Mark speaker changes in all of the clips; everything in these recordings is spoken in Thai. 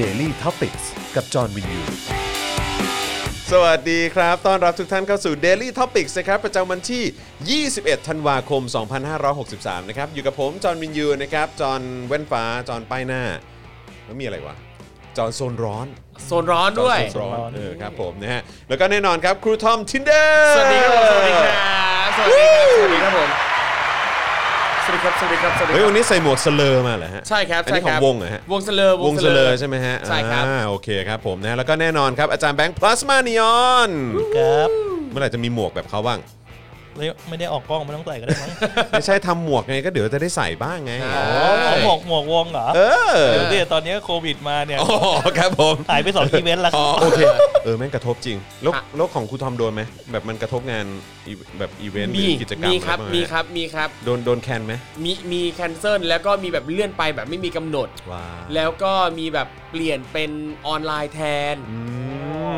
Speaker 1: Daily t o p i c กกับจอห์นวินยู
Speaker 2: สวัสดีครับ ต้อนรับทุกท่านเข้าสู่ Daily Topics นะครับ ประจำวันที่ 21 ธันวาคม 2563 นะครับ อยู่กับผม จอห์นวินยู นะครับ จอห์นแว่นฟ้า จอห์นป้ายหน้า แล้วมีอะไรวะ จอห์นโซนร้อน
Speaker 3: โซนร้อนด้วย
Speaker 2: จอห์นโซนร้อน เออครับผมนะฮะ แล้วก็แน่นอนครับ ครูทอมทินเดอร์
Speaker 3: สวัสดีครับผมสวัสดีครับสวัสดีครับสวัสดีครับผมสวัสดีครับสวัสดีครับสวัสดี
Speaker 2: เฮ้ย
Speaker 3: ครั
Speaker 2: วั
Speaker 3: บ
Speaker 2: นนี้ใส่หมวกสเลอร์มาเหรอฮะ
Speaker 3: ใช่ครับ
Speaker 2: อันนี้ข
Speaker 3: ใช่ค
Speaker 2: อ
Speaker 3: รั
Speaker 2: ง
Speaker 3: บ
Speaker 2: วงเหรอฮะ
Speaker 3: วงสเลอร์
Speaker 2: ว
Speaker 3: ว
Speaker 2: ง
Speaker 3: ง
Speaker 2: ส
Speaker 3: ส
Speaker 2: เล
Speaker 3: เล
Speaker 2: อ
Speaker 3: อร์
Speaker 2: ร์ใช่ไหมฮะ
Speaker 3: ใช่ครับ
Speaker 2: อ่าโอเคครับผมนะแล้วก็แน่นอนครับอาจารย์แบงค์พลาสมานิออน
Speaker 4: ครับ
Speaker 2: เมื่อไหร่จะมีหมวกแบบเขาบ้าง
Speaker 4: ไม่ไม่ได้ออกกล้องไม่ต้องใส่ก็ได้มั้ง
Speaker 2: ไม่ใช่ทำหมวกไงก็เดี๋ยวจะได้ใส่บ้างไง
Speaker 4: เอาหมวกหมวกวงเหรอ
Speaker 2: เออ
Speaker 4: เดี๋ยวดิตอนนี้โควิดมาเนี่ย
Speaker 2: อ๋อครับผม
Speaker 4: หายไปสองอีเวนต์แล้ว
Speaker 2: อ๋อโอเคเออแม่งกระทบจริงแล้ว
Speaker 3: อ่ะ
Speaker 2: แล้วของครูทอมโดนไหมแบบมันกระทบงานอีแบบอีเวนต์หรื
Speaker 3: มี
Speaker 2: อกิจกรรม
Speaker 3: มีครับ
Speaker 2: อะไางไห
Speaker 3: มีครับมีครับ
Speaker 2: โดนโดนแคนไหม
Speaker 3: มีมีแคนเซิลแล้วก็มีแบบเลื่อนไปแบบไม่มีกำหนด
Speaker 2: ว้า
Speaker 3: แล้วก็มีแบบเปลี่ยนเป็นออนไลน์แทน
Speaker 2: อื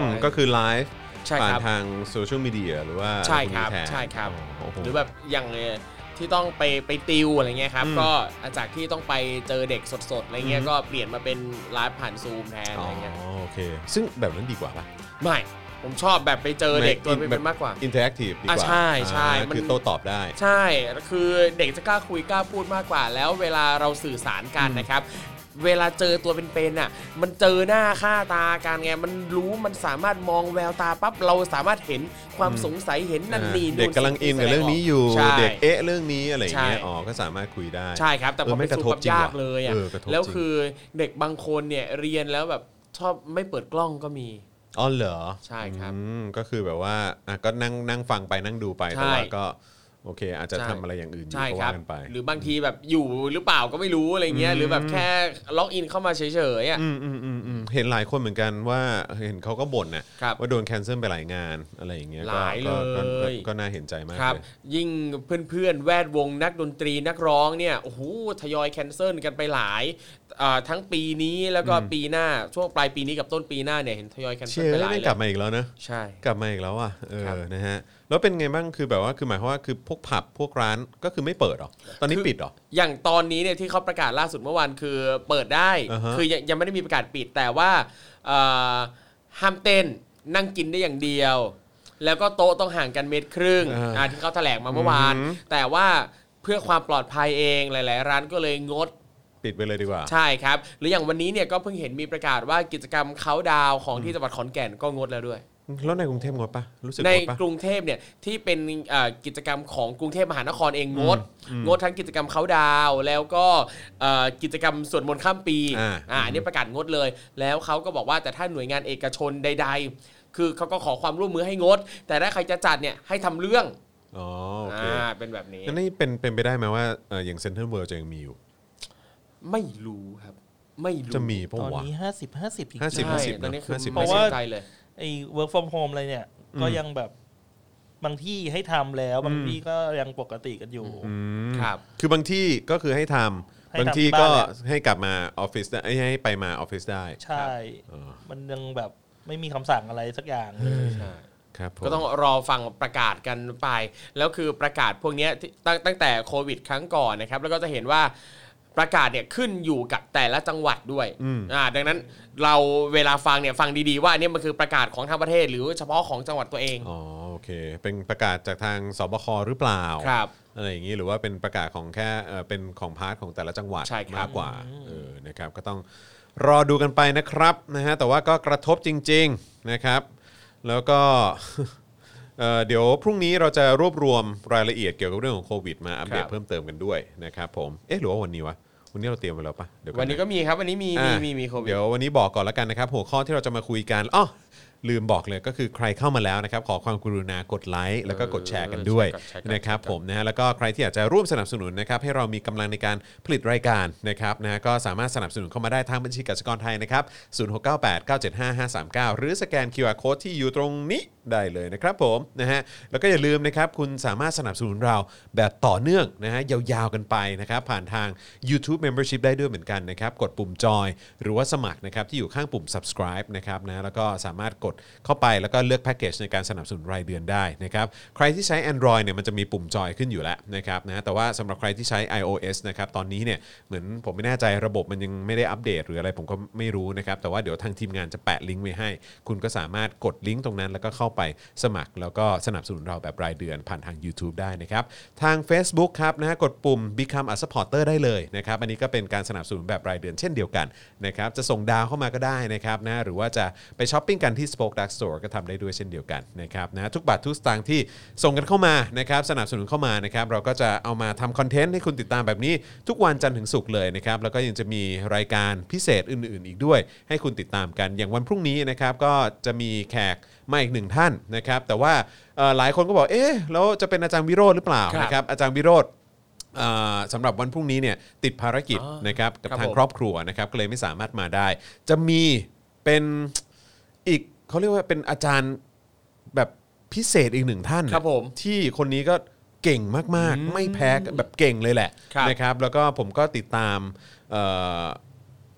Speaker 2: มก็คือไลฟ์
Speaker 3: ใช่
Speaker 2: ผ่าน
Speaker 3: ครับ
Speaker 2: ทางโซเชียลมีเดียหรือว่า
Speaker 3: ใช่ครับ
Speaker 2: พวกนี้แทน
Speaker 3: ใช่ครับ
Speaker 2: โโ
Speaker 3: หรือแบบอย่างเอ่อที่ต้องไปไปติวอะไรเงี้ยครับ
Speaker 2: อืม
Speaker 3: ก็จากที่ต้องไปเจอเด็กสดๆอะไรเงี้
Speaker 2: อื
Speaker 3: ย
Speaker 2: ม
Speaker 3: ก็เปลี่ยนมาเป็นไลฟ์ผ่านซูมแทน
Speaker 2: อ๋อ
Speaker 3: อะไรเงี้ย
Speaker 2: โอเค ซึ่งแบบนั้นดีกว่าป่ะ
Speaker 3: ไม่ผมชอบแบบไปเจอเด็กตัวเป็นๆมากกว่า
Speaker 2: อินเทอร์แอคทีฟดีกว่า
Speaker 3: อ่ะใช่ใช่
Speaker 2: อ่า
Speaker 3: มัน
Speaker 2: คือโต้ตอบได้
Speaker 3: ใช่คือเด็กจะกล้าคุยกล้าพูดมากกว่า แล้วเวลาเราสื่อสารกันนะครับ เวลาเจอตัวเป็นๆน่ะ มันเจอหน้าค่าตากันไง มันรู้มันสามารถมองแววตาปั๊บเราสามารถเห็นความสงสัยเห็นนั่นนี่นู่น
Speaker 2: เด็กกำลังอินกับเรื่องนี้อยู่
Speaker 3: ใช่
Speaker 2: เด็กเอ๊ะเรื่องนี้อะไรอย่างเงี้ย
Speaker 3: ใช่
Speaker 2: อ๋อก็สามารถคุยได้
Speaker 3: ใช่ครับ แต่
Speaker 2: เอ
Speaker 3: พ
Speaker 2: อ
Speaker 3: อ
Speaker 2: ไม่
Speaker 3: ไป
Speaker 2: กระ
Speaker 3: สู่
Speaker 2: ทบ
Speaker 3: กับ
Speaker 2: จริง
Speaker 3: ยาก
Speaker 2: ว่ะ
Speaker 3: เลยอ่ะ
Speaker 2: เออกระทบ
Speaker 3: แล้ว
Speaker 2: จริง
Speaker 3: คือเด็กบางคนเนี่ยเรียนแล้วแบบชอบไม่เปิดกล้องก็มี
Speaker 2: อ๋อเหรอ
Speaker 3: ใช่ครับ
Speaker 2: อืมก็คือแบบว่าอ่ะก็นั่งนั่งฟังไปนั่งดูไป
Speaker 3: ใช่
Speaker 2: แต่ว่าก็โอเค อาจจะ
Speaker 3: ใช่
Speaker 2: ทำอะไรอย่างอื่นอยู่
Speaker 3: ใช่
Speaker 2: ก็
Speaker 3: ครั
Speaker 2: ว่า
Speaker 3: บ
Speaker 2: กันไป
Speaker 3: หรือบางทีแบบอยู่หรือเปล่าก็ไม่รู้อะไรเงี้ยหรือแบบแค่ล็อกอินเข้ามาเฉยๆอ่ะ
Speaker 2: อืมอืมอืมอืมเห็นหลายคนเหมือนกันว่าเห็นเขาก็บ่นนะครับ ว่าโดนแคนเซิลไปหลายงานอะไรอย่างเงี้ยก็
Speaker 3: หลาย
Speaker 2: ก็ก็
Speaker 3: เลย
Speaker 2: ก็ก็น่าเห็นใจมาก
Speaker 3: ครับ
Speaker 2: เลย
Speaker 3: ยิ่งเพื่อนๆ แวดวงนักดนตรีนักร้องเนี่ยโอ้โหทยอยแคนเซิลกันไปหลายอ่าทั้งปีนี้แล้วก็ปีหน้าช่วงปลายปีนี้กับต้นปีหน้าเนี่ยเห็นทยอยแคนเซิ
Speaker 2: เชื่
Speaker 3: ล
Speaker 2: อ
Speaker 3: ไปหลาย
Speaker 2: ไม่
Speaker 3: เลย
Speaker 2: กลับมาอีกแล้วนะ
Speaker 3: ใช่
Speaker 2: กลับมาอีกแล้วอ่ะเออ
Speaker 3: ครับ
Speaker 2: นะฮะแล้วเป็นไงบ้างคือแบบว่าคือหมายความว่าคือพวกผับพวกร้านก็คือไม่เปิดหรอตอนนี้ปิดหรอ
Speaker 3: อย่างตอนนี้เนี่ยที่เขาประกาศล่าสุดเมื่อวานคือเปิดได้
Speaker 2: อ่าฮะ
Speaker 3: คือยังยังไม่ได้มีประกาศปิดแต่ว่าเอ่อห้ามเต้นนั่งกินได้อย่างเดียว แล้วก็โต๊ะต้องห่างกันเมตรครึ่ง
Speaker 2: อ่า
Speaker 3: อ่าที่เขาแถลงมาเมื่อวาน
Speaker 2: อือหือ
Speaker 3: แต่ว่าเพื่อความปลอดภัยเองหลาย ๆ ร้านก็เลยงด
Speaker 2: ปิดไปเลยดีกว่า
Speaker 3: ใช่ครับ หรืออย่างวันนี้เนี่ยก็เพิ่งเห็นมีประกาศว่ากิจกรรมเขาดาวของที่จังหวัดขอนแก่นก็งดแล้วด้วย
Speaker 2: แล้วในกรุงเทพงดปะรู้สึก
Speaker 3: ใน
Speaker 2: งดปะ
Speaker 3: กรุงเทพเนี่ยที่เป็นเอ่อกิจกรรมของกรุงเทพมหานครเองงด งดทั้งกิจกรรมเขาดาวน์แล้วก็เอ่อกิจกรรมสวดมนต์ข้ามปี
Speaker 2: อ่า
Speaker 3: อ่าอันนี้ประกาศงดเลย แล้วเขาก็บอกว่าแต่ถ้าหน่วยงานเอกชนใด ๆ คือเขาก็ขอความร่วมมือให้งด แต่ถ้าใครจะจัดเนี่ยให้ทำเรื่อง
Speaker 2: อ๋อโอเค
Speaker 3: อ่าเป็นแบบนี้
Speaker 2: งั้นนี่เป็นเป็นไปได้ไหมว่าเอ่ออย่างเซ n น r ร l ลเวิลด์จะยังมีอยู่
Speaker 3: ไม่รู้ครับ ไม่รู้
Speaker 2: จะมีเพราะ
Speaker 4: ตอน
Speaker 2: วะ
Speaker 4: นี้ห้าสิบห้าสิบจริง
Speaker 2: ห้าสิบ
Speaker 3: ใช่ตอนนี้คือ
Speaker 2: 50
Speaker 3: ไม่สนใจเลย
Speaker 4: ๆไอ้ work from home อะไรเนี่ย ก็ยังแบบบางที่ให้ทำแล้วบางที่ก็ยังปกติกันอยู่
Speaker 3: ครับ
Speaker 2: คือบางที่ก็คือให้ทำ
Speaker 4: ให้
Speaker 2: บาง
Speaker 4: ทำ
Speaker 2: ที่ก็
Speaker 4: บ้านแหละ
Speaker 2: ให้กลับมาออฟฟิศได้เอ้ยให้ไปมาออฟฟิศได้
Speaker 4: ใช่
Speaker 2: เออ
Speaker 4: มันยังแบบไม่มีคำสั่งอะไรสักอย่างเลย
Speaker 3: ใช่
Speaker 2: ครับผม
Speaker 3: ก็ต้องรอฟังประกาศกันไป แล้วคือประกาศพวกเนี้ยที่ตั้งตั้งแต่โควิดครั้งก่อนนะครับ แล้วก็จะเห็นว่าประกาศเนี่ยขึ้นอยู่กับแต่ละจังหวัดด้วยอ่าดังนั้นเราเวลาฟังเนี่ยฟังดีๆว่าอันเนี่ยมันคือประกาศของทางประเทศ หรือเฉพาะของจังหวัดตัวเอง
Speaker 2: อ๋อโอเค เป็นประกาศจากทางสบคหรือเปล่า
Speaker 3: ครับ
Speaker 2: อะไรอย่างนี้หรือว่าเป็นประกาศของแค่เอ่อเป็นของพาร์ทของแต่ละจังหวัด
Speaker 3: ใช่ครับ
Speaker 2: มากกว่าเออนะครับก็ต้องรอดูกันไปนะครับนะฮะแต่ว่าก็กระทบจริง ๆนะครับ แล้วก็ เอ่อเดี๋ยวพรุ่งนี้เราจะรวบรวมรายละเอียดเกี่ยวกับเรื่องของโควิดมาอัปเด
Speaker 3: ครั
Speaker 2: ต
Speaker 3: บ
Speaker 2: เพิ่มเติมกันด้วยนะครับผม เอ๊ะหรือว่าวันนี้วะ วันนี้เราเตรียมไว้แล้วปะเดี๋ยว
Speaker 3: วันนี้
Speaker 2: ะ
Speaker 3: ก็มีครับวันนี้มีมี
Speaker 2: อ่ะ
Speaker 3: มีมีโควิด
Speaker 2: เดี๋ยววันนี้บอกก่อนแล้วกันนะครับ หัวข้อที่เราจะมาคุยกันอ๋อลืมบอกเลยก็คือใครเข้ามาแล้วนะครับ ขอความกรุณากดไลค์แล้วก็กดแชร์กันด้วย
Speaker 3: เออใช่ครับ
Speaker 2: นะครับผมนะฮะแล้วก็ใครที่อยากจะร่วมสนับสนุนนะครับให้เรามีกำลังในการผลิตรายการนะครับนะฮะก็สามารถสนับสนุนเข้ามาได้ทางบัญชีกสิกรไทยนะครับ0698975539 หรือสแกน QR Code ที่อยู่ตรงนี้ ได้เลยนะครับผมนะฮะแล้วก็อย่าลืมนะครับคุณสามารถสนับสนุนเราแบบต่อเนื่องนะฮะยาวๆกันไปนะครับผ่านทาง YouTube Membership ได้ด้วยเหมือนกันนะครับกดปุ่มจอยหรือว่าสมัครนะครับที่อยู่ข้างปุ่ม subscribe นะครับนะแล้วก็สามารถกด ดเข้าไปแล้วก็เลือกแพ็กเกจในการสนับสนุนรายเดือนได้นะครับใครที่ใช้ Android เนี่ยมันจะมีปุ่มจอยขึ้นอยู่แล้วนะครับนะแต่ว่าสำหรับใครที่ใช้ iOS นะครับตอนนี้เนี่ยเหมือนผมไม่แน่ใจระบบมันยังไม่ได้อัปเดต หรืออะไรผมก็ไม่รู้นะครับแต่ว่าเดี๋ยวทางทีมงานจะแปะลิงก์ไว้ให้ คุณก็สามารถกดลิงก์ตรงนั้น แล้วก็เข้าไปสมัครแล้วก็สนับสนุนเราแบบรายเดือนผ่านทาง YouTube ได้นะครับทาง Facebook ครับนะฮะกดปุ่ม Become a supporter ได้เลยนะครับอันนี้ก็เป็นการสนับสนุนแบบรายเดือนเช่นเดียวกันนะครับจะส่งดาวเข้ามาก็ได้นะครับนะหรือว่าจะไปช้อปปิ้งกันที่ Spoke Dark Store ก็ทำได้ด้วยเช่นเดียวกันนะครับนะทุกบาททุกสตางค์ที่ส่งกันเข้ามานะครับสนับสนุนเข้ามานะครับเราก็จะเอามาทำคอนเทนต์ให้คุณติดตามแบบนี้ ทุกวันจันทร์ถึงศุกร์เลยนะครับแล้วก็ยังจะมีรายการพิเศษอื่น ๆ อีกด้วย ให้คุณติดตามกันอย่างวันพรุ่งนี้นะครับก็จะมีแขกมาอีกหนึ่งท่านนะครับแต่ว่าเอ่อหลายคนก็บอกเอ๊ะแล้วจะเป็นอาจารย์วิโรจน์หรือเปล่า
Speaker 3: ครับ
Speaker 2: นะครับอาจารย์วิโรจน์ เอ่อสำหรับวันพรุ่งนี้เนี่ยติดภารกิจ
Speaker 3: อ๋อ
Speaker 2: นะครับกับ
Speaker 3: ครับ
Speaker 2: ทาง
Speaker 3: ผม
Speaker 2: ครอบครัวนะครับก็เลยไม่สามารถมาได้ จะมีเป็นอีกเขาเรียกว่าเป็นอาจารย์แบบพิเศษอีกหนึ่งท่าน
Speaker 3: ครับผม
Speaker 2: ที่คนนี้ก็เก่งมากๆ ไม่แพ้กันแบบเก่งเลยแหละ
Speaker 3: ครับ
Speaker 2: นะครับแล้วก็ผมก็ติดตามเอ่อ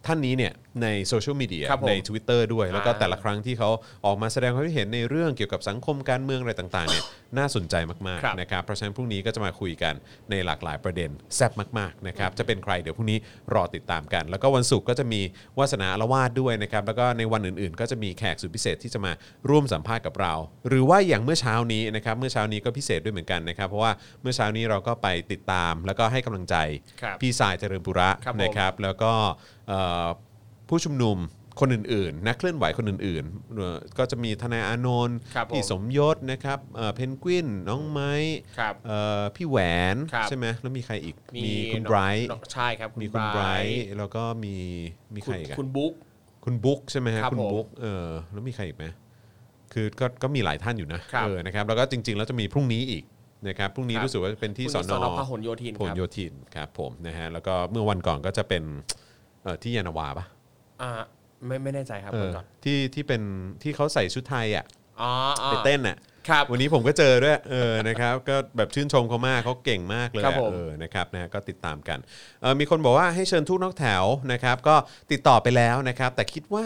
Speaker 2: ท่านนี้เนี่ยในโซเชียลมีเดีย
Speaker 3: ครับผม
Speaker 2: ใน Twitter ด้วย แล้วก็
Speaker 3: อ่า
Speaker 2: แต่ละครั้งที่เขาออกมาแสดงความคิดเห็นในเรื่องเกี่ยวกับสังคมการเมืองอะไรต่างๆเนี่ยน่าสนใจมาก
Speaker 3: ครับ
Speaker 2: ๆนะครับเพราะฉะนั้นพรุ่งนี้ก็จะมาคุยกันในหลากหลายประเด็นแซ่บมากๆนะครับจะเป็นใครเดี๋ยวพรุ่งนี้รอติดตามกัน แล้วก็วันศุกร์ก็จะมีวาสนาอารวาสด้วยนะครับแล้วก็ในวันอื่นๆ ก็จะมีแขกสุดพิเศษที่จะมาร่วมสัมภาษณ์กับเรา หรือว่าอย่างเมื่อเช้านี้นะครับเมื่อเช้านี้ก็พิเศษด้วยเหมือนกันนะครับเพราะว่าเมื่อเช้านี้เราก็ไปติดตาม แล้วก็ให้กำลังใจ
Speaker 3: ครับ
Speaker 2: พี่สายเจริญบุระ
Speaker 3: ครับผม
Speaker 2: นะครับ แล้วก็เอ่อ ผู้ชุมนุมคนอื่นๆ นักเคลื่อนไหวคนอื่นๆเอ่อก็จะมีทนายอานนท์
Speaker 3: ครับผม
Speaker 2: พี่สมยศนะครับเอ่อเพนกวินน้องไม้
Speaker 3: ครับ
Speaker 2: เอ่อพี่แหวน
Speaker 3: ครับ
Speaker 2: ใช่ไหมแล้วมีใครอีกคุณ
Speaker 3: น้อง
Speaker 2: ไบรท์
Speaker 3: น้องใช่ครับ
Speaker 2: มีคุณไบรท์
Speaker 3: ท์
Speaker 2: แล้วก็มีมีใค
Speaker 3: คุ
Speaker 2: ร
Speaker 3: ณ
Speaker 2: อีกอะ
Speaker 3: คุณบุ๊ก
Speaker 2: คุณบุ๊กใช่ไหมฮะ
Speaker 3: ครับ
Speaker 2: คุณ
Speaker 3: ผม
Speaker 2: บุ๊กเออแล้วมีใครอีกไหมคือก็ก็มีหลายท่านอยู่นะครับ เออนะครับแล้วก็จริง ๆ แล้วจะมีพรุ่งนี้อีกนะครับพรุ่งนี้รู้สึกว่าจะเป็นที่
Speaker 3: คุณ
Speaker 2: สอนอ
Speaker 3: พหลโยธิน
Speaker 2: พ
Speaker 3: ค
Speaker 2: ล
Speaker 3: รับ
Speaker 2: โยธินครับผมนะฮะแล้วก็เมื่อวันก่อนก็จะเป็นเอ่อที่ยานาวาปะ
Speaker 3: อ่าไม่ไม่แน่ใจครับ
Speaker 2: เอ
Speaker 3: คุณ
Speaker 2: อ
Speaker 3: ก่อน
Speaker 2: ที่ที่เป็นที่เขาใส่ชุดไทยอ่ะ
Speaker 3: อ๋ออ๋อ
Speaker 2: ไปเต้นอ่ะ
Speaker 3: ครับ
Speaker 2: วันนี้ผมก็เจอด้วยเออนะครับก็แบบชื่นชมเขามากเขาเก่งมากเลย
Speaker 3: ครั
Speaker 2: อะ
Speaker 3: บผม
Speaker 2: เออนะครับนะก็ติดตามกันเออมีคนบอกว่าให้เชิญทุกนอกแถวนะครับ ก็ติดต่อไปแล้วนะครับ แต่คิดว่า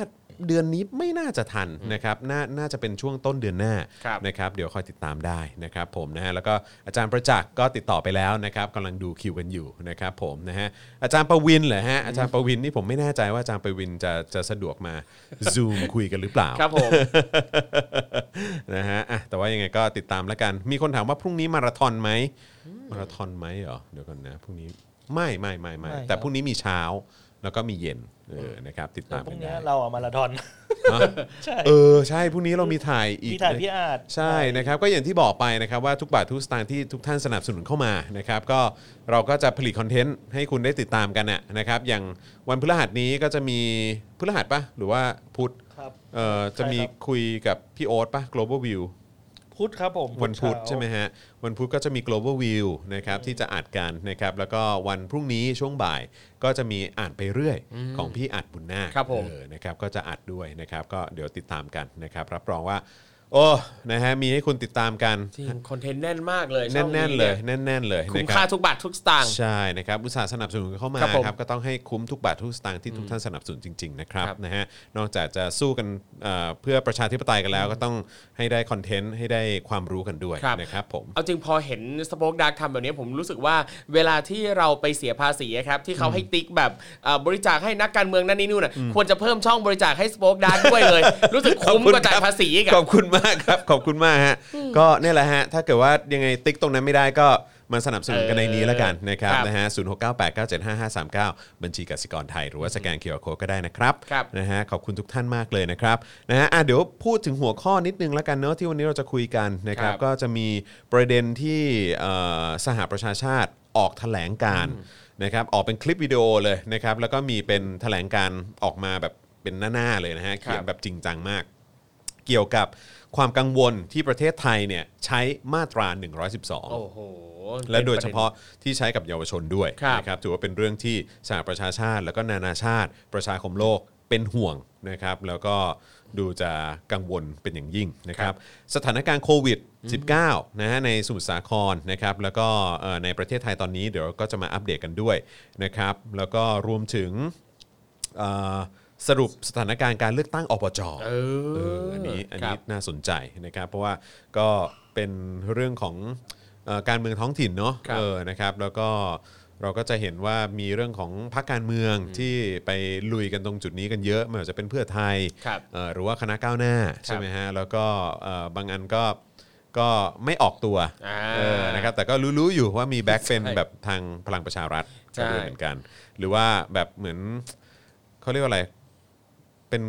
Speaker 2: เดือนนี้ไม่น่าจะทันนะครับน่าน่าจะเป็นช่วงต้นเดือนหน้า
Speaker 3: ครับ
Speaker 2: นะครับเดี๋ยวคอยติดตามได้นะครับผมนะฮะแล้วก็อาจารย์ประจักษ์ก็ติดต่อไปแล้วนะครับกำลังดูคิวกันอยู่นะครับผมนะฮะอาจารย์ประวินเหรอฮะอาจารย์ประวินนี่ผมไม่แน่ใจว่าอาจารย์ประวินจะจะสะดวกมา Zoom คุยกันหรือเปล่า
Speaker 3: ครับผม
Speaker 2: นะฮะอ่ะแต่ว่ายังไงก็ติดตามแล้วกัน มีคนถามว่าพรุ่งนี้มาราธอนไหมมาราธอนไหมเหรอเดี๋ยวก่อนนะพรุ่งนี้ไม่ไม่ไม่ไม่
Speaker 4: ไม่ครับ
Speaker 2: แต่พรุ่งนี้มีเช้าแล้วก็มีเย็นเออนะครับติดตาม
Speaker 4: พ
Speaker 2: กั
Speaker 4: รุ่
Speaker 2: น
Speaker 4: ง
Speaker 2: ได้
Speaker 4: เนี้ยเราออกมาราธอน
Speaker 2: อ่ะ
Speaker 4: ใช่
Speaker 2: เออใช่พรุ่งนี้เรามีถ่ายอีก
Speaker 4: มีถ่ายพี่อาจ
Speaker 2: ใช่นะครับก็อย่างที่บอกไปนะครับว่าทุกบาททุกสตางค์ที่ทุกท่านสนับสนุนเข้ามานะครับก็เราก็จะผลิตคอนเทนต์ให้คุณได้ติดตามกันนะนะครับอย่างวันพฤหัสนี้ก็จะมีพฤหัสปะหรือว่าพุธ
Speaker 4: ครับ
Speaker 2: เอ่อจะมี
Speaker 4: ใช่ครับ
Speaker 2: คุยกับพี่โอ๊ตปะ global view
Speaker 4: พุธครับผม
Speaker 2: วันพุธ
Speaker 4: เา
Speaker 2: ใช่ไหมฮะวันพุธก็จะมี global view นะครับที่จะอ่านกันนะครับแล้วก็วันพรุ่งนี้ช่วงบ่ายก็จะมีอ่านไปเรื่อยของพี่อัดบุญนา
Speaker 3: ครับผม
Speaker 2: เออนะครับก็จะอัดด้วยนะครับก็เดี๋ยวติดตามกันนะครับรับรองว่า โอ้นะฮะมีให้คุณติดตามกัน
Speaker 3: จริงคอนเทนต์แน่นมากเลยช่อง
Speaker 2: แน่นๆเลยแน่นๆเลย
Speaker 3: คุ้ม
Speaker 2: นะ
Speaker 3: ค่า
Speaker 2: รับ
Speaker 3: ทุกบาททุกสตางค์
Speaker 2: ใช่นะครับอุตสาห์สนับสนุนเข้ามา
Speaker 3: ครับผม
Speaker 2: ครับก็ต้องให้คุ้มทุกบาททุกสตางค์ที่ทุกท่านสนับสนุนจริงๆนะครับ
Speaker 3: ครับ
Speaker 2: นะฮะนอกจากจะสู้กันเอ่อเพื่อประชาธิปไตยกันแล้วก็ต้องให้ได้คอนเทนต์ให้ได้ความรู้กันด้วย
Speaker 3: ครับ
Speaker 2: นะครับผม
Speaker 3: เอาจริงพอเห็นสป็อคดักทำแบบนี้ผมรู้สึกว่าเวลาที่เราไปเสียภาษีอะครับที่เขาให้ติ๊กแบบเอ่อบริจาคให้นักการเมืองนั่นนี่นู่นน่ะควรจะเพิ่มช่องบริจาคให้สป็อคดักด้วย เลย รู้สึกคุ้มกว่าจ่ายภาษีอีก
Speaker 2: ข
Speaker 3: อะ
Speaker 2: อบคุณมากครับ ขอบคุณมากฮะ ก็เนี่ยแหละฮะ ถ้าเกิดว่ายังไงติ๊กตรงนั้นไม่ได้ก็มาสนับสนุนกันในนี้แล้วกันนะครับ
Speaker 3: ครับ
Speaker 2: นะฮะศูนย์หกเก้าแปดเก้าเจ็ดห้าห้าสามเก้าบัญชีกสิกรไทย หรือว่าสแกนเคอร์โคก็ได้นะครับ
Speaker 3: ครับ
Speaker 2: นะฮะขอบคุณทุกท่านมากเลยนะครับนะฮะอ่ะเดี๋ยวพูดถึงหัวข้อนิดนึงแล้วกันเนาะที่วันนี้เราจะคุยกันนะครับ
Speaker 3: ครับ
Speaker 2: ก็จะมีประเด็นที่เอ่อสหประชาชาติออกแถลงการนะครับออกเป็นคลิปวิดีโอเลยนะครับแล้วก็มีเป็นแถลงการออกมาแบบเป็นหน้าๆเลยนะฮะเขีย
Speaker 3: ครั
Speaker 2: น
Speaker 3: บ
Speaker 2: แบบจริงจังมาก เกี่ยวกับความกังวลที่ประเทศไทยเนี่ยใช้มาตรา
Speaker 3: โอ้โห
Speaker 2: 112 และโดยเฉพาะที่ใช้กับเยาวชนด้วย
Speaker 3: ครับ
Speaker 2: นะครับถือว่าเป็นเรื่องที่สหประชาชาติ แล้วก็นานาชาติ ประชาคมโลกเป็นห่วงนะครับแล้วก็ดูจะกังวลเป็นอย่างยิ่งนะครับสถานการณ์โควิด 19 นะฮะในสมุทรสาครนะครับแล้วก็เอ่อในประเทศไทยตอนนี้เดี๋ยวก็จะมาอัปเดตกันด้วยนะครับแล้วก็รวมถึง เอ่อ สรุปสถานการณ์การเลือกตั้งอบจ
Speaker 3: เอ
Speaker 2: เออ
Speaker 3: อ
Speaker 2: อั
Speaker 3: อั
Speaker 2: นนี้อัน
Speaker 3: ครั
Speaker 2: นี้
Speaker 3: บ
Speaker 2: น่าสนใจนะครับ เพราะว่าก็เป็นเรื่องของเออการเมืองท้องถิ่นเนาะ
Speaker 3: ครับ
Speaker 2: เออนะครับ แล้วก็เราก็จะเห็นว่ามีเรื่องของพรรคการเมืองที่ไปลุยกันตรงจุดนี้กันเยอะไม่ว่าจะเป็นเพื่อไทย
Speaker 3: ครับ
Speaker 2: เอ่อหรือว่าคณะก้าวหน้าใช่ไหมฮะแล้วก็เอ่อบางอันก็ก็ไม่ออกตัว
Speaker 3: อ่า
Speaker 2: เออนะครับแต่ก็รู้ๆอยู่ว่ามีแบ็คเป็น
Speaker 3: ใช่
Speaker 2: แบบทางพลังประชารัฐ
Speaker 3: ใช่
Speaker 2: ด้วยเหมือนกัน หรือว่าแบบเหมือนเขาเรียกว่าอะไรเป็น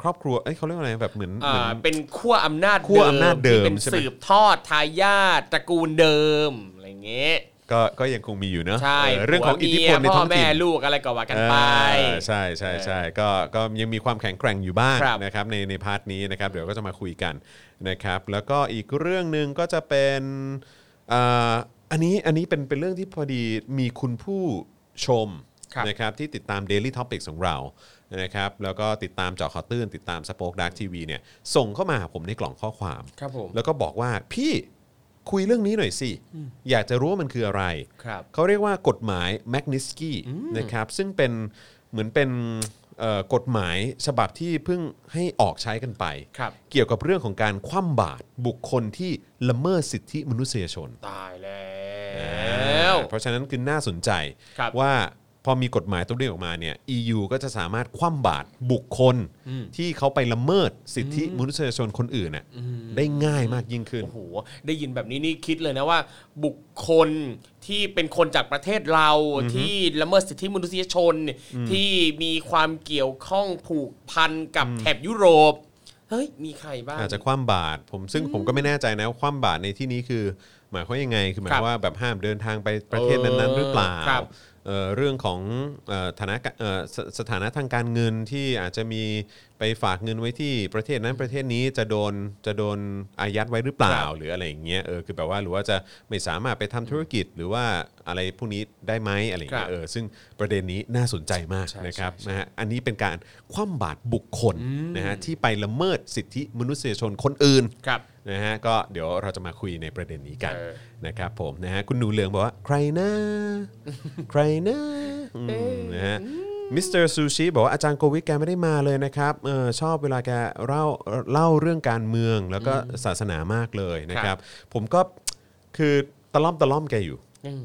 Speaker 2: ครอบครัวเอ้ยเขาเรียกว่าอะไรแบบเหมือน
Speaker 3: อ่า
Speaker 2: เหมือน
Speaker 3: เป็นขั้วอำนาจ
Speaker 2: ขั้วอำนาจเดิม
Speaker 3: ที่เป็น
Speaker 2: ใช่ไหม
Speaker 3: สืบทอดทายาทตระกูลเดิมอะไรอย่างเงี้ย
Speaker 2: ก็ก็ยังคงมีอยู่เนอะ
Speaker 3: ใช่
Speaker 2: เออเรื่องของอิทธิพลในท้อง
Speaker 3: พ่อ
Speaker 2: ถิ่น
Speaker 3: แม่ลูกอะไรก็ว่ากันไป
Speaker 2: เออใช่ใช่ใช่ก็ก็ยังมีความแข็งแกร่งอยู่บ้าง
Speaker 3: ครับ
Speaker 2: นะครับในในพาร์ทนี้นะครับเดี๋ยวก็จะมาคุยกันนะครับ แล้วก็อีกเรื่องหนึ่งก็จะเป็นอ่าอันนี้อันนี้เป็นเป็นเรื่องที่พอดีมีคุณผู้ชม
Speaker 3: ครับ
Speaker 2: นะครับที่ติดตาม Daily Topic ของเรานะครับแล้วก็ติดตามเจาะข่าวตื้นติดตามสป็อคดักทีวีเนี่ยส่งเข้ามาหาผมในกล่องข้อความ
Speaker 3: ครับผม
Speaker 2: แล้วก็บอกว่าพี่คุยเรื่องนี้หน่อยสิ อยากจะรู้ว่ามันคืออะไร
Speaker 3: ครับ
Speaker 2: เขาเรียกว่ากฎหมายแมกนิสกี้นะครับซึ่งเป็นเหมือนเป็นเอ่อกฎหมายฉบับที่เพิ่งให้ออกใช้กันไป
Speaker 3: ครับ
Speaker 2: เกี่ยวกับเรื่องของการคว่ำบาตรบุคคลที่ละเมิดสิทธิมนุษยชน
Speaker 3: ตายแล้ว
Speaker 2: เพราะฉะนั้นคือน่าสนใจ
Speaker 3: ครับ
Speaker 2: ว่าพอมีกฎหมายตัวนี้ออกมาเนี่ย EU ก็จะสามารถคว่ำบาตรบุคคลที่เขาไปละเมิดสิทธิมนุษยชนคนอื่นน่ะได้ง่ายมากยิ่งขึ้น
Speaker 3: โอ้โห ได้ยินแบบนี้นี่คิดเลยนะว่า บุคคลที่เป็นคนจากประเทศเราที่ละเมิดสิทธิมนุษยชนที่มีความเกี่ยวข้องผูกพันกับแถบยุโรป เฮ้ย มีใครบ้าง
Speaker 2: อาจจะคว่ำบาตรผมซึ่งผมก็ไม่แน่ใจนะว่าคว่ำบาตรในที่นี้คือ หมายความยังไงคือหมายความว่าแบบห้ามเดินทางไปประเทศนั้นๆหรือเปล่า
Speaker 3: ครับ
Speaker 2: เอ่อเรื่องของเอ่อฐานะเอ่อสสถานะทางการเงินที่อาจจะมีไปฝากเงินไว้ที่ประเทศนั้นประเทศนี้จะโดนจะโดนอายัดไว้หรือเปล่า
Speaker 3: ครับ
Speaker 2: หรืออะไรอย่างเงี้ยเออคือแบบว่าหรือว่าจะไม่สามารถไปทำธุรกิจหรือว่าอะไรพวกนี้ได้ไหมอะไรอย่างเงี้
Speaker 3: ครั
Speaker 2: ย
Speaker 3: บ
Speaker 2: เออซึ่งประเด็นนี้น่าสนใจมากนะครับ นะฮะอันนี้เป็นการคว่ำบาตรบุคคลนะฮะที่ไปละเมิดสิทธิมนุษยชนคนอื่น
Speaker 3: ครับ
Speaker 2: นะฮะก็เดี๋ยวเราจะมาคุยในประเด็นนี้กัน
Speaker 3: เออ
Speaker 2: นะครับผมนะฮะคุณหนูเหลืองบอกว่า ใคร นะใครนะอืมนะฮะมิสเตอร์ซูชิบอกว่าอาจารย์โกวิทแกไม่ได้มาเลยนะครับเออชอบเวลาแกเล่าเล่าเรื่องการเมืองแล้วก็ศาสนามากเลยนะครับ ผมก็คือตะล่อมตะล่อมแกอยู่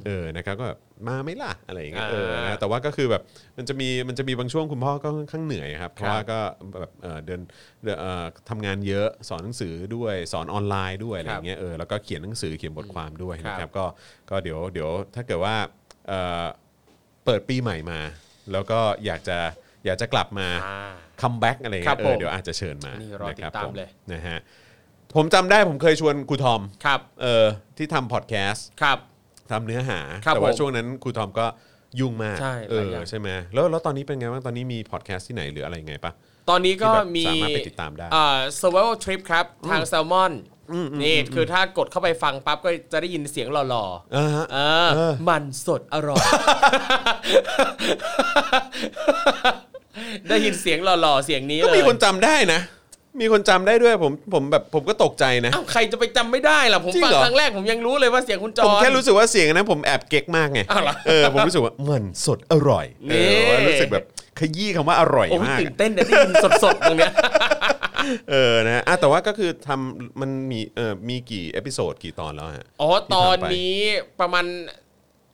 Speaker 2: เออนะครับก็แบบมาไหม่ล่ะอะไรอย่างเงี้ยเออนะ แต่ว่าก็คือแบบมันจะมีมันจะมีบางช่วงคุณพ่อก็ค่อนข้างเหนื่อยครับ เพราะว่าก็แบบเอ่อเดินเดินเอ่อทำงานเยอะสอนหนังสือด้วยสอนออนไลน์ด้วยอะไรอย่างเงี้ยเออแล้วก็เขียนหนังสือเขียนบทความด้วยนะค
Speaker 3: ครั
Speaker 2: รับบ ก็ก็เดี๋ยวเดี๋ยวถ้าเกิดว่าเอ่อเปิดปีใหม่มา แล้วก็อยากจะอยากจะกลับมา
Speaker 3: อ่า
Speaker 2: คัมแบ็กอะไรเงี้
Speaker 3: ครั
Speaker 2: ย
Speaker 3: บ
Speaker 2: เอ
Speaker 3: ผ
Speaker 2: อ
Speaker 3: ม
Speaker 2: เดี๋ยวอาจจะเชิญมา
Speaker 3: นี่รอติดตาม
Speaker 2: นะคบผ
Speaker 3: เลย
Speaker 2: นะฮะผมจำได้ผมเคยชวนครูทอม
Speaker 3: ครับ
Speaker 2: เออที่ทำพอดแคสต์
Speaker 3: ครับ
Speaker 2: ทำเนื้อหา
Speaker 3: ครับ
Speaker 2: แต่ว่า
Speaker 3: ผม
Speaker 2: ช่วงนั้นครูทอมก็ยุ่งมาก
Speaker 3: ใช่
Speaker 2: เอ
Speaker 3: หลาย
Speaker 2: อ
Speaker 3: อย่าง
Speaker 2: ใช่ไหมแล้วแล้วตอนนี้เป็นไงบ้างตอนนี้มีพอดแคสต์ที่ไหนหรืออะไรไงปะ
Speaker 3: ตอนนี้ก็มี
Speaker 2: ที่แบบสามารถไปติดตามได้
Speaker 3: เอ่อ survival trip ครับ ทางแซลมอนนี่คือถ้ากดเข้าไปฟังปั๊บก็จะได้ยินเสียงหล่อๆ
Speaker 2: อ่าฮะ
Speaker 3: เออ
Speaker 2: เออ
Speaker 3: มันสดอร่อย ได้ยินเสียงหล่อๆ เสียงนี้
Speaker 2: ก็
Speaker 3: เลย
Speaker 2: มีคนจำได้นะ มีคนจำได้ด้วยผมผมแบบผมก็ตกใจนะ
Speaker 3: เอ้าใครจะไปจำไม่ได้ล่ะ ผม
Speaker 2: จริง
Speaker 3: ฟัง
Speaker 2: เหรอ
Speaker 3: ครั้งแรกผมยังรู้เลยว่าเสียงคุณจอ
Speaker 2: ผม
Speaker 3: น
Speaker 2: แค่รู้สึกว่าเสียงนั้นผมแอบเก๊กมากไง
Speaker 3: อ้าวเหรอ
Speaker 2: เออผมรู้สึกว่ามันสดอร่อย
Speaker 3: นี่
Speaker 2: เออว่ารู้สึกแบบขยี้คำว่าอร่อย
Speaker 3: โอ้ย
Speaker 2: มาก
Speaker 3: ตื่น
Speaker 2: อะ
Speaker 3: เต้นเนี่ยได้ยินสดๆตรงเนี้ย
Speaker 2: เออนะอ่ะแต่ว่าก็คือทำมันมีเออมีกี่เอพิโซดกี่ตอนแล้วฮะ
Speaker 3: อ๋อ ตอน
Speaker 2: ที่ผ่านไป
Speaker 3: นี้ประมาณ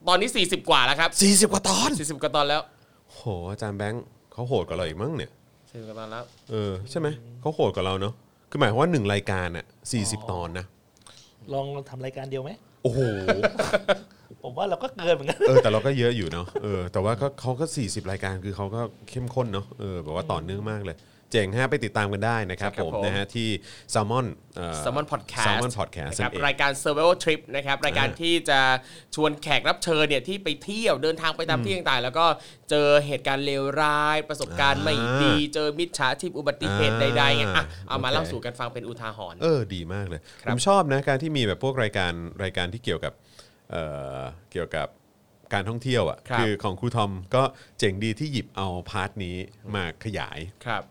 Speaker 3: ตอนนี้ 40 กว่าแล้วครับ
Speaker 2: สี่สิบกว่าตอน
Speaker 3: 40 กว่าตอนแล้ว
Speaker 2: โหอาจารย์แบงค์เขาโหดกว่าเราอีกมั้งเนี่ย
Speaker 3: 40กว่าตอนแล้ว
Speaker 2: เออใช่ไหมเขาโหดกว่าเราเนอะคือหมายความว่าหนึ่งรายการอ่ะสี่สิบตอนนะ
Speaker 4: ลองทำรายการเดียวไหม
Speaker 2: โอ้โห
Speaker 4: ผมว่าเราก็เกินเหมือนกัน
Speaker 2: เออแต่เราก็เยอะอยู่เนาะเออแต่ว่าก็เขาก็ 40 รายการคือเขาก็เข้มข้นเนาะเออแบบว่าต่อเนื่องมากเลย เจ๋งฮะไปติดตามกันได้นะครับ
Speaker 3: ใช่ครั
Speaker 2: ผ
Speaker 3: บ
Speaker 2: ม
Speaker 3: ผม
Speaker 2: นะฮะที่ s ซ l m o n
Speaker 3: Salmon Podcast
Speaker 2: Salmon Podcast
Speaker 3: นะครับ
Speaker 2: นั่นเอง
Speaker 3: รายการ Survival Trip นะครับรายการที่จะชวนแขกรับเชิญเนี่ยที่ไปเที่ยวเดินทางไปตามที่ต่างๆ แล้วก็เจอเหตุการณ์เลวร้าย ประสบการณ์ไม่ดี เจอมิจฉาชีพอุบัติเหตุ
Speaker 2: อ่า
Speaker 3: ใดๆไงอ่ะเอามา
Speaker 2: โอเค
Speaker 3: เล่าสู่กันฟังเป็นอุทาหรณ์
Speaker 2: เออดีมากเลย
Speaker 3: ค
Speaker 2: ผ
Speaker 3: รับ
Speaker 2: มชอบนะการที่มีแบบพวกรายการรายการที่เกี่ยวกับเอ่อเกี่ยวกับการท่องเที่ยวอ่ะ
Speaker 3: ครับ
Speaker 2: คือของครูทอมก็เจ๋งดีที่หยิบเอาพาร์ทนี้มาขยาย
Speaker 3: ครับ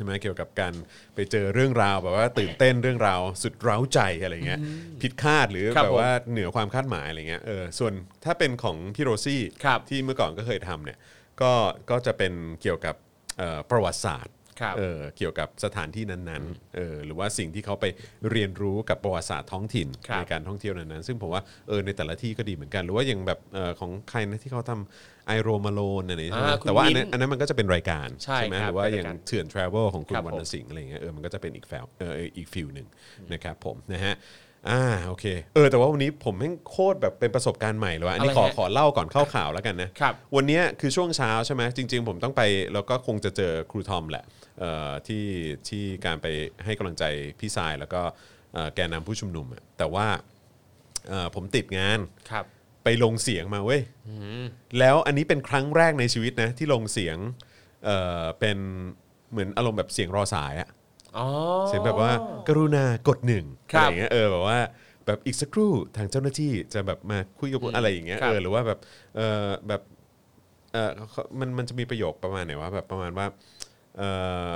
Speaker 2: ใช่ไหมเกี่ยวกับการไปเจอเรื่องราวแบบว่าตื่นเต้นเรื่องราวสุดเร้าใจอะไรเงี้ยผิดคาดหรือ
Speaker 3: ครับ
Speaker 2: แบบว่าเหนือความคาดหมายอะไรเงี้ยเออส่วนถ้าเป็นของพี่โรซี่
Speaker 3: ครับ
Speaker 2: ที่เมื่อก่อนก็เคยทำเนี่ยก็ก็จะเป็นเกี่ยวกับ เอ่อประวัติศาสตร์
Speaker 3: ครับ
Speaker 2: เออเกี่ยวกับสถานที่นั้นๆเออหรือว่าสิ่งที่เขาไปเรียนรู้กับประวัติศาสตร์ท้องถิ่น
Speaker 3: ครับ
Speaker 2: ในการท่องเที่ยวนั้นๆซึ่งผมว่าเออในแต่ละที่ก็ดีเหมือนกัน หรือว่าอย่างแบบเอ่อของใครนะที่เขาทำไอโรมาโลนอะไรอย่างเงี้ยใช่ไหม
Speaker 3: อ่าคุณ
Speaker 2: แต่ว่าอันนั้น
Speaker 3: มิ้นท์
Speaker 2: อันนั้นมันก็จะเป็นรายการ
Speaker 3: ใช่
Speaker 2: ไหม
Speaker 3: ครับ
Speaker 2: หรือว่าอ
Speaker 3: เป็นราย
Speaker 2: ย่าง
Speaker 3: การ
Speaker 2: เถื่อนทราเวลของคุณ
Speaker 3: ครับ
Speaker 2: วร
Speaker 3: ผม
Speaker 2: รณสิงห์อะไรอย่างเงี้ยเออมันก็จะเป็นอีกแฟลเอออีกฟิลหนึ่งนะครับผมนะฮะอ่าโอเคเออแต่ว่าวันนี้ผมแม่งโคตรแบบเป็นประสบการณ์ใหม่เลยว่ะอันนี้
Speaker 3: อะไร
Speaker 2: ขอ
Speaker 3: ฮะ
Speaker 2: ขอเล่าก่อนเข้าข่าวแล้วกันนะ
Speaker 3: ครับ
Speaker 2: วันเนี้ยคือช่วงเช้าใช่ไหมจริง ๆ ผมต้องไปแล้วก็คงจะเจอครูทอมแหละเอ่อที่ที่การไปให้กำลังใจพี่ทรายแล้วก็เอ่อแกนนำผู้ชุมนุมอะแต่ว่าเอ่อผมติดงาน
Speaker 3: ครับ
Speaker 2: ไปลงเสียงมาเว้ยแล้วอันนี้เป็นครั้งแรกในชีวิตนะที่ลงเสียงเอ่อเป็นเหมือนอารมณ์แบบเสียงรอสายอะ
Speaker 3: อ๋อ
Speaker 2: เสียงแบบว่ากรุณากดหนึ่ง
Speaker 3: ค
Speaker 2: อะไร
Speaker 3: รับ
Speaker 2: อย่างเงี้ยเออแบบว่าแบบอีกสักครู่ทางเจ้าหน้าที่จะแบบมาคุยกับคุณอะไรอย่างเงี้ย
Speaker 3: ครั
Speaker 2: เอบ อหรือว่าแบบเออแบบเออเขามันมันจะมีประโยคประมาณไหนว่าแบบประมาณว่าเออ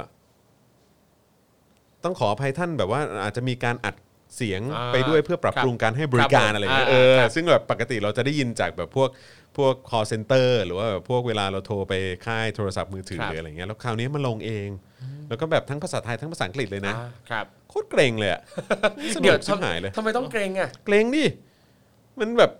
Speaker 2: ต้องขออภัยท่านแบบว่าอาจจะมีการอัดเสียง
Speaker 3: อ่า
Speaker 2: ไปด้วยเพื่อปรับ
Speaker 3: ครับ
Speaker 2: ปรุงการให้บริการ
Speaker 3: ครับผม
Speaker 2: อะไรอย่างเงี้ย
Speaker 3: อ่า
Speaker 2: เออ
Speaker 3: ครับ
Speaker 2: ซึ่งแบบปกติเราจะได้ยินจากแบบพวกพวก call center หรือว่าแบบพวกเวลาเราโทรไปค่ายโทรศัพท์มือถือ
Speaker 3: ครับ
Speaker 2: หรืออะไรเงี้ยแล้วคราวนี้มันลงเอง แล้วก็แบบทั้งภาษาไทยทั้งภาษาอังกฤษเลยนะ
Speaker 3: อ่าครับ
Speaker 2: โคตรเกรงเลยอะ สนุ
Speaker 3: เดี๋ยว
Speaker 2: กชิบหายเลย
Speaker 3: ทำไมต้องเกรงอ่ะ
Speaker 2: เกรงดิ มันแบบ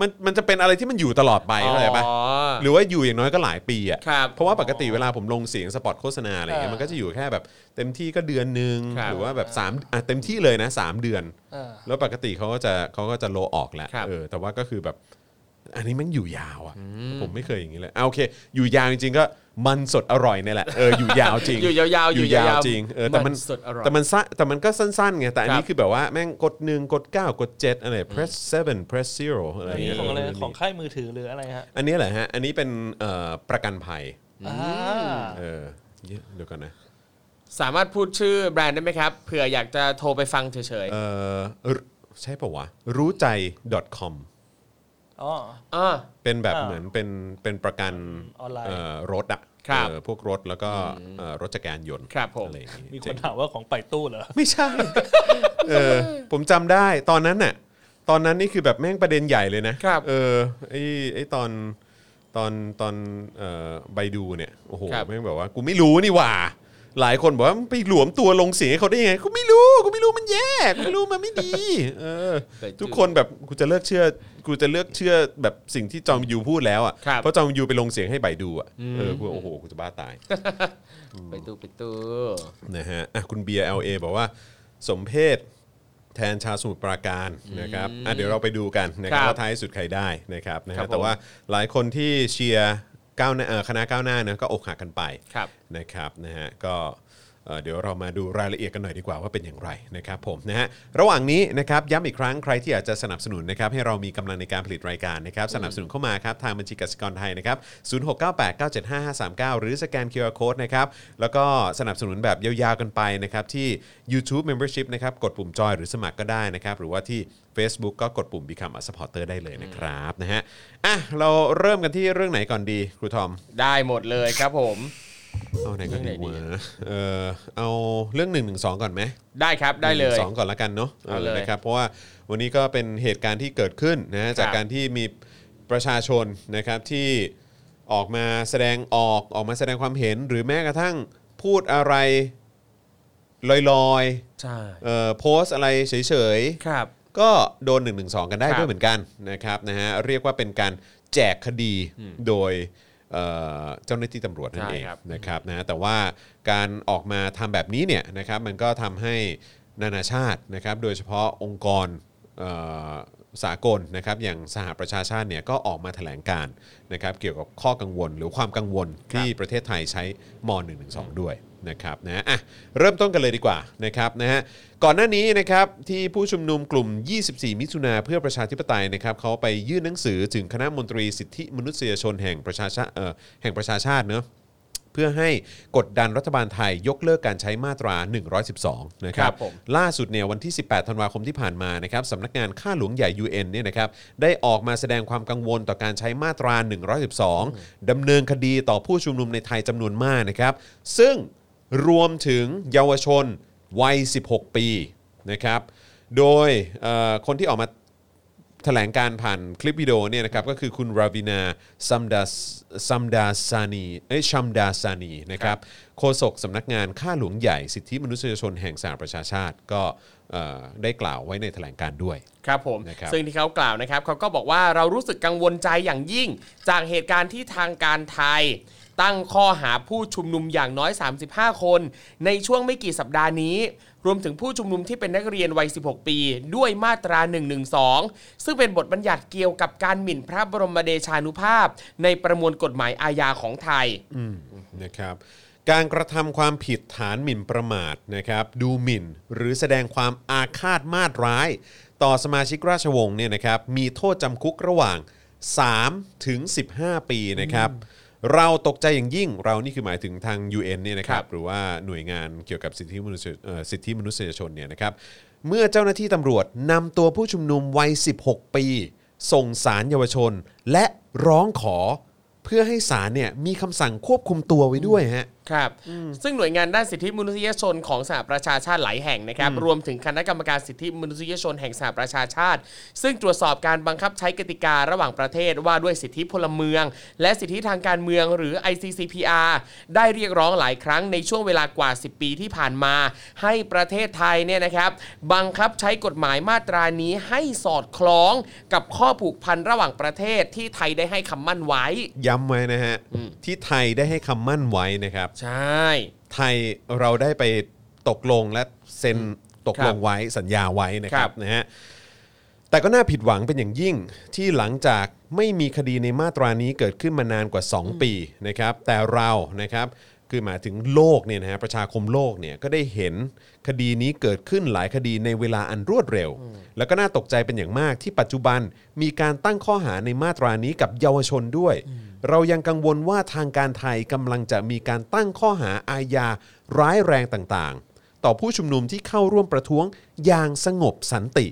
Speaker 2: มันมันจะเป็นอะไรที่มันอยู่ตลอดไปเข้าใจปะ
Speaker 3: อ๋อ
Speaker 2: หรือว่าอยู่อย่างน้อยก็หลายปีอะ
Speaker 3: ครับ
Speaker 2: เพราะว่าปกติเวลาผมลงเสียงสปอตโฆษณาอะไรเงี้ยมันก็จะอยู่แค่แบบเต็มที่ก็เดือนหนึ่ง
Speaker 3: ครับ
Speaker 2: หรือว่าแบบสามอ่ะเต็มที่เลยนะสามเดือน
Speaker 4: เออ
Speaker 2: แล้วปกติเขาก็จะเขาก็จะโลออกแหละ
Speaker 3: ครับ
Speaker 2: เออแต่ว่าก็คือแบบ อันนี้มันอยู่ยาวอะผมไม่เคยอย่างนี้เลยอ่ะโอเค อยู่ยาวจริงๆก็มันสดอร่อยเนี่ยแหละเอออยู่ยาวจริง
Speaker 3: อยู่ยาวๆอ
Speaker 2: อ
Speaker 3: ยู่
Speaker 2: ยู่ยาย
Speaker 3: าว
Speaker 2: ว
Speaker 3: ๆ
Speaker 2: จริงเออแต่มัน
Speaker 3: มันสดอร่อย
Speaker 2: แต่มันสั้นแต่มันก็สั้นๆไงแต่อันนี้
Speaker 3: ครับ
Speaker 2: คือแบบว่าแม่งกดหนึ่งกดเก้ากดเจ็ดอะไร press seven press zero อะไร
Speaker 4: อัน
Speaker 2: อย่าง
Speaker 4: นี้
Speaker 2: เงี้ย
Speaker 4: ของอะไร
Speaker 2: เออ
Speaker 4: ของค่ายมือถือหรืออะไรฮะ
Speaker 2: อันนี้แหละฮะ อันนี้เป็นเอ่อประกันภัย
Speaker 4: อ่า
Speaker 2: เออเยอะเดี๋ยวก่อนนะ
Speaker 3: สามารถพูดชื่อแบรนด์ได้ไหมครับเผื่ออยากจะโทรไปฟังเฉย
Speaker 2: เออใช่ปะวะรู้ใจ .com
Speaker 4: อ๋อ
Speaker 3: ๆอ่า
Speaker 2: เป็นแบบ
Speaker 4: อ่า
Speaker 2: เหมือนเป็นเป็นประกัน
Speaker 4: ออนไลน์
Speaker 2: เรถอะ
Speaker 3: ครับ
Speaker 2: เออพวกรถแล้วก็เอ่อรถจักรยานยนต์
Speaker 3: ครับผม
Speaker 2: อะไรอย่างงี้
Speaker 4: มีค
Speaker 2: เจ๋
Speaker 4: น
Speaker 2: ง
Speaker 4: ถามว่าของไปตู้เหรอ
Speaker 2: ไม่ใช่ เออ ผมจำได้ ตอนนั้นน่ะ ตอนนั้นนี่คือแบบแม่งประเด็นใหญ่เลยนะ
Speaker 3: ครับ
Speaker 2: เออ ไอ้ไอ้ตอน ตอน ตอนเอ่อใบดูเนี่ย โอ้โห
Speaker 3: ครับ
Speaker 2: แม่งแบบว่า กูไม่รู้นี่หว่า หลายคนบอกว่ามึงไปหลวมตัวลงเสียงให้เขาได้ยังไง กูไม่รู้ กูไม่รู้มันแย่ กูไม่รู้มันไม่ดี เออ ทุกคนแบบ กูจะเลิกเชื่อ กูจะเลิกเชื่อแบบสิ่งที่จอมยูพูดแล้วอ่ะ
Speaker 3: ครับ
Speaker 2: เพราะจอมยูไปลงเสียงให้ใบดูอ่ะ เออ กู โอ้โห กูจะบ้าตาย
Speaker 3: ไปตู้ไปตู้
Speaker 2: นะฮะอ่ะคุณเบียร์ LA บอกว่าสมเพศแทนชาวสมุทรปราการนะครับอ่ะเดี๋ยวเราไปดูกันนะครับ
Speaker 3: ครับ
Speaker 2: ว่าท้ายสุดใครได้นะครับนะ
Speaker 3: ครั
Speaker 2: ฮะ
Speaker 3: บผม
Speaker 2: แต่ว่าหลายคนที่เชียร์ก้าวหน้าเอ่อคณะก้าวหน้าเนี่ยก็อกหักกันไป
Speaker 3: ครับ
Speaker 2: นะครับนะฮะก็เอ่อเดี๋ยวเรามาดูรายละเอียดกันหน่อยดีกว่าว่าเป็นอย่างไรนะครับผมนะฮะระหว่างนี้นะครับย้ำอีกครั้งใครที่อยากจะสนับสนุนนะครับให้เรามีกำลังในการผลิตรายการนะครับสนับสนุนเข้ามาครับทางบัญชีกสิกรไทยนะครับ0698975539 หรือสแกน QR Code นะครับแล้วก็สนับสนุนแบบยาวๆกันไปนะครับที่ YouTube Membership นะครับกดปุ่มจอยหรือสมัครก็ได้นะครับหรือว่าที่ Facebook ก็กดปุ่ม Become a supporter ได้เลยนะครับนะฮะอ่ะเราเริ่มกันที่เรื่องไหนก่อนดีครูทอม
Speaker 3: ได้หมดเลยครับผม
Speaker 2: เอาไหนก่อน
Speaker 3: เรื่
Speaker 2: ดี
Speaker 3: องไหนดี
Speaker 2: วะเออเอาเรื่อง1นึก่อนไหม
Speaker 3: ได้ครับได้เลย
Speaker 2: 112 ก่อนละกันเนาะ
Speaker 3: เอาเลย
Speaker 2: นะครับเพราะว่าวันนี้ก็เป็นเหตุการณ์ที่เกิดขึ้นนะจากการที่มีประชาชนนะครับที่ออกมาแสดงออกออกมาแสดงความเห็น หรือแม้กระทั่งพูดอะไรลอย
Speaker 3: ใช่
Speaker 2: ๆเอ่อโพสต์อะไรเฉยๆ
Speaker 3: ครับ
Speaker 2: ก็โดน 1 1 2 กันได้
Speaker 3: ครับ
Speaker 2: ด้วยเหมือนกันนะครับนะฮะเรียกว่าเป็นการแจกคดีโดยเอ่อเจ้าหน้าที่ตำรวจนั่นเอง
Speaker 3: ใช่ครับ
Speaker 2: นะครับนะฮะแต่ว่าการออกมาทำแบบนี้เนี่ยนะครับมันก็ทำให้นานาชาตินะครับโดยเฉพาะองค์กรเอ่อสากลนะครับอย่างสหประชาชาติเนี่ยก็ออกมาแถลงการณ์นะครับเกี่ยวกับข้อกังวล หรือความกังวลที่ประเทศไทยใช้ม .112 ด้วยนะครับนะอ่ะเริ่มต้นกันเลยดีกว่านะครับนะฮะ ก่อนหน้านี้นะครับที่ผู้ชุมนุมกลุ่ม 24 มิถุนาเพื่อประชาธิปไตยนะครับเขาไปยื่นหนังสือถึงคณะมนตรีสิทธิมนุษยชนแห่งประชาชาเอ่อแห่งประชาชาติเนอะเพื่อให้กดดันรัฐบาลไทยยกเลิกการใช้มาตรา 112 นะครั
Speaker 3: ครับ บผม
Speaker 2: ล่าสุดเนี่ยวันที่ 18 ธันวาคมที่ผ่านมานะครับสำนักงานข้าหลวงใหญ่ UN เนี่ยนะครับได้ออกมาแสดงความกังวลต่อการใช้มาตรา 112 ดำเนินคดีต่อผู้ชุมนุมในไทยจำนวนมากนะครับซึ่งรวมถึงเยาวชนวัย 16 ปีนะครับโดยเอ่อคนที่ออกมา แถลงการผ่านคลิปวิดีโอเนี่ยนะครับก็คือคุณราวินาซัมดาซัมดาซานีเอ้ยชัมดาซานีนะครับโฆษกสำนักงานข้าหลวงใหญ่สิทธิมนุษยชนแห่งสหประชาชาติก็เอ่อได้กล่าวไว้ในแถลงการด้วย
Speaker 3: ครับผม
Speaker 2: นะครับ
Speaker 3: ซึ่งที่เขากล่าวนะครับเขาก็บอกว่าเรารู้สึกกังวลใจอย่างยิ่ง จากเหตุการณ์ที่ทางการไทย ตั้งข้อหาผู้ชุมนุมอย่างน้อย 35 คน ในช่วงไม่กี่สัปดาห์นี้ รวมถึงผู้ชุมนุมที่เป็นนักเรียนวัย 16 ปี ด้วยมาตรา 112 ซึ่งเป็นบทบัญญัติเกี่ยวกับการหมิ่นพระบรมเดชานุภาพ ในประมวลกฎหมายอาญาของไทย
Speaker 2: นะครับการกระทำความผิดฐานหมิ่นประมาทนะครับดูหมิ่นหรือแสดงความอาฆาตมาตร้าย ต่อสมาชิกราชวงศ์เนี่ยนะครับมีโทษจำคุกระหว่าง3ถึง15 ปีนะครับเราตกใจอย่างยิ่งเรานี่คือหมายถึงทาง UN เนี่ยนะครั
Speaker 3: ครับ บ
Speaker 2: หรือว่าหน่วยงานเกี่ยวกับสิทธิมนุษยเอ่อสิทธิมนุษยชนเนี่ยนะครับเมื่อเจ้าหน้าที่ตำรวจนำตัวผู้ชุมนุมวัย 16 ปี ส่งสารเยาวชน และร้องขอเพื่อให้ศาลเนี่ยมีคำสั่งควบคุมตัวไว้ด้วยฮะ
Speaker 3: ครับ ซึ่งหน่วยงานด้านสิทธิมนุษยชนของสหประชาชาติหลายแห่งนะครับ รวมถึงคณะกรรมการสิทธิมนุษยชนแห่งสหประชาชาติ ซึ่งตรวจสอบการบังคับใช้กติการะหว่างประเทศว่าด้วยสิทธิพลเมือง และสิทธิทางการเมืองหรือ ICCPR ได้เรียกร้องหลายครั้งในช่วงเวลากว่า 10 ปีที่ผ่านมา ให้ประเทศไทยเนี่ยนะครับบังคับใช้กฎหมายมาตรานี้ให้สอดคล้องกับข้อผูกพันระหว่างประเทศที่ไทยได้ให้คำมั่นไว้
Speaker 2: ย้ำไว้นะฮะ
Speaker 3: อืม
Speaker 2: ที่ไทยได้ให้คำมั่นไว้นะครับ
Speaker 3: ใช่
Speaker 2: ไทยเราได้ไปตกลงและเซ็นตกลงไว้สัญญาไว้นะครั
Speaker 3: ครับ บ
Speaker 2: นะฮะแต่ก็น่าผิดหวังเป็นอย่างยิ่งที่หลังจากไม่มีคดีในมาตรานี้เกิดขึ้นมานานกว่า 2 ปีนะครับแต่เรานะครับคือหมายถึงโลกเนี่ยนะฮะประชาคมโลกเนี่ยก็ได้เห็นคดีนี้เกิดขึ้นหลายคดีในเวลาอันรวดเร็ว แล้วก็น่าตกใจเป็นอย่างมากที่ปัจจุบันมีการตั้งข้อหาในมาตรานี้กับเยาวชนด้วย เรายังกังวลว่าทางการไทยกำลังจะมีการตั้งข้อหาอาญาร้ายแรงต่างๆ ต่อผู้ชุมนุมที่เข้าร่วมประท้วงอย่างสงบสันติ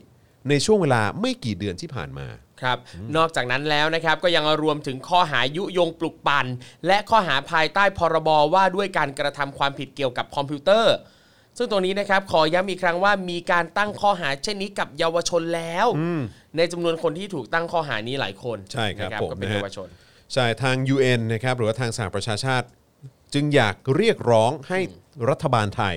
Speaker 2: ในช่วงเวลาไม่กี่เดือนที่ผ่านมา
Speaker 3: ครับ นอกจากนั้นแล้วนะครับก็ยังรวมถึงข้อหายุยงปลุกปั่น และข้อหาภายใต้พรบว่าด้วยการกระทำความผิดเกี่ยวกับคอมพิวเตอร์ ซึ่งตรงนี้นะครับขอย้ำอีกครั้งว่ามีการตั้งข้อหาเช่นนี้กับเยาวชนแล้ว ในจำนวนคนที่ถูกตั้งข้อหานี้หลายคน
Speaker 2: ใช่ครับ
Speaker 3: นะ
Speaker 2: ผม
Speaker 3: ก็เป็น
Speaker 2: นะฮะ
Speaker 3: เยาวชน
Speaker 2: ใช่ทาง UN นะครับหรือว่าทางสหประชาชาติ จึงอยากเรียกร้องให้รัฐบาลไทย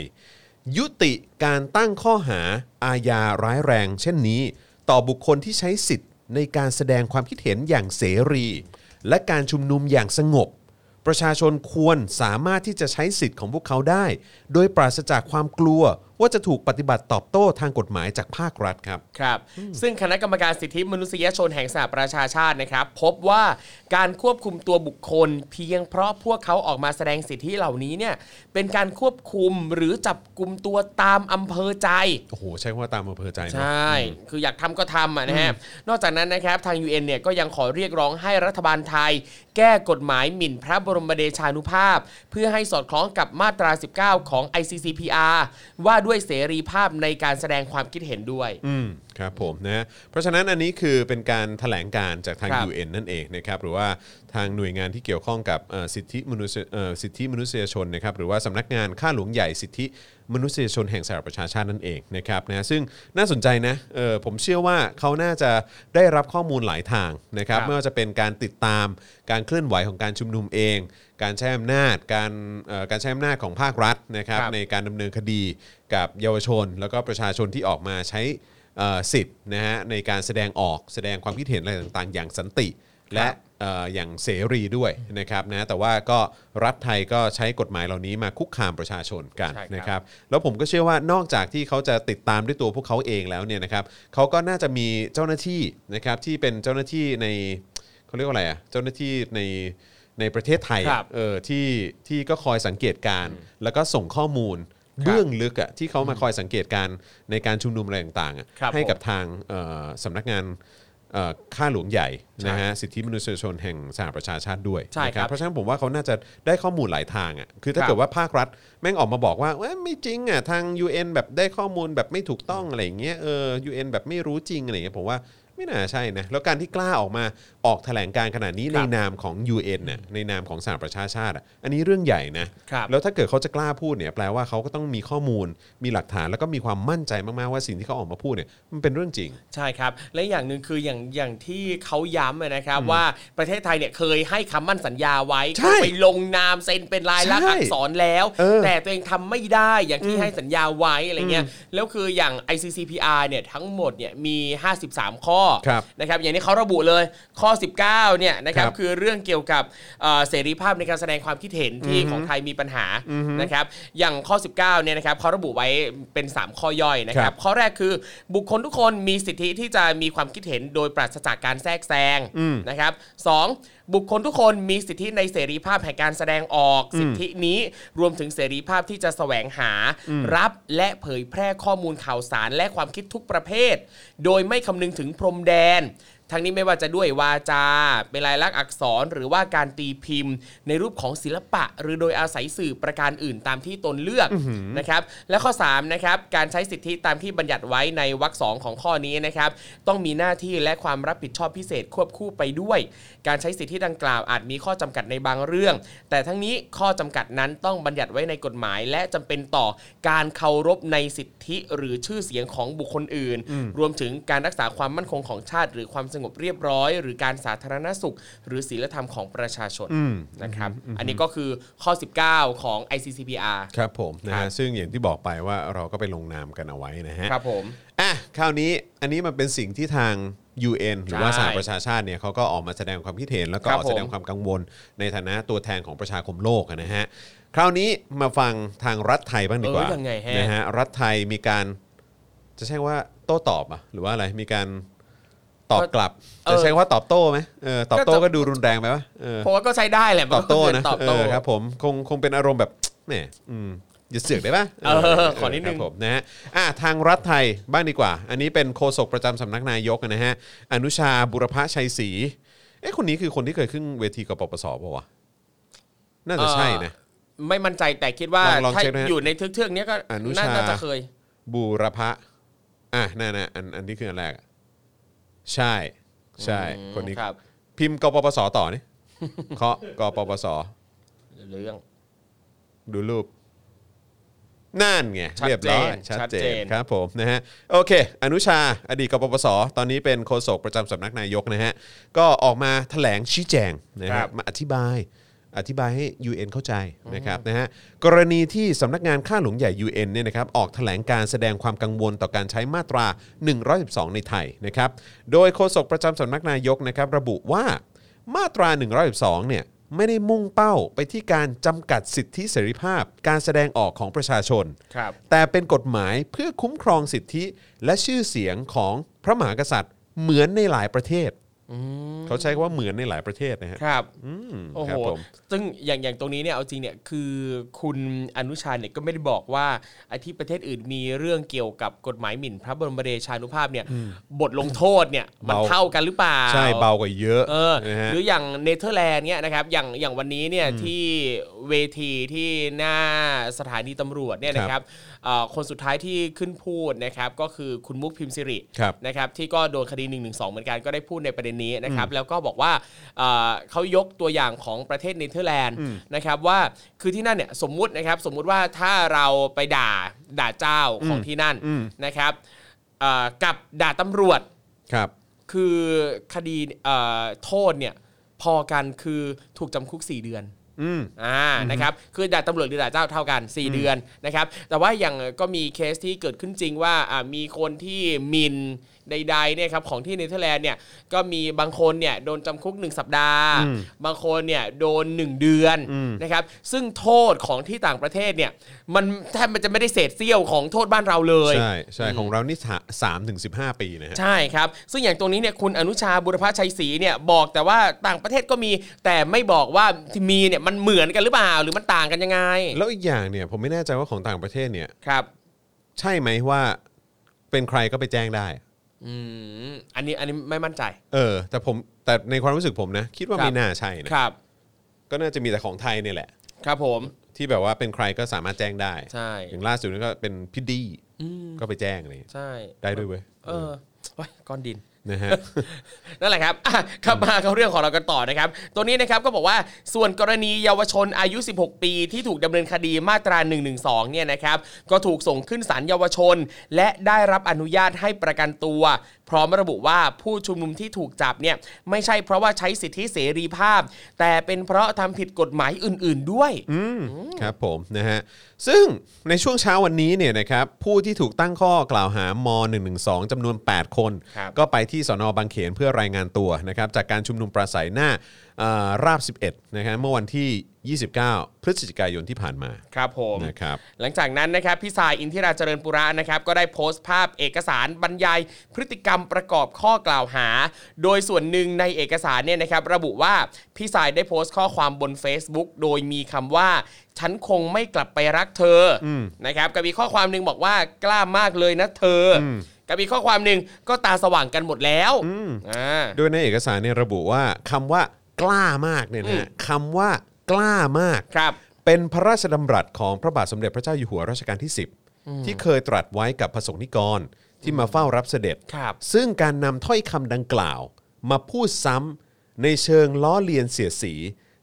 Speaker 2: ยุติการตั้งข้อหาอาญาร้ายแรง เช่นนี้ ต่อบุคคลที่ใช้สิทธิ์ในการแสดงความคิดเห็นอย่างเสรี และการชุมนุมอย่างสงบ ประชาชนควรสามารถที่จะใช้สิทธิ์ของพวกเขาได้ โดยปราศจากความกลัวว่าจะถูกปฏิบัติตอบโต้ทางกฎหมายจากภาครัฐครับ
Speaker 3: ครับ ซึ่งคณะกรรมการสิทธิมนุษยชนแห่งสหประชาชาตินะครับ พบว่าการควบคุมตัวบุคคล เพียงเพราะพวกเขาออกมาแสดงสิทธิเหล่านี้เนี่ยเป็นการควบคุมหรือจับกลุ่มตัวตามอำเภอใจ
Speaker 2: โอ้โห ใช้คำว่าตามอำเภอใจเนอะ
Speaker 3: ใช่ คืออยากทำก็ทำอ่ะนะฮะ นอกจากนั้นนะครับ ทาง UN เนี่ยก็ยังขอเรียกร้องให้รัฐบาลไทย แก้กฎหมายหมิ่นพระบรมเดชานุภาพ เพื่อให้สอดคล้องกับมาตรา 19 ของ ICCPR ว่าด้วยเสรีภาพในการแสดงความคิดเห็นด้วย
Speaker 2: อืมครับผมนะฮะเพราะฉะนั้นอันนี้คือเป็นการถแถลงการจากทาง
Speaker 3: ครับ
Speaker 2: UN นั่นเองนะครับหรือว่าทางหน่วยงานที่เกี่ยวข้องกับเอ่อสิทธิมนุษยเอ่อสิทธิมนุษยชนนะครับหรือว่าสำนักงานข้าหลวงใหญ่สิทธิมนุษยชนแห่งสหประชาชาตินั่นเองนะครับนะซึ่งน่าสนใจนะเอ่อผมเชื่อว่าเขาน่าจะได้รับข้อมูลหลายทางนะครับ
Speaker 3: ครับ
Speaker 2: ไม่ว่าจะเป็นการติดตามการเคลื่อนไหวของการชุมนุมเอง การใช้อำนาจการเอ่อการใช้อำนาจของภาครัฐนะครับ
Speaker 3: ครับ
Speaker 2: ในการดำเนินคดีกับเยาวชน แล้วก็ประชาชนที่ออกมาใช้ เอ่อสิทธิ์นะฮะในการแสดงออกแสดงความคิดเห็นอะไรต่างๆ อย่างสันติ และเอ่ออย่างเสรีด้วยนะครับนะแต่ว่าก็รัฐไทยก็ใช้กฎหมายเหล่านี้มาคุกคามประชาชนกัน
Speaker 3: ใช่ครับ
Speaker 2: นะครับแล้วผมก็เชื่อว่านอกจากที่เขาจะติดตามด้วยตัวพวกเขาเองแล้วเนี่ยนะครับเขาก็น่าจะมีเจ้าหน้าที่นะครับที่เป็นเจ้าหน้าที่ในเขาเรียกว่าอะไรอ่ะเจ้าหน้าที่ในในประเทศไทย
Speaker 3: ครั
Speaker 2: อ่ะ
Speaker 3: บ
Speaker 2: เออที่ที่ก็คอยสังเกตการณ์แล้วก็ส่งข้อมูลเบื้องลึกอ่ะที่เขามาคอยสังเกตการณ์ในการชุมนุมอะไรต่างๆอ่ะ
Speaker 3: ครับ
Speaker 2: ให้กับ ทางเอ่อสำนักงานเอ่อข้าหลวงใหญ่นะฮะสิทธิมนุษยชนแห่งสหประชาชาติด้วย
Speaker 3: ใช่
Speaker 2: นะครับ เพราะฉะนั้นผมว่าเขาน่าจะได้ข้อมูลหลายทางอ่ะคือถ้า
Speaker 3: ครับ
Speaker 2: เกิดว่าภาครัฐแม่งออกมาบอกว่าเอ้ยไม่จริงอ่ะทาง UN แบบได้ข้อมูลแบบไม่ถูกต้องอะไรอย่างเงี้ยเออ UN แบบไม่รู้จริงอะไรอย่างเงี้ยผมว่า ไม่น่าใช่นะ แล้วการที่กล้าออกมาออกแถลงการณ์ขนาดนี้
Speaker 3: ครับ
Speaker 2: ในนามของ UN น่ะในนามของสหประชาชาติอ่ะอันนี้เรื่องใหญ่นะ
Speaker 3: ครับ
Speaker 2: แล้วถ้าเกิดเขาจะกล้าพูดเนี่ยแปลว่าเขาก็ต้องมีข้อมูล มีหลักฐานแล้วก็มีความมั่นใจมากๆว่าสิ่งที่เขาออกมาพูดเนี่ยมันเป็นเรื่องจริง
Speaker 3: ใช่ครับ และอย่างหนึ่งคืออย่างอย่างที่เขาย้ำอะนะครับ ว่าประเทศไทยเนี่ยเคยให้คำมั่นสัญญาไว้
Speaker 2: ใช่
Speaker 3: ไปลงนามเซ็นเป็นลายลักษณ์
Speaker 2: ใช่
Speaker 3: อักษรแล้ว
Speaker 2: เออ
Speaker 3: แต่ตัวเองทำไม่ได้อย่างที่ให้สัญญาไว้อะไรเงี้ยแล้วคืออย่าง ICCPR เนี่ยทั้งหมดเนี่ยมี 53 ข้อ
Speaker 2: ครับ
Speaker 3: นะครับอย่างนี้เขาระบุเลยข้อ 19เนี่ยนะครับ
Speaker 2: ครับ
Speaker 3: คือเรื่องเกี่ยวกับเอ่อเสรีภาพในการแสดงความคิดเห็นที่ของไทยมีปัญหานะครับอย่างข้อ 19เนี่ยนะครับเขาระบุไว้เป็น 3 ข้อย่อยนะค
Speaker 2: ครั
Speaker 3: รับ
Speaker 2: บ
Speaker 3: ข้อแรกคือบุคคลทุกคนมีสิทธิที่จะมีความคิดเห็นโดยปราศจากการแทรกแซงนะครับสองบุคคลทุกคนมีสิทธิในเสรีภาพแห่งการแสดงออก สิทธินี้รวมถึงเสรีภาพที่จะแสวงหา รับและเผยแพร่ข้อมูลข่าวสารและความคิดทุกประเภท โดยไม่คำนึงถึงพรมแดน ทั้งนี้ไม่ว่าจะด้วยวาจา เป็นลายลักษณ์อักษรหรือว่าการตีพิมพ์ ในรูปของศิลปะ หรือโดยอาศัยสื่อประการอื่นตามที่ตนเลือกนะครับและข้อ3นะครับการใช้สิทธิตามที่บัญญัติไว้ในวรรคสองของข้อนี้นะครับต้องมีหน้าที่และความรับผิดชอบพิเศษควบคู่ไปด้วย การใช้สิทธิดังกล่าวอาจมีข้อจำกัดในบางเรื่อง แต่ทั้งนี้ข้อจำกัดนั้นต้องบัญญัติไว้ในกฎหมาย และจำเป็นต่อการเคารพในสิทธิหรือชื่อเสียงของบุคคลอื่น รวมถึงการรักษาความมั่นคงของชาติ หรือความสงบเรียบร้อย หรือการสาธารณสุข หรือศีลธรรมของประชาชนนะครับ อันนี้ก็คือข้อ 19 ของ ICCPR
Speaker 2: ครับผมนะ
Speaker 3: ครั
Speaker 2: ฮะ
Speaker 3: บ
Speaker 2: ซึ่งอย่างที่บอกไปว่าเราก็ไปลงนามกันเอาไว้นะฮะ
Speaker 3: ครับผม
Speaker 2: อ่ะคราวนี้อันนี้มันเป็นสิ่งที่ทาง UN หรือว่าส
Speaker 3: ใช่
Speaker 2: หประชาชาติเนี่ยเขาก็ออกมาแสดงความคิดเห็น แล้วก็
Speaker 3: ครับ
Speaker 2: แสดง
Speaker 3: ผม
Speaker 2: ความกังวลในฐานะตัวแทนของประชาคมโลกอะนะฮะคราวนี้มาฟังทางรัฐไทยบ้างดีกว่า
Speaker 3: เออยังไงฮะ
Speaker 2: นะฮะรัฐไทยมีการจะใช้ว่าโต้ตอบอะหรือว่าอะไรมีการตอบกลับจะใช้ว่าตอบโต้ไหมเออตอบโต้ก็ดูรุนแรงไปปะเออ
Speaker 3: เพราะว่าก็ใช้ได้แหละมั
Speaker 2: ตอบโต้
Speaker 3: ก็คื
Speaker 2: นะ
Speaker 3: ตอบ
Speaker 2: เอ
Speaker 3: โต้
Speaker 2: อครับผมคงคงเป็นอารมณ์แบบแหมอืมอย่าเสือกได้ปะ
Speaker 3: เออขอนิดนึง
Speaker 2: ครับผมนะฮะอ่ะทางรัฐไทยบ้างดีกว่า อันนี้เป็นโฆษกประจำสำนักนายกนะฮะอนุชาบุรพชัยศรีเอ๊ะคนนี้คือคนที่เคยขึ้นเวทีกปปสป่าวะน่าจะใช่นะ
Speaker 3: ไม่มั่นใจแต่คิดว่า
Speaker 2: ลองลอง
Speaker 3: ถ้า
Speaker 2: เช็คนะฮะ
Speaker 3: อยู่ในเทือกๆเนี้ยก็
Speaker 2: อนุ
Speaker 3: น่า
Speaker 2: ชา
Speaker 3: น่าจะเคย
Speaker 2: บูรพะอ่ะนั่นนะอันอันที่คืออันแรกอะใช่ใช่คนนี้
Speaker 3: ครับ
Speaker 2: พิมพ์กปปสต่อนี่ เคาะกปปส
Speaker 3: เรื่อง
Speaker 2: ดูรูปนั่นไง
Speaker 3: ชัดเจน
Speaker 2: เรียบร้อย
Speaker 3: ชัดเจน
Speaker 2: ครับผมนะฮะโอเค อนุชา อดีตกปปส ตอนนี้เป็นโฆษกประจำสำนักนายกนะฮะ ก็ออกมาแถลงชี้แจงนะค
Speaker 3: ครั
Speaker 2: รับบ มาอธิบายอธิบายให้ UN เข้าใจนะครับนะฮะกรณีที่สำนักงานข้าหลวงใหญ่ UN เนี่ยนะครับออกแถลงการแสดงความกังวลต่อการใช้มาตรา 112 ในไทยนะครับโดยโฆษกประจำสำนักนายกนะครับระบุว่า มาตรา 112 เนี่ยไม่ได้มุ่งเป้าไปที่การจำกัดสิทธิเสรีภาพ การแสดงออกของประชาชน
Speaker 3: ครับ
Speaker 2: แต่เป็นกฎหมายเพื่อคุ้มครองสิทธิและชื่อเสียงของพระมหากษัตริย์เหมือนในหลายประเทศ เขาใช้คำว่าเหมือนในหลายประเทศนะฮะ
Speaker 3: ครับ
Speaker 2: อืม
Speaker 3: โอ้
Speaker 2: ค
Speaker 3: โห
Speaker 2: รับผม
Speaker 3: ซึ่งอย่างอย่างตรงนี้เนี่ย เอาจริงเนี่ย คือคุณอนุชาเนี่ยก็ไม่ได้บอกว่าไอ้ที่ประเทศอื่นมีเรื่องเกี่ยวกับกฎหมายหมิ่น พระบรมเดชานุภาพเนี่ย บทลงโทษเนี่ย มันเท่ากันหรือเปล่า
Speaker 2: ใช่เบากว่าเยอะ
Speaker 3: เออ
Speaker 2: นะฮะ
Speaker 3: หรืออย่างเนเธอร์แลนด์เนี่ยนะครับอย่างอย่างวันนี้เนี่ยที่เวทีที่หน้าสถานีตำรวจเนี่ยนะครับเอ่อคนสุดท้ายที่ขึ้นพูดนะครับก็คือคุณมุกพิมพ์สิริ
Speaker 2: ครับ
Speaker 3: นะครับที่ก็โดนคดี1นึเหมือนกันก็ได้พูดในประเด็นนี้นะครับแล้วก็บอกว่าเอ่อเขายกตัวอย่างของประเทศเนเธอร์แลนด์นะครับว่าคือที่นั่นเนี่ยสมมุตินะครับสมมุติว่าถ้าเราไปด่าด่าเจ้าของที่นั่น
Speaker 2: อืม
Speaker 3: นะครับเอ่อกับด่าตำรวจ
Speaker 2: ครับ
Speaker 3: คือคดีเอ่อโทษเนี่ยพอกันคือถูกจำคุก 4 เดือน
Speaker 2: อืม
Speaker 3: อ่านะครับคือด่าตำรวจหรือด่าเจ้าเท่ากัน 4 เดือนนะครับแต่ว่าอย่างก็มีเคสที่เกิดขึ้นจริงว่าอ่ามีคนที่หมินใดๆเนี่ยครับของที่เนเธอร์แลนด์เนี่ยก็มีบางคนเนี่ยโดนจำคุก 1 สัปดาห์
Speaker 2: อืม
Speaker 3: บางคนเนี่ยโดน 1 เดือน
Speaker 2: อืม
Speaker 3: นะครับซึ่งโทษของที่ต่างประเทศเนี่ยมันแทบมันจะไม่ได้เศษเสี้ยวของโทษบ้านเราเลย
Speaker 2: ใช่ใช่ของเรานี่สามถึงสิบห้าปีนะฮะ
Speaker 3: ใช่ครับ ซึ่งอย่างตรงนี้เนี่ยคุณอนุชาบุรพชัยศรีเนี่ยบอกแต่ว่าต่างประเทศก็มี แต่ไม่บอกว่าที่มีเนี่ยมันเหมือนกันหรือเปล่า หรือมันต่างกันยังไง
Speaker 2: แล้วอีกอย่างเนี่ยผมไม่แน่ใจว่าของต่างประเทศเนี่ย
Speaker 3: ครับ
Speaker 2: ใช่ไหมว่าเป็นใครก็ไปแจ้งได้
Speaker 3: อืมอันนี้อันนี้ไม่มั่นใจ
Speaker 2: เออ แต่ผมแต่ในความรู้สึกผมนะ คิดว่า
Speaker 3: ครับ
Speaker 2: ไม่น่าใช่นะครับ ก็น่าจะมีแต่ของไทยเนี่ยแหละ
Speaker 3: ครับผม
Speaker 2: ที่แบบว่าเป็นใครก็สามารถแจ้งได้
Speaker 3: ใช่
Speaker 2: อย่างล่าสุดนี่ก็เป็นพี่ดี
Speaker 3: อืม
Speaker 2: ก็ไปแจ้งอะไรอย่างเลย
Speaker 3: ใช่
Speaker 2: ได้ด้วยเว้ย
Speaker 3: เออโอ้ยก้อนดิน
Speaker 2: นะฮะ
Speaker 3: นั่นแหละครับอ่ะกลับมาเข้าเรื่องของเรากันต่อนะครับ ตัวนี้นะครับก็บอกว่าส่วนกรณีเยาวชนอายุ 16 ปีที่ถูกดำเนินคดีมาตรา 112 เนี่ยนะครับ ก็ถูกส่งขึ้นศาลเยาวชน และได้รับอนุญาตให้ประกันตัว พร้อมระบุว่าผู้ชุมนุมที่ถูกจับเนี่ยไม่ใช่เพราะว่าใช้สิทธิเสรีภาพ แต่เป็นเพราะทำผิดกฎหมายอื่น ๆ ด้วย
Speaker 2: อืมครับผมนะฮะซึ่งในช่วงเช้าวันนี้เนี่ยนะครับผู้ที่ถูกตั้งข้อกล่าวหาม112จำนวน 8 คน
Speaker 3: ครับ
Speaker 2: ก็ไปที่สอนอบางเขนเพื่อรายงานตัวนะครับจากการชุมนุมปราศัยหน้าเอ่อราบ 11นะครับเมื่อวันที่ 29 พฤศจิกายนที่ผ่านมา
Speaker 3: ครับผม
Speaker 2: นะครับ
Speaker 3: หลังจากนั้นนะครับพี่สายอินทิราเจริญปุระนะครับก็ได้โพสต์ภาพเอกสารบรรยายพฤติกรรมประกอบข้อกล่าวหา โดยส่วนหนึ่งในเอกสารเนี่ยนะครับระบุว่าพี่สายได้โพสต์ข้อความบน Facebook โดยมีคำว่า ฉันคงไม่กลับไปรักเธออนะครับกับมีข้อความหนึ่งบอกว่ากล้ามากเลยนะเธออกับมีข้อความหนึ่งก็ตาสว่างกันหมดแล้วอ่า
Speaker 2: โดยในเอกสารเนี่ยระบุว่าคำว่ากล้ามากเนี่ยนะฮะคำว่ากล้ามาก
Speaker 3: ครับ
Speaker 2: เป็นพระราชดำรัสของพระบาทสมเด็จพระเจ้าอยู่หัวรัชกาลที่ 10 ที่เคยตรัสไว้กับพระสงฆ์นิกรที่มาเฝ้ารับเสด็จ
Speaker 3: ครับ
Speaker 2: ซึ่งการนำถ้อยคำดังกล่าว มาพูดซ้ำในเชิงล้อเลียนเสียดสี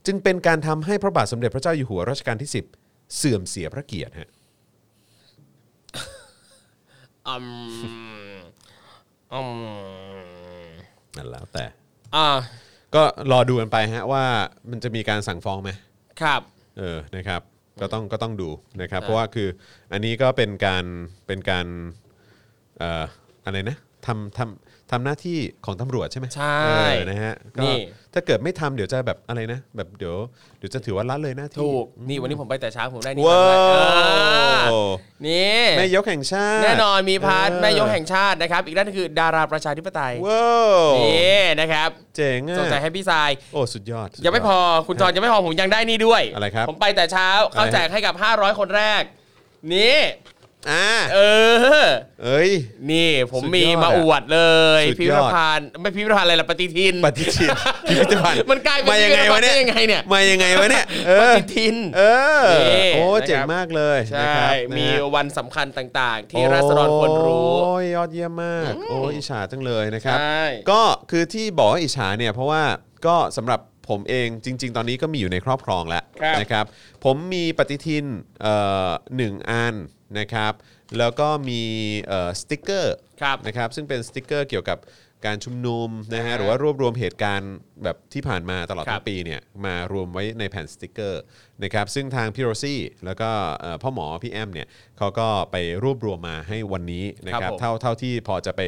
Speaker 2: จึงเป็นการทำให้พระบาทสมเด็จพระเจ้าอยู่หัวรัชกาลที่ 10 เสื่อมเสียพระเกียรติฮะ
Speaker 3: อืมอืม
Speaker 2: นั่นแล้วแต่
Speaker 3: อ่า
Speaker 2: ก็รอดูกันไปฮะว่ามันจะมีการสั่งฟ้องไหม
Speaker 3: ครับ
Speaker 2: เออ นะครับ ก็ต้อง ก็ต้องดูนะครับ เพราะว่าคือ อันนี้ก็เป็นการ เป็นการ เอ่อ อะไรนะทำทำทำหน้าที่ของตำรวจใช่ไหม
Speaker 3: ใช่
Speaker 2: เออนะฮะ ก็
Speaker 3: นี่
Speaker 2: ถ้าเกิดไม่ทำเดี๋ยวจะแบบ อะไรนะ แบบ เดี๋ยว เดี๋ยวจะถือว่าละเลยหน้าที่
Speaker 3: ถูก นี่วันนี้ผมไปแต่เช้าผมได้นี่
Speaker 2: ว้า
Speaker 3: มาด้วย
Speaker 2: ว
Speaker 3: อ่านี่
Speaker 2: แม่ยกแห่งชาติ
Speaker 3: แน่นอนมีพาร์ท
Speaker 2: เออ
Speaker 3: แม่ยกแห่งชาตินะครับ อีกด้านคือดาราประชาธิปไตย
Speaker 2: ว้าว
Speaker 3: นี่นะครับ
Speaker 2: เจ๋งอ่ะ
Speaker 3: สนใจให้พี่ทราย
Speaker 2: โอ้ สุดยอดสุดด
Speaker 3: ยังไม่พอคุณจอนยังไม่พอผมยังได้นี่ด้วย
Speaker 2: อะไรครับ
Speaker 3: ผมไปแต่เช้า
Speaker 2: อะ
Speaker 3: เข้า
Speaker 2: ไรฮะ
Speaker 3: แจกให้กับ 500 คนแรก นี่
Speaker 2: อ่า
Speaker 3: เออ
Speaker 2: เอ้ย
Speaker 3: นี่ผม
Speaker 2: สุดยอด
Speaker 3: มีมาอวดเลย
Speaker 2: สุดยอด
Speaker 3: พิพิธภัณฑ์ไม่พิพิธภัณฑ์อะไรล่ะปฏิทิน
Speaker 2: ปฏิทิน พิพิธภัณฑ์
Speaker 3: มันกลายเป็น
Speaker 2: มายังไงวะเนี่ย
Speaker 3: พิพิธภัณฑ์ได้ยังไงเนี่ย
Speaker 2: มายังไงวะเนี่ยเอ
Speaker 3: ป
Speaker 2: อ
Speaker 3: ฏิทิน
Speaker 2: เออ
Speaker 3: นี่
Speaker 2: โอ้ เจ๋ง
Speaker 3: นะครับ
Speaker 2: มากเลย
Speaker 3: ใช
Speaker 2: นะค่ รับ
Speaker 3: มี
Speaker 2: นะฮะ
Speaker 3: วันสำคัญต่างๆ ที่ราษฎรควรรู้
Speaker 2: โอ้ยยอดเยี่ยมมาก โอ้ยอิจฉาจังเลยนะครับ
Speaker 3: ใช่
Speaker 2: ก็คือที่บอกว่าอิจฉาเนี่ย เพราะว่าก็สำหรับผมเองจริง ๆ ตอนนี้ก็มีอยู่ในครอบครองแล้ว
Speaker 3: ครับ
Speaker 2: นะครับ ผมมีปฏิทินเอ่อหนึ่งอันนะครับ แล้วก็มีเอ่อสติกเกอร์
Speaker 3: ครับ
Speaker 2: นะครับซึ่งเป็นสติกเกอร์เกี่ยวกับการชุมนุมนะฮะหรือว่ารวบรวมเหตุการณ์แบบที่ผ่านมาตลอด
Speaker 3: ครั
Speaker 2: ทั้
Speaker 3: บ
Speaker 2: งปีเนี่ยมารวมไว้ในแผ่นสติกเกอร์นะครับซึ่งทางพี่โรซี่แล้วก็เอ่อพ่อหมอพี่แอมเนี่ยเขาก็ไปรวบรวมมาให้วันนี้นะครับ
Speaker 3: ครับผม
Speaker 2: เท่าเท่าที่พอจะไป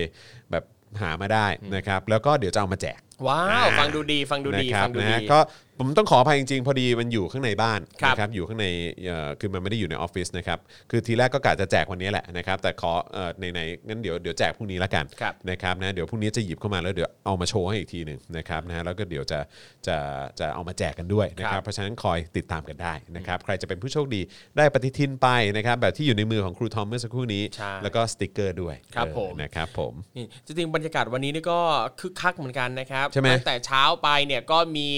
Speaker 2: แบบหามาได้นะครับแล้วก็เดี๋ยวจะเอามาแจก
Speaker 3: ว้าว
Speaker 2: อ่า
Speaker 3: ฟังดูดีฟังดูดี
Speaker 2: นะครับ
Speaker 3: ฟังดู
Speaker 2: นะ
Speaker 3: ดี
Speaker 2: ฮะก็ผมต้องขออภัยจริงๆ พอดีมันอยู่ข้างในบ้าน
Speaker 3: ครับ
Speaker 2: นะครับอยู่ข้างในเอ่อคือมันไม่ได้อยู่ในออฟฟิศนะครับคือทีแรกก็กะจะแจกวันนี้แหละนะครับแต่ขอเอ่อไหนๆงั้นเดี๋ยวเดี๋ยวแจกพรุ่งนี้ละกัน
Speaker 3: ครับ
Speaker 2: นะครับนะเดี๋ยวพรุ่งนี้จะหยิบเข้ามาแล้วเดี๋ยวเอามาโชว์ให้อีกทีหนึ่งนะครับนะฮะแล้วก็เดี๋ยวจะจะจะเอามาแจกกันด้วยนะค
Speaker 3: ครั
Speaker 2: รับบ เพราะฉะนั้นคอยติดตามกันได้นะครับใครจะเป็นผู้โชคดีได้ปฏิทินไปนะครับแบบที่อยู่ในมือของครูทอมเมื่อสักครู่นี้
Speaker 3: ใช่
Speaker 2: แล้วก็สติกเกอร์ด้วย
Speaker 3: ครับ
Speaker 2: เออ
Speaker 3: ผม
Speaker 2: นะครับผม
Speaker 3: นี่จริงๆบรรยากาศวันนี้นี่ก็คึกคักเหมือนกันนะครับ
Speaker 2: ใช่ไหม
Speaker 3: ตั้งแต่เช้าไปเนี่ยก็มี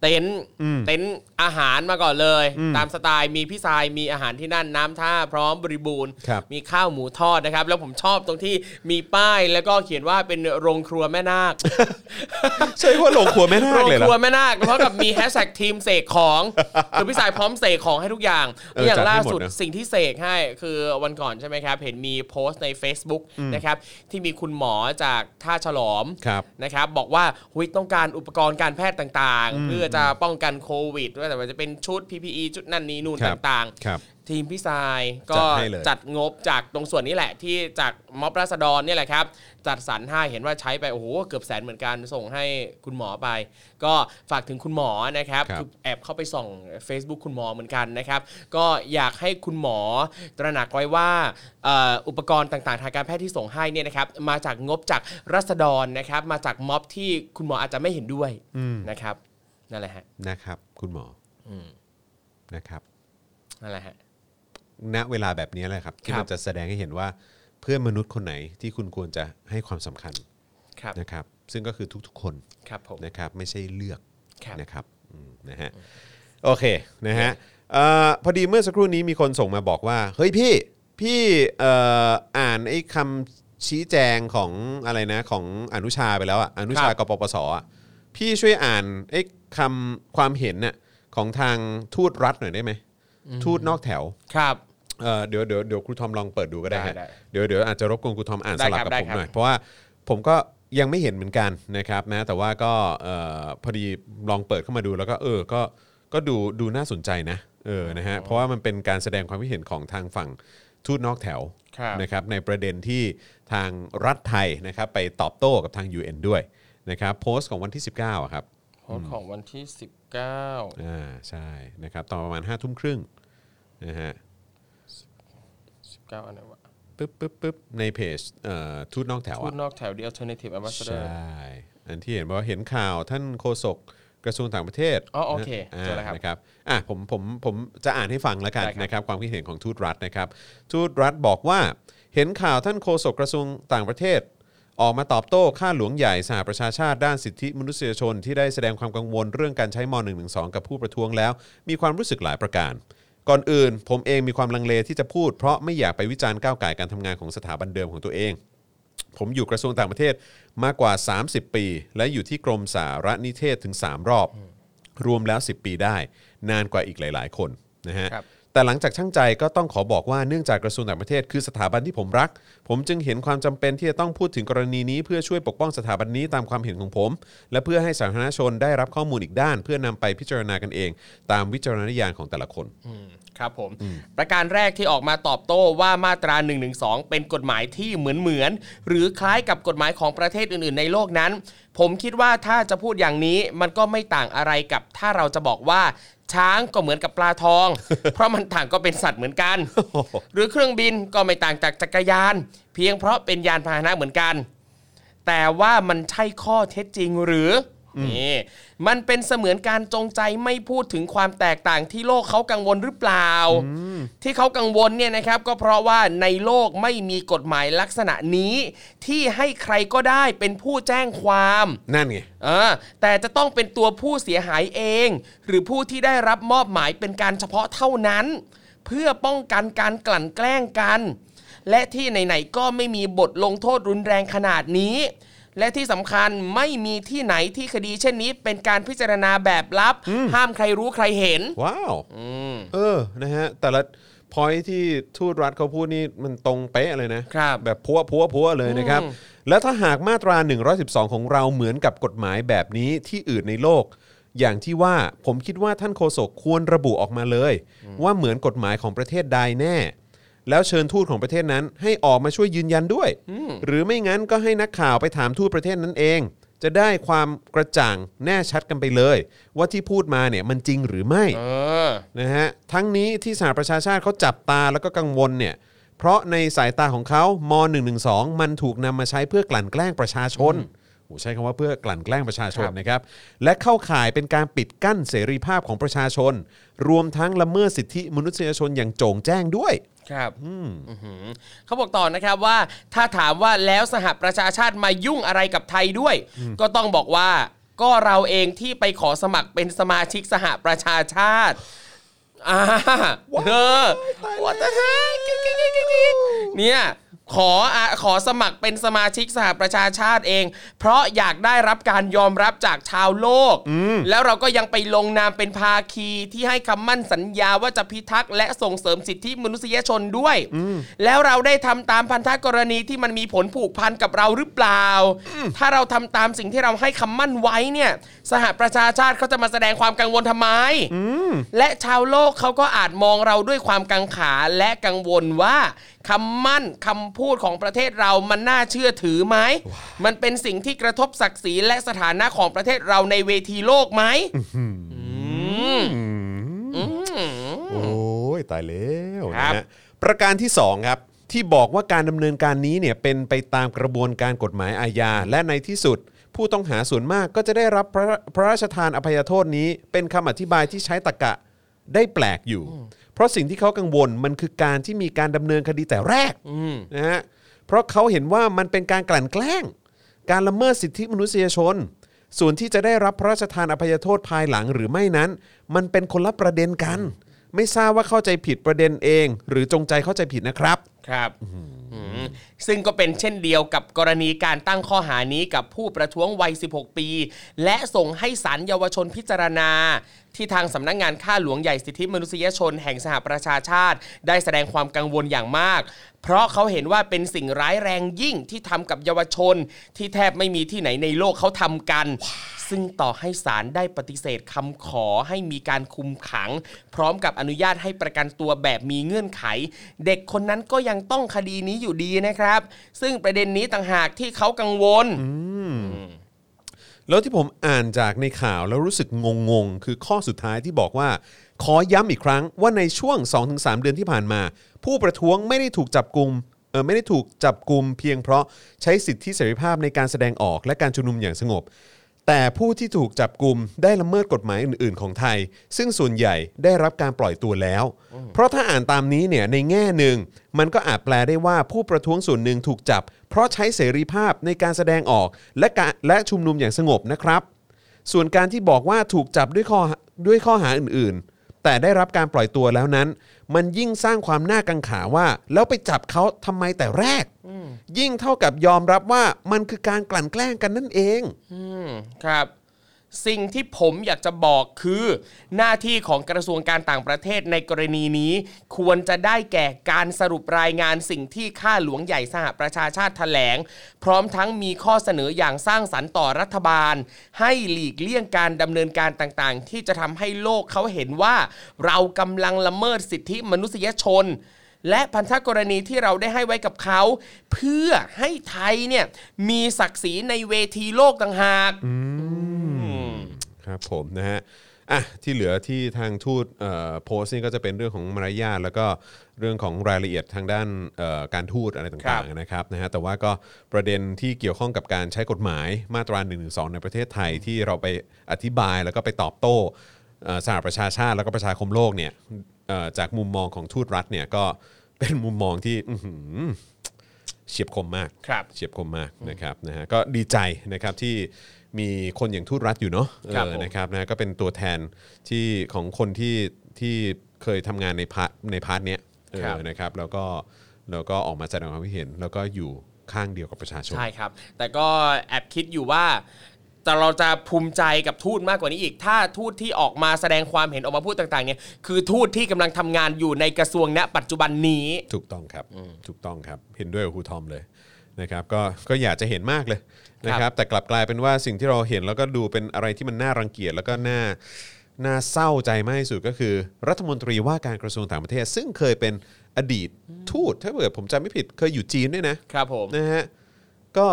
Speaker 3: เต็นท์เต็นท์อาหารมาก่อนเลย ตามสไตล์มีพี่ทรายมีอาหารที่นั่นน้ำท่าพร้อมบริบูรณ์
Speaker 2: ครับ
Speaker 3: มีข้าวหมูทอดนะครับ แล้วผมชอบตรงที่มีป้ายแล้วก็เขียนว่าเป็นโรงครัวแม่นาค
Speaker 2: ใช่ว่าหลงขัวแม่นา
Speaker 3: โร
Speaker 2: ค
Speaker 3: ง
Speaker 2: เลยเห
Speaker 3: ค
Speaker 2: รอ
Speaker 3: รัวแม่นาคเพราะกับมีแฮชแท็กทีมเสก ของคือพี่สายพร้อมเสกของให้ทุกอย่าง
Speaker 2: เออ
Speaker 3: และอย่างล่าสุด
Speaker 2: จัดให้หมดนะ
Speaker 3: สิ่งที่เสกให้คือวันก่อนใช่ไหมครับ เห็นมีโพสต์ใน Facebook นะครับที่มีคุณหมอจากท่าฉลอม
Speaker 2: ครับ
Speaker 3: นะครับบอกว่าหุยต้องการอุปกรณ์การแพทย์ต่างๆ เพื่อจะป้องกันโควิดว่าแต่ว่าจะเป็นชุด PPE ชุดนั่นนี่นู่น
Speaker 2: ครับ่
Speaker 3: ตางๆ
Speaker 2: ครับ
Speaker 3: ทีมพี่สายก็
Speaker 2: จัดให้เลย
Speaker 3: จัดงบจากตรงส่วนนี้แหละที่จากม็อบราษฎรเนี่ยแหละครับ จัดสรรให้เห็นว่าใช้ไปโอ้โหเกือบแสนเหมือนกันส่งให้คุณหมอไป ก็ฝากถึงคุณหมอนะครับ
Speaker 2: ครับ
Speaker 3: คือแอบเข้าไปส่อง Facebook คุณหมอเหมือนกันนะครับ ก็อยากให้คุณหมอตระหนักไว้ว่าเอ่ออุปกรณ์ต่างๆ ทางการแพทย์ที่ส่งให้เนี่ยนะครับมาจากงบจากรัษฎรนะครับมาจากม็อบที่คุณหมออาจจะไม่เห็นด้วยนะครับนั่นแหละฮะ
Speaker 2: นะครับ คุณหมออนะครับ
Speaker 3: นั่นแหละฮะ
Speaker 2: ณเวลาแบบนี้แหละครับที่
Speaker 3: ครับ
Speaker 2: มันจะแสดงให้เห็นว่าเพื่อนมนุษย์คนไหนที่คุณควรจะให้ความสำคัญ
Speaker 3: ครับ
Speaker 2: นะครับ ซึ่งก็คือทุกๆคน
Speaker 3: ครับผม
Speaker 2: นะครับไม่ใช่เลือก
Speaker 3: ครับ
Speaker 2: นะครับอืมนะฮะโอเคนะฮะเอ่อพอดีเมื่อสักครู่นี้มีคนส่งมาบอกว่า เฮ้ยพี่พี่เอ่ออ่านไอ้ค ชี้แจงของอะไรนะของอนุชาไปแล้วอ่ะอนุชา
Speaker 3: ครับ
Speaker 2: กปปสอ่ะพี่ช่วยอ่านไอ้คำความเห็นน่ะของทางทูตรัฐหน่อยได้ไหมทูตนอกแถว
Speaker 3: ครับ
Speaker 2: เอ่อเดี๋ยวเดี๋ยวเดี๋ยวครูทอมลองเปิดดูก็ได้ฮะ
Speaker 3: ได้ได้
Speaker 2: เดี๋ยวเดี๋ยวอาจจะรบกวนครูทอมอ่าน
Speaker 3: ได้
Speaker 2: สลับ
Speaker 3: ครับ
Speaker 2: กับ
Speaker 3: ได้
Speaker 2: ผม
Speaker 3: ครับ
Speaker 2: หน่อยเพราะว่าผมก็ยังไม่เห็นเหมือนกันนะครับนะแต่ว่าก็เอ่อพอดีลองเปิดเข้ามาดูแล้วก็เออก็ก็ดูดูน่าสนใจนะเออนะฮะเพราะว่ามันเป็นการแสดงความคิดเห็นของทางฝั่งทูตนอกแถว
Speaker 3: ครับ
Speaker 2: นะครับในประเด็นที่ทางรัฐไทยนะครับไปตอบโต้กับทาง UN ด้วยนะครับโพสต์ของวันที่ 19อะครับ
Speaker 3: โพสต์ของวันที่ 19
Speaker 2: อ่าใช่นะครับตอนประมาณ5ทุ่มครึ่งนะฮะ
Speaker 3: 19อันไหนวะ
Speaker 2: ปึ๊บปึ๊บปึ๊บในเพจเอ่อทูตนอกแถว
Speaker 3: ทูต
Speaker 2: อะ
Speaker 3: นอกแถว The Alternative Ambassador
Speaker 2: ใช่อันที่เห็นว่าเห็นข่าวท่านโฆษกกระทรวงต่างประเทศ
Speaker 3: อ๋อโอเค
Speaker 2: า
Speaker 3: เจอแล้วครับ
Speaker 2: นะครับอ่ะผมผมผมจะอ่านให้ฟังแล้วกัน
Speaker 3: ได้ครับ
Speaker 2: นะครับความคิดเห็นของทูตรัฐนะครับ ทูตรัฐบอกว่าเห็นข่าวท่านโฆษกกระทรวงต่างประเทศ ออกมาตอบโต้ข้าหลวงใหญ่สหประชาชาติด้านสิทธิมนุษยชน ที่ได้แสดงความกังวลเรื่องการใช้ม .112 กับผู้ประท้วงแล้ว มีความรู้สึกหลายประการ ก่อนอื่น ผมเองมีความลังเลที่จะพูดเพราะไม่อยากไปวิจารณ์ก้าวไก่ายการทำงานของสถาบันเดิมของตัวเอง ผมอยู่กระทรวงต่างประเทศมากกว่า 30 ปี และอยู่ที่กรมสารนิเทศถึง 3 รอบ รวมแล้ว 10 ปีได้ นานกว่าอีกหลาย ๆ คนนะฮะ
Speaker 3: ครับ
Speaker 2: แต่หลังจากช่างใจก็ต้องขอบอกว่าเนื่องจากกระทรวงต่างประเทศคือสถาบันที่ผมรัก ผมจึงเห็นความจำเป็นที่จะต้องพูดถึงกรณีนี้ เพื่อช่วยปกป้องสถาบันนี้ตามความเห็นของผม และเพื่อให้สาธารณชนได้รับข้อมูลอีกด้าน เพื่อนำไปพิจารณากันเอง ตามวิจารณญาณของแต่ละคน
Speaker 3: ครับผม ประการแรกที่ออกมาตอบโต้ว่ามาตรา1นึเป็นกฎหมายที่เหมือนเหมือนๆหรือคล้ายกับกฎหมายของประเทศอื่น ๆ ในโลกนั้น ผมคิดว่าถ้าจะพูดอย่างนี้มันก็ไม่ต่างอะไรกับถ้าเราจะบอกว่า ช้างก็เหมือนกับปลาท อง เพราะมันต่างก็เป็นสัตว์เหมือนกัน หรือเครื่องบินก็ไม่ต่างจากจักรยาน เพียงเพราะเป็นยานพาหนะเหมือนกัน แต่ว่ามันใช่ข้อเท็จจริงหรืออนี่มันเป็นเสมือนการจงใจไม่พูดถึงความแตกต่างที่โลกเขากังวลหรือเปล่า ที่เขากังวลเนี่ยนะครับก็เพราะว่าในโลกไม่มีกฎหมายลักษณะนี้ ที่ให้ใครก็ได้เป็นผู้แจ้งความ
Speaker 2: นั่นไง
Speaker 3: เออแต่จะต้องเป็นตัวผู้เสียหายเอง หรือผู้ที่ได้รับมอบหมายเป็นการเฉพาะเท่านั้น เพื่อป้องกันการกลั่นแกล้งกัน และที่ไหนๆก็ไม่มีบทลงโทษรุนแรงขนาดนี้ และที่สำคัญไม่มีที่ไหนที่คดีเช่นนี้เป็นการพิจารณาแบบลับ ห้ามใครรู้ใครเห็น
Speaker 2: ว้าว
Speaker 3: อืม
Speaker 2: เออนะฮะแต่ละพอยที่ทูตรัฐเขาพูดนี่มันตรงเป๊ะเลยนะครับ แบบพัวพัวพัวเลยนะครับ และถ้าหากมาตรา 112 ของเราเหมือนกับกฎหมายแบบนี้ที่อื่นในโลก อย่างที่ว่าผมคิดว่าท่านโฆษกควรระบุออกมาเลย ว่าเหมือนกฎหมายของประเทศใดแน่ แล้วเชิญทูตของประเทศนั้นให้ออกมาช่วยยืนยันด้วย หรือไม่งั้นก็ให้นักข่าวไปถามทูตประเทศนั้นเอง จะได้ความกระจ่างแน่ชัดกันไปเลย ว่าที่พูดมาเนี่ยมันจริงหรือไม่
Speaker 3: เออ
Speaker 2: นะฮะทั้งนี้ที่สหประชาชาติเขาจับตาแล้วก็กังวลเนี่ยเพราะในสายตาของเขาม .112 มันถูกนำมาใช้เพื่อกลั่นแกล้งประชาชนโอ้ใช้คำว่าเพื่อกลั่นแกล้งประชาชน
Speaker 3: ครับ
Speaker 2: นะครับ และเข้าข่ายเป็นการปิดกั้นเสรีภาพของประชาชน รวมทั้งละเมิดสิทธิมนุษยชนอย่างโจ่งแจ้งด้วย
Speaker 3: ครับอื้อหือเขาบอกต่อนะครับว่า ถ้าถามว่าแล้วสหประชาชาติมายุ่งอะไรกับไทยด้วย ก็ต้องบอกว่า ก็เราเองที่ไปขอสมัครเป็นสมาชิกสหประชาชาติอ่าเธอวัตถุเนี่ยขออ่ะขอสมัครเป็นสมาชิกสหประชาชาติเอง เพราะอยากได้รับการยอมรับจากชาวโลก แล้วเราก็ยังไปลงนามเป็นภาคีที่ให้คำมั่นสัญญาว่าจะพิทักษ์และส่งเสริมสิทธิมนุษยชนด้วย แล้วเราได้ทำตามพันธกรณีที่มันมีผลผูกพันกับเราหรือเปล่า ถ้าเราทำตามสิ่งที่เราให้คำมั่นไว้เนี่ย สหประชาชาติเขาจะมาแสดงความกังวลทำไม และชาวโลกเขาก็อาจมองเราด้วยความกังขาและกังวลว่าคำมั่นคำพูดของประเทศเรามันน่าเชื่อถือไหม มันเป็นสิ่งที่กระทบศักดิ์ศรีและสถานะของประเทศเราในเวทีโลกไหมอืม
Speaker 2: โอ้ยตายแล้ว
Speaker 3: ครั
Speaker 2: นะ
Speaker 3: บ
Speaker 2: ฮะประการที่ 2 ครับ ที่บอกว่าการดำเนินการนี้เนี่ยเป็นไปตามกระบวนการกฎหมายอาญา และในที่สุด ผู้ต้องหาส่วนมากก็จะได้รับพระพระราชทานอภัยโทษนี้ เป็นคำอธิบายที่ใช้ตรรกะได้แปลกอยู่ เพราะสิ่งที่เขากังวลมันคือการที่มีการดำเนินคดีแต่แรกนะฮะเพราะเขาเห็นว่ามันเป็นการกลั่นแกล้ง การละเมิดสิทธิมนุษยชน ส่วนที่จะได้รับพระราชทานอภัยโทษภายหลังหรือไม่นั้น มันเป็นคนละประเด็นกัน ไม่ทราบว่าเข้าใจผิดประเด็นเอง หรือจงใจเข้าใจผิดนะครับ
Speaker 3: ครับอืม ซึ่งก็เป็นเช่นเดียวกับกรณีการตั้งข้อหานี้กับผู้ประท้วงวัย 16 ปี และส่งให้ศาลเยาวชนพิจารณา ที่ทางสำนักงานข้าหลวงใหญ่สิทธิมนุษยชนแห่งสหประชาชาติ ได้แสดงความกังวลอย่างมาก เพราะเขาเห็นว่าเป็นสิ่งร้ายแรงยิ่งที่ทำกับเยาวชน ที่แทบไม่มีที่ไหนในโลกเขาทำกัน ซึ่งต่อให้ศาลได้ปฏิเสธคำขอให้มีการคุมขัง พร้อมกับอนุญาตให้ประกันตัวแบบมีเงื่อนไข เด็กคนนั้นก็ยังต้องคดีนี้อยู่ดีนะครับ ซึ่งประเด็นนี้ต่างหากที่เขากังวล
Speaker 2: แล้วที่ผมอ่านจากในข่าวแล้วรู้สึกงงๆ คือข้อสุดท้ายที่บอกว่า ขอย้ำอีกครั้งว่าในช่วง 2-3 เดือนที่ผ่านมา ผู้ประท้วงไม่ได้ถูกจับกลุ่มเออไม่ได้ถูกจับกลุ่มเพียงเพราะใช้สิทธิเสรีภาพในการแสดงออกและการชุมนุมอย่างสงบ แต่ผู้ที่ถูกจับกลุ่มได้ละเมิดกฎหมายอื่น ๆ ของไทย ซึ่งส่วนใหญ่ได้รับการปล่อยตัวแล้ว เพราะถ้าอ่านตามนี้เนี่ยในแง่หนึ่ง มันก็อาจแปลได้ว่าผู้ประท้วงส่วนหนึ่งถูกจับ เพราะใช้เสรีภาพในการแสดงออกและการและชุมนุมอย่างสงบนะครับ ส่วนการที่บอกว่าถูกจับด้วยข้อด้วยข้อหาอื่นๆ แต่ได้รับการปล่อยตัวแล้วนั้น มันยิ่งสร้างความน่ากังขาว่า แล้วไปจับเขาทำไมแต่แรก ยิ่งเท่ากับยอมรับว่ามันคือการกลั่นแกล้งกันนั่นเอง
Speaker 3: อืมครับ สิ่งที่ผมอยากจะบอกคือ หน้าที่ของกระทรวงการต่างประเทศในกรณีนี้ ควรจะได้แก่การสรุปรายงานสิ่งที่ข้าหลวงใหญ่สหประชาชาติแถลง พร้อมทั้งมีข้อเสนออย่างสร้างสรรค์ต่อรัฐบาล ให้หลีกเลี่ยงการดำเนินการต่างๆ ที่จะทำให้โลกเขาเห็นว่า เรากำลังละเมิดสิทธิมนุษยชน และพันธกรณีที่เราได้ให้ไว้กับเขา เพื่อให้ไทยเนี่ยมีศักดิ์ศรีในเวทีโลกต่างหาก
Speaker 2: ครับผมนะฮะอ่ะที่เหลือที่ทางทูตเอ่อโพสต์นี่ก็จะเป็นเรื่องของมารยาทแล้วก็เรื่องของรายละเอียดทางด้านเอ่อการทูตอะไร
Speaker 3: ครั
Speaker 2: ต่าง
Speaker 3: บ
Speaker 2: ๆนะครับนะฮะแต่ว่าก็ประเด็นที่เกี่ยวข้องกับการใช้กฎหมายมาตรา1นึในประเทศไทยที่เราไปอธิบายแล้วก็ไปตอบโต้เอ่อสหประชาชาติแล้วก็ประชาคมโลกเนี่ยเอ่อจากมุมมองของทูตรัฐเนี่ยก็เป็นมุมมองที่อื้อหือเฉียบคมมาก
Speaker 3: ครับ
Speaker 2: เฉียบคมมากนะครับนะฮะก็ดีใจนะครับที่มีคนอย่างทูตรัฐอยู่เนาะเอ
Speaker 3: ครับ
Speaker 2: อ
Speaker 3: ผม
Speaker 2: นะครับนะก็เป็นตัวแทนที่ของคนที่ที่เคยทำงานในพาร์ทในพาร์ทเนี้ยเออ
Speaker 3: ครับ
Speaker 2: นะครับแล้วก็แล้วก็ออกมาแสดงความคิดเห็น แล้วก็อยู่ข้างเดียวกับประชาชน
Speaker 3: ใช่ครับ แต่ก็แอบคิดอยู่ว่าแต่เราจะภูมิใจกับทูตมากกว่านี้อีก ถ้าทูตที่ออกมาแสดงความเห็นออกมาพูดต่างๆเนี่ยคือทูตที่กำลังทำงานอยู่ในกระทรวงณปัจจุบันนี้
Speaker 2: ถูกต้องครับถูกต้องครับเห็นด้วยกับครูทอมเลยนะครับก็ก็อยากจะเห็นมากเลยนะครับแต่กลับกลายเป็นว่าสิ่งที่เราเห็นแล้วก็ดูเป็นอะไรที่มันน่ารังเกียจแล้วก็น่าน่าเศร้าใจมากที่สุดก็คือ รัฐมนตรีว่าการกระทรวงต่างประเทศ ซึ่งเคยเป็นอดีตทูตถ้าเกิดผมจำไม่ผิดเคยอยู่จีนด้วยนะครับ
Speaker 3: ผม
Speaker 2: นะฮะก็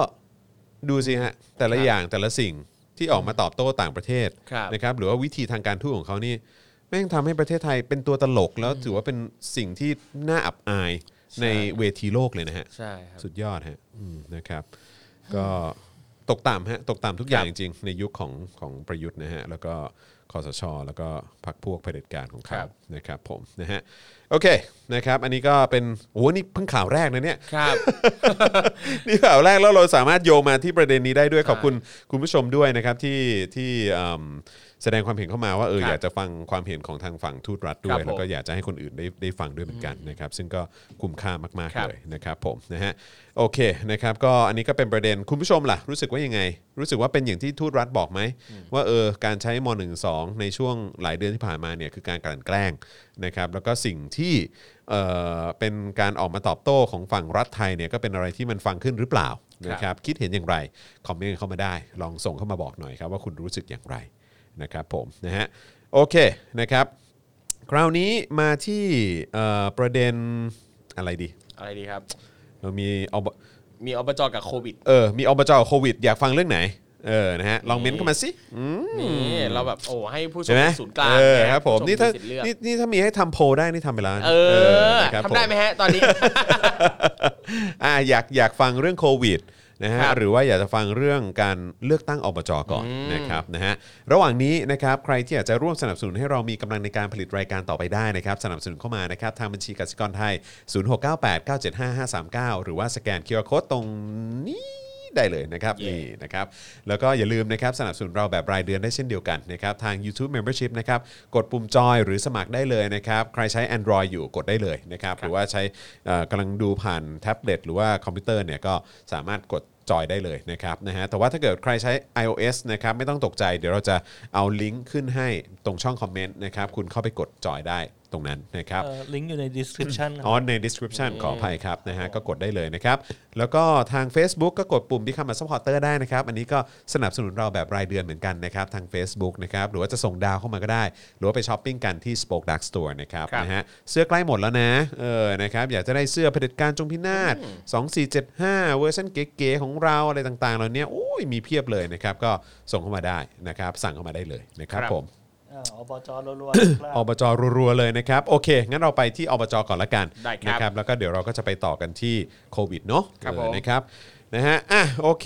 Speaker 2: ดูสิฮะแต่ละ
Speaker 3: ครับ
Speaker 2: อย่างแต่ละสิ่งที่ออกมาตอบโต้ต่างประเทศ
Speaker 3: ครับ
Speaker 2: นะครับหรือว่าวิธีทางการทูตของเขานี่ แม่งทำให้ประเทศไทยเป็นตัวตลกแล้วถือว่าเป็นสิ่งที่น่าอับอายในเวทีโลกเลยนะฮะ
Speaker 3: ใช่ครับ
Speaker 2: สุดยอดฮะอืมนะครับ ก็ตกต่ำฮะตกต่ำทุกอย่างจริงๆในยุคของของประยุทธ์นะฮะแล้วก็คอสช แล้วก็พรรคพวกเผด็จการของเขา
Speaker 3: ครับ
Speaker 2: นะครับผมนะฮะโอเคนะครับอันนี้ก็เป็นโอ้โหนี่เพิ่งข่าวแรกนะเนี่ย
Speaker 3: ครับ
Speaker 2: นี่ข่าวแรกแล้วเราสามารถโยงมาที่ประเด็นนี้ได้ด้วยขอบคุณคุณผู้ชมด้วยนะครับที่ที่อืมแสดงความเห็นเข้ามาว่าเออ
Speaker 3: ครับ
Speaker 2: อยากจะฟังความเห็นของทางฝั่งทูตรัฐด้
Speaker 3: ครั
Speaker 2: วย
Speaker 3: บผม
Speaker 2: แล้วก็อยากจะให้คนอื่นได้ได้ฟังด้วยเหมือนกันนะครับซึ่งก็คุ้มค่ามาก
Speaker 3: ค
Speaker 2: ๆ
Speaker 3: รับ
Speaker 2: เลยนะครับผมนะฮะโอเคนะครับก็อันนี้ก็เป็นประเด็นคุณผู้ชมล่ะรู้สึกว่ายังไง รู้สึกว่าเป็นอย่างที่ทูตรัฐบอกไหมว่าเออการใช้ม .12 ในช่วงหลายเดือนที่ผ่านมาเนี่ยคือการกลั่นแกล้งนะครับแล้วก็สิ่งที่ เอ่อเป็นการออกมาตอบโต้ของฝั่งรัฐไทยเนี่ยก็เป็นอะไรที่มันฟังขึ้นหรือเปล่า
Speaker 3: ครับ
Speaker 2: นะครับคิดเห็นอย่างไร คอมเมนต์เข้ามาได้ ลองส่งเข้ามาบอกหน่อยครับว่าคุณรู้สึกอย่างไรนะครับผมนะฮะโอเคนะครับ คราวนี้มาที่เอ่อประเด็นอะไรดี
Speaker 3: อะไรดีครับ
Speaker 2: เรามีอบ
Speaker 3: มีอบจกับโควิด
Speaker 2: เออมีอบจโควิด อยากฟังเรื่องไหนเออนะฮะลองเม้นต์เข้ามาสิอืม
Speaker 3: นี่เราแบบโอ้ให้ผู้ช
Speaker 2: ใช่
Speaker 3: ม
Speaker 2: ไหม
Speaker 3: เป็นศูนย์กลาง
Speaker 2: เออ
Speaker 3: นะครับ
Speaker 2: ผม
Speaker 3: ผู้ช
Speaker 2: นี่ถ้า
Speaker 3: สิทธิ์เลือก
Speaker 2: นี่นี่ถ้ามีให้ทำโพลได้นี่ทำไปแล้วนะ
Speaker 3: เออ
Speaker 2: นะครับผ
Speaker 3: ทำได้ไหมฮะตอนนี้
Speaker 2: อ่ะอยากอยากฟังเรื่องโควิดนะฮะ
Speaker 3: ครับ
Speaker 2: หรือว่าอยากจะฟังเรื่องการเลือกตั้งอบจก่อนนะครับนะฮะระหว่างนี้นะครับใครที่อยากจะร่วมสนับสนุนให้เรามีกำลังในการผลิตรายการต่อไปได้นะครับสนับสนุนเข้ามานะครับทางบัญชีกสิกรไทย 0698975539 หรือว่าสแกนเคอร์โคตรงนี้ ได้เลยนะครับ
Speaker 3: Yeah.
Speaker 2: นี่นะครับ แล้วก็อย่าลืมนะครับสนับสนุนเราแบบรายเดือนได้เช่นเดียวกันนะครับ ทาง YouTube Membership นะครับ กดปุ่มจอยหรือสมัครได้เลยนะครับ ใครใช้ Android อยู่กดได้เลยนะครับ หรือว่าใช้เอ่อกำลังดูผ่านแท็บเล็ตหรือว่าคอมพิวเตอร์เนี่ยก็สามารถกดจอยได้เลยนะครับนะฮะแต่ว่าถ้าเกิดใครใช้ iOS นะครับไม่ต้องตกใจเดี๋ยวเราจะเอาลิงก์ขึ้นให้ตรงช่องคอมเมนต์นะครับคุณเข้าไปกดจอยได้ตรงนั้นนะครับ
Speaker 4: เอ่อลิงก์อยู่ใน description ค
Speaker 2: อ๋
Speaker 4: รั
Speaker 2: อบ ใน description ขออภัยครับนะฮะก็กดได้เลยนะครับ แล้วก็ทาง Facebook ก็กดปุ่ม Become a supporter ได้นะครับ อันนี้ก็สนับสนุนเราแบบรายเดือนเหมือนกันนะครับ ทาง Facebook นะครับ หรือว่าจะส่งดาวเข้ามาก็ได้ หรือว่าไปช้อปปิ้งกันที่ Spoke Dark Store นะครับ
Speaker 3: ครับ
Speaker 2: นะฮะเสื้อใกล้หมดแล้วนะเออนะครับอยากจะได้เสื้อเผด็จการจงพินาศ2475 เวอร์ชันเก๋ๆของเราอะไรต่างๆเหล่านี้โอ้ยมีเพียบเลยนะครับก็ส่งเข้ามาได้นะครับสั่งเข้ามาได้เลยนะครับ
Speaker 3: ครับ
Speaker 2: ผม
Speaker 4: อ่าอบจรัวๆครับ
Speaker 2: อบจรัวๆเลยนะครับ โอเค งั้นเราไปที่อบจก่อนละกัน
Speaker 3: ได้ครับ
Speaker 2: นะครับ แล้วก็เดี๋ยวเราก็จะไปต่อกันที่โควิดเนาะ
Speaker 3: ครับ
Speaker 2: เออ
Speaker 3: ผม
Speaker 2: นะครับนะฮะอ่ะโอเค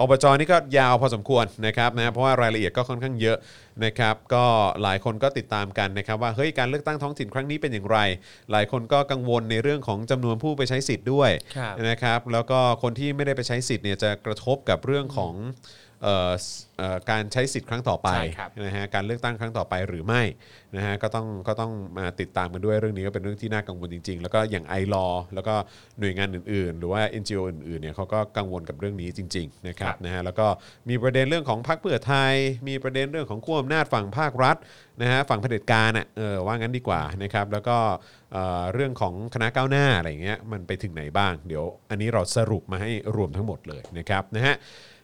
Speaker 2: อบจนี่ก็ยาวพอสมควรนะครับนะเพราะว่ารายละเอียดก็ค่อนข้างเยอะนะครับ ก็หลายคนก็ติดตามกันนะครับว่าเฮ้ยการเลือกตั้งท้องถิ่นครั้งนี้เป็นอย่างไร หลายคนก็กังวลในเรื่องของจำนวนผู้ไปใช้สิทธิ์ด้วย
Speaker 3: ครับ
Speaker 2: นะครับแล้วก็คนที่ไม่ได้ไปใช้สิทธิ์เนี่ยจะกระทบกับเรื่องของเอ่อเอ่อการใช้สิทธิ์ครั้งต่อไป
Speaker 3: ใช่ครับ
Speaker 2: นะฮะการเลือกตั้งครั้งต่อไปหรือไม่นะฮะก็ต้องก็ต้องมาติดตามกันด้วยเรื่องนี้ก็เป็นเรื่องที่น่ากังวลจริง ๆ แล้วก็อย่างไอรอแล้วก็หน่วยงานอื่นๆ หรือว่า NGO อื่นๆเนี่ยเขาก็กังวลกับเรื่องนี้จริงๆนะครับ
Speaker 3: ครับ
Speaker 2: นะฮะแล้วก็มีประเด็นเรื่องของพรรคเพื่อไทย มีประเด็นเรื่องของขั้วอำนาจฝั่งภาครัฐนะฮะฝั่งเผด็จการอ่ะเออว่างั้นดีกว่านะครับแล้วก็ เอ่อเรื่องของคณะก้าวหน้าอะไรอย่างเงี้ยมันไปถึงไหนบ้าง เดี๋ยวอันนี้เราสรุปมาให้รวมทั้งหมดเลยนะครับนะฮะ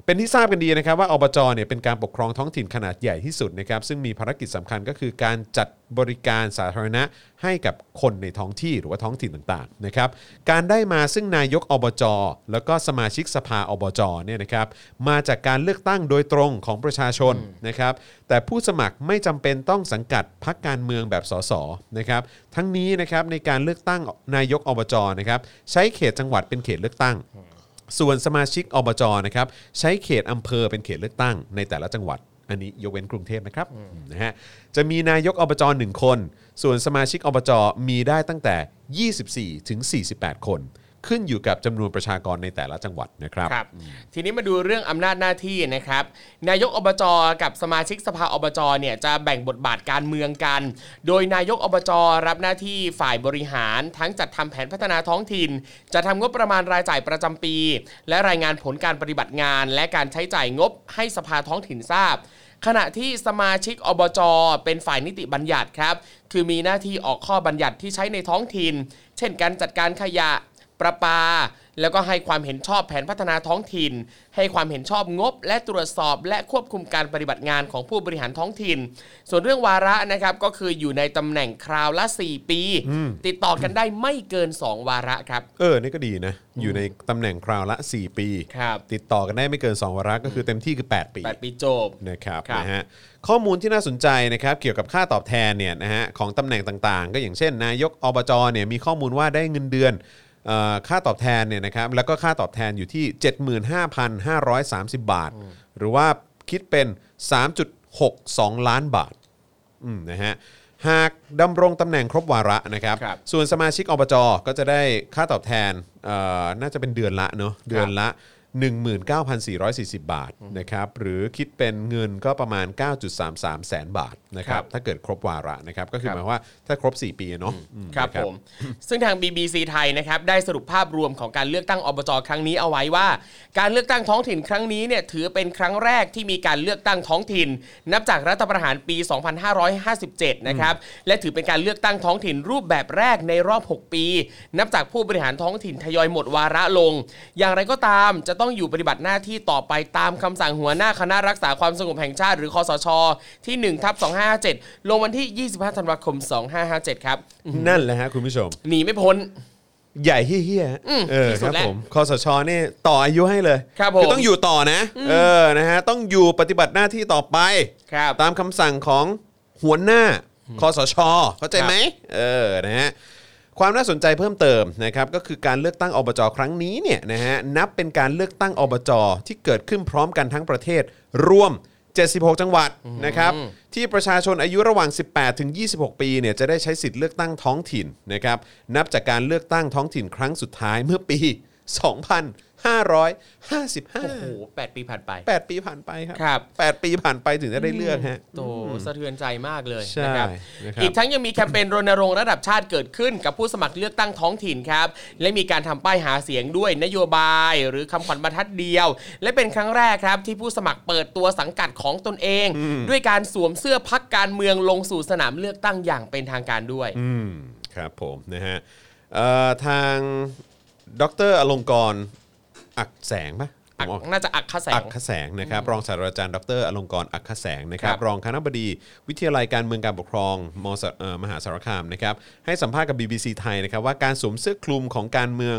Speaker 2: เป็นที่ทราบกันดีนะครับว่าอบจเนี่ยเป็นการปกครองท้องถิ่นขนาดใหญ่ที่สุดนะครับซึ่งมีภารกิจสำคัญก็คือการจัดบริการสาธารณะให้กับคนในท้องที่หรือว่าท้องถิ่นต่างๆนะครับการได้มาซึ่งนายกอบจแล้วก็สมาชิกสภาอบจเนี่ยนะครับมาจากการเลือกตั้งโดยตรงของประชาชนนะครับแต่ผู้สมัครไม่จำเป็นต้องสังกัดพรรคการเมืองแบบสสนะครับ ทั้งนี้นะครับในการเลือกตั้งนายกอบจนะครับใช้เขตจังหวัดเป็นเขตเลือกตั้ง ส่วนสมาชิกอบจนะครับใช้เขตอำเภอเป็นเขตเลือกตั้งในแต่ละจังหวัด อันนี้ยกเว้นกรุงเทพนะครับนะฮะจะมีนายกอบจหนึ่งคน ส่วนสมาชิกอบจมีได้ตั้งแต่ 24 ถึง 48 คน ขึ้นอยู่กับจำนวนประชากรในแต่ละจังหวัดนะครับ
Speaker 3: ครับทีนี้มาดูเรื่องอำนาจหน้าที่นะครับ นายกอบจกับสมาชิกสภาอบจเนี่ยจะแบ่งบทบาทการเมืองกัน โดยนายกอบจรับหน้าที่ฝ่ายบริหาร ทั้งจัดทำแผนพัฒนาท้องถิ่น จะทำงบประมาณรายจ่ายประจำปี และรายงานผลการปฏิบัติงาน และการใช้จ่ายงบให้สภาท้องถิ่นทราบ ขณะที่สมาชิกอบจ เป็นฝ่ายนิติบัญญัติครับ คือมีหน้าที่ออกข้อบัญญัติที่ใช้ในท้องถิ่น เช่นการจัดการขยะ ประปา แล้วก็ให้ความเห็นชอบแผนพัฒนาท้องถิ่น ให้ความเห็นชอบงบ และตรวจสอบและควบคุมการปฏิบัติงานของผู้บริหารท้องถิ่น ส่วนเรื่องวาระนะครับก็คืออยู่ในตำแหน่งคราวละ 4 ปี ติดต่อกันได้ไม่เกิน 2 วาระครับ
Speaker 2: เออ นี่ก็ดีนะ อยู่ในตำแหน่งคราวละ 4 ปี
Speaker 3: ครับ
Speaker 2: ติดต่อกันได้ไม่เกิน 2 วาระก็คือเต็มที่คือ 8 ปี
Speaker 3: แปดปีจบ
Speaker 2: นะครับ
Speaker 3: ครับ
Speaker 2: นะฮะข้อมูลที่น่าสนใจนะครับเกี่ยวกับค่าตอบแทนเนี่ยนะฮะของตำแหน่งต่างๆ ก็อย่างเช่น นายกอบจเนี่ยมีข้อมูลว่าได้เงินเดือนเอ่อค่าตอบแทนเนี่ยนะครับแล้วก็ค่าตอบแทนอยู่ที่ 75,530 บาท หรือว่าคิดเป็น 3.62 ล้านบาท อืมนะฮะหากดำรงตำแหน่งครบวาระนะครับ
Speaker 3: ครับ
Speaker 2: ส่วนสมาชิกอบจก็จะได้ค่าตอบแทนเอ่อน่าจะเป็นเดือนละเนาะเดือนละ 19,440 บาทนะครับหรือคิดเป็นเงินก็ประมาณ 9.33 แสนบาทนะครับ
Speaker 3: ครับ
Speaker 2: ถ้าเกิดครบวาระนะครับก็คือ
Speaker 3: ครั
Speaker 2: ห
Speaker 3: บ
Speaker 2: มายว่าถ้าครบ 4 ปีอะเนาะอืม
Speaker 3: ครับ
Speaker 2: นะ
Speaker 3: ผม ซึ่งทาง BBC ไทยนะครับได้สรุปภาพรวมของการเลือกตั้งอบจครั้งนี้เอาไว้ว่า การเลือกตั้งท้องถิ่นครั้งนี้เนี่ยถือเป็นครั้งแรกที่มีการเลือกตั้งท้องถิ่น นับจากรัฐประหารปี 2557 นะครับและถือเป็นการเลือกตั้งท้องถิ่นรูปแบบแรกในรอบ 6 ปี นับจากผู้บริหารท้องถิ่นทยอยหมดวาระลง อย่างไรก็ตามจะต้องอยู่ปฏิบัติหน้าที่ต่อไปตามคำสั่งหัวหน้าคณะรักษาความสงบแห่งชาติหรือคอสช ที่1ทับ2557 ลงวันที่ 25 ธันวาคม 2557 ครับ
Speaker 2: นั่นแหละฮะคุณผู้ชม
Speaker 3: หนีไม่พ้น
Speaker 2: ใหญ่เฮี้ยๆฮะ
Speaker 3: อืม
Speaker 2: เออ
Speaker 3: ที่
Speaker 2: ค
Speaker 3: สุ
Speaker 2: รั
Speaker 3: ด
Speaker 2: บ
Speaker 3: แล้ว
Speaker 2: ผมคอสชนี่ต่ออายุให้เลย
Speaker 3: ครับผม
Speaker 2: อต้องอยู่ต่อนะ เออนะฮะต้องอยู่ปฏิบัติหน้าที่ต่อไป
Speaker 3: ครับ
Speaker 2: ตามคำสั่งของหัวหน้าคอสช เข้าใจไหมเออนะฮะความน่าสนใจเพิ่มเติมนะครับก็คือการเลือกตั้งอบจครั้งนี้เนี่ยนะฮะนับเป็นการเลือกตั้งอบจที่เกิดขึ้นพร้อมกันทั้งประเทศ รวม 76 จังหวัดนะครับที่ประชาชนอายุระหว่าง 18 ถึง 26 ปีเนี่ยจะได้ใช้สิทธิ์เลือกตั้งท้องถิ่นนะครับนับจากการเลือกตั้งท้องถิ่นครั้งสุดท้ายเมื่อปี
Speaker 3: โอ้โห
Speaker 2: 555
Speaker 3: แปดปีผ่านไป
Speaker 2: 8 ปีผ่านไปครั
Speaker 3: ครับ
Speaker 2: แปดปีผ่านไปถึงจะได้เลือกฮะ
Speaker 3: โตสะเทือนใจมากเลย
Speaker 2: ใช่
Speaker 3: นะ
Speaker 2: นะ
Speaker 3: ค
Speaker 2: ครับ
Speaker 3: รั
Speaker 2: บ
Speaker 3: อีกทั้งยังมีแคมเปญรณรงค์ระดับชาติเกิดขึ้น กับผู้สมัครเลือกตั้งท้องถิ่นครับ และมีการทำป้ายหาเสียงด้วยนโยบาย หรือคำขวัญบรรทัดเดียว และเป็นครั้งแรกครับ ที่ผู้สมัครเปิดตัวสังกัดของตนเอง ด้วยการสวมเสื้อพักการเมืองลงสู่สนามเลือกตั้งอย่างเป็นทางการด้วย
Speaker 2: อืมครับผมนะฮะเอ่อทางดรอลงกรณ์อักแสงปะผ
Speaker 3: อัก
Speaker 2: มออก
Speaker 3: น่าจะอักขแส
Speaker 2: อั
Speaker 3: ง
Speaker 2: กขแสงนะครับรองศาสตราจารย์ดรอลงกรณ์อักขแสงนะครับ
Speaker 3: ครับ
Speaker 2: รองคณบดีวิทยาลัยการเมืองการปกครองมสเอ่อมหาสารคามนะครับให้สัมภาษณ์กับ BBC ไทยนะครับว่าการสวมเสื้อคลุมของการเมือง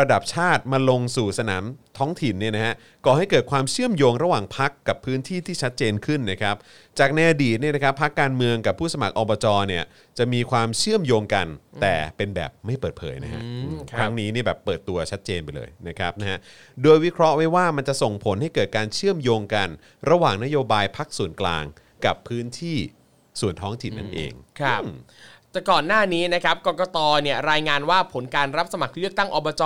Speaker 2: ระดับชาติมาลงสู่สนามท้องถิ่นเนี่ยนะฮะก่อให้เกิดความเชื่อมโยงระหว่างพักกับพื้นที่ที่ชัดเจนขึ้นนะครับ จากในอดีตเนี่ยนะครับพักการเมืองกับผู้สมัครอบจเนี่ยจะมีความเชื่อมโยงกันแต่เป็นแบบไม่เปิดเผยนะฮะอืม
Speaker 3: ครับ
Speaker 2: ครั้ง นี้นี่แบบเปิดตัวชัดเจนไปเลยนะครับนะฮะ โดยวิเคราะห์ไว้ว่ามันจะส่งผลให้เกิดการเชื่อมโยงกัน ระหว่างนโยบายพักส่วนกลางกับพื้นที่ส่วนท้องถิ่นนั่นเอง
Speaker 3: ครับแต่ก่อนหน้านี้นะครับกกตเนี่ยรายงานว่าผลการรับสมัครเลือกตั้งอบจ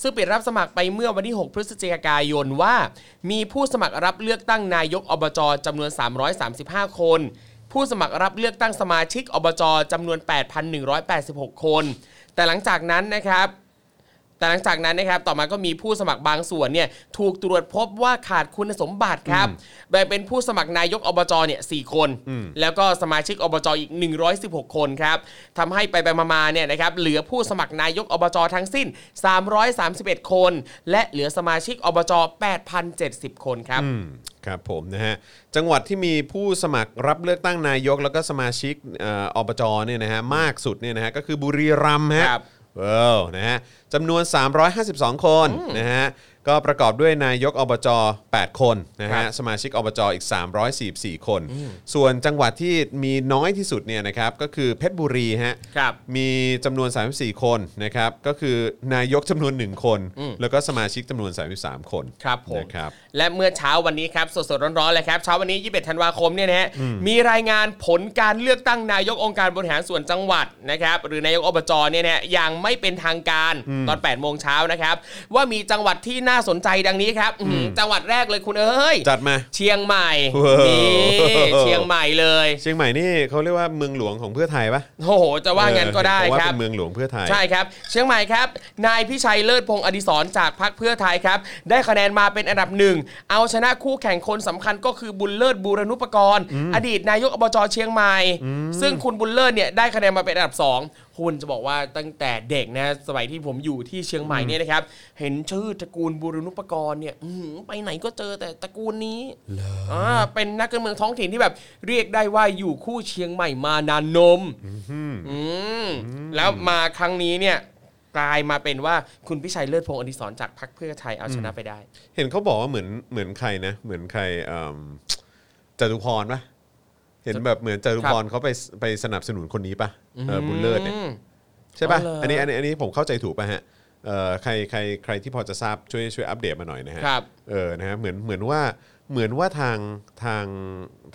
Speaker 3: ซึ่งปิดรับสมัครไปเมื่อวันที่ 6 พฤศจิกายนว่า มีผู้สมัครรับเลือกตั้งนายกอบจจำนวน 335 คน ผู้สมัครรับเลือกตั้งสมาชิกอบจจำนวน 8,186 คน แต่หลังจากนั้นนะครับ แต่หลังจากนั้นนะครับ ต่อมาก็มีผู้สมัครบางส่วนเนี่ยถูกตรวจพบว่าขาดคุณสมบัติครับแบ่งเป็นผู้สมัครนายกอบจเนี่ยสคน แล้วก็สมาชิกอบจอีก 116 คนครับทำให้ไปไปมาๆเนี่ยนะครับเหลือผู้สมัครนายกอบจทั้งสิ้น 331 คน และเหลือสมาชิกอบจ8,070 คนครับ
Speaker 2: อืมครับผมนะฮะจังหวัดที่มีผู้สมัครรับเลือกตั้งนายก แล้วก็สมาชิกเอ่ออบจเนี่ยนะฮะมากสุดเนี่ยนะฮะก็คือบุรีรัมย์ฮะ
Speaker 3: ครับ
Speaker 2: เว้าวนะฮะจำนวน 352 คนนะฮะก็ประกอบด้วยนายกอบจ 8 คนนะ
Speaker 3: ครั
Speaker 2: ฮะ
Speaker 3: บ
Speaker 2: สมาชิกอบจอีก 344 คน ส่วนจังหวัดที่มีน้อยที่สุดเนี่ยนะครับก็คือเพชรบุรีฮะ
Speaker 3: ครับ
Speaker 2: มีจำนวน 34 คนนะครับ ก็คือนายกจำนวน 1 คน
Speaker 3: อืม
Speaker 2: แล้วก็สมาชิกจำนวน 33 คน
Speaker 3: ครับผม
Speaker 2: นะครับ
Speaker 3: และเมื่อเช้าวันนี้ครับสดๆร้อนๆเลยครับเช้าวันนี้ 21 ธันวาคมเนี่ยนะฮะมีรายงานผลการเลือกตั้งนายกองค์การบริหารส่วนจังหวัดนะครับหรือนายกอบจเนี่ยนะฮะอย่างไม่เป็นทางการตอน8โมงเช้านะครับว่ามีจังหวัดที่น่าสนใจดังนี้ครับอืมจังหวัดแรกเลยคุณเอ้ย
Speaker 2: จัดมา
Speaker 3: เชียงใหม่
Speaker 2: โอ้โห
Speaker 3: นี่เชียงใหม่เลย
Speaker 2: เชียงใหม่นี่เขาเรียกว่าเมืองหลวงของเพื่อไทยปะ
Speaker 3: โอ้โหจะว่างั้นก็ได้
Speaker 2: เออ
Speaker 3: ค
Speaker 2: เพาะว่า
Speaker 3: รับ
Speaker 2: เป็นเมืองหลวงเพื่อไทย
Speaker 3: ใช่ครับ เชียงใหม่ครับ นายพิชัยเลิศพงศ์อดิศรจากพรรคเพื่อไทยครับ ได้คะแนนมาเป็นอันดับหนึ่ง เอาชนะคู่แข่งคนสำคัญก็คือบุญเลิศบูรณุปกรณ์ อดีตนายกอบจเชียงใหม่ ซึ่งคุณบุญเลิศเนี่ยได้คะแนนมาเป็นอันดับสองคุณจะบอกว่าตั้งแต่เด็กนะสมัยที่ผมอยู่ที่เชียงใหม่เนี่ยนะครับ เห็นชื่อตระกูลบูรณุปกรณ์เนี่ยอื้อหือไปไหนก็เจอแต่ตระกูลนี้อ่าเป็นนักการเมืองท้องถิ่นที่แบบเรียกได้ว่าอยู่คู่เชียงใหม่มานานนม อืมแล้วมาครั้งนี้เนี่ยกลายมาเป็นว่าคุณพิชัยเลิศพงศ์อดิศรจากพรรคเพื่อไทยเอาชนะไปได้
Speaker 2: เห็นเขาบอกว่าเหมือนเหมือนใครนะ เหมือนใครเอิ่มจตุพรปะเห็นแบบเหมือนจตุพรเขาไปไปสนับสนุนคนนี้ปะเออบุญเลิศเนี่ย ใช่ป่ะ
Speaker 3: อ๋อเหรออั
Speaker 2: อันนี้อันนี้อันนี้ผมเข้าใจถูกป่ะฮะเอ่อใครใครใครที่พอจะทราบช่วยช่วยอัปเดตมาหน่อยนะฮะ
Speaker 3: ครับ
Speaker 2: เออ นะฮะ เหมือนเหมือนว่าเหมือนว่าทางทาง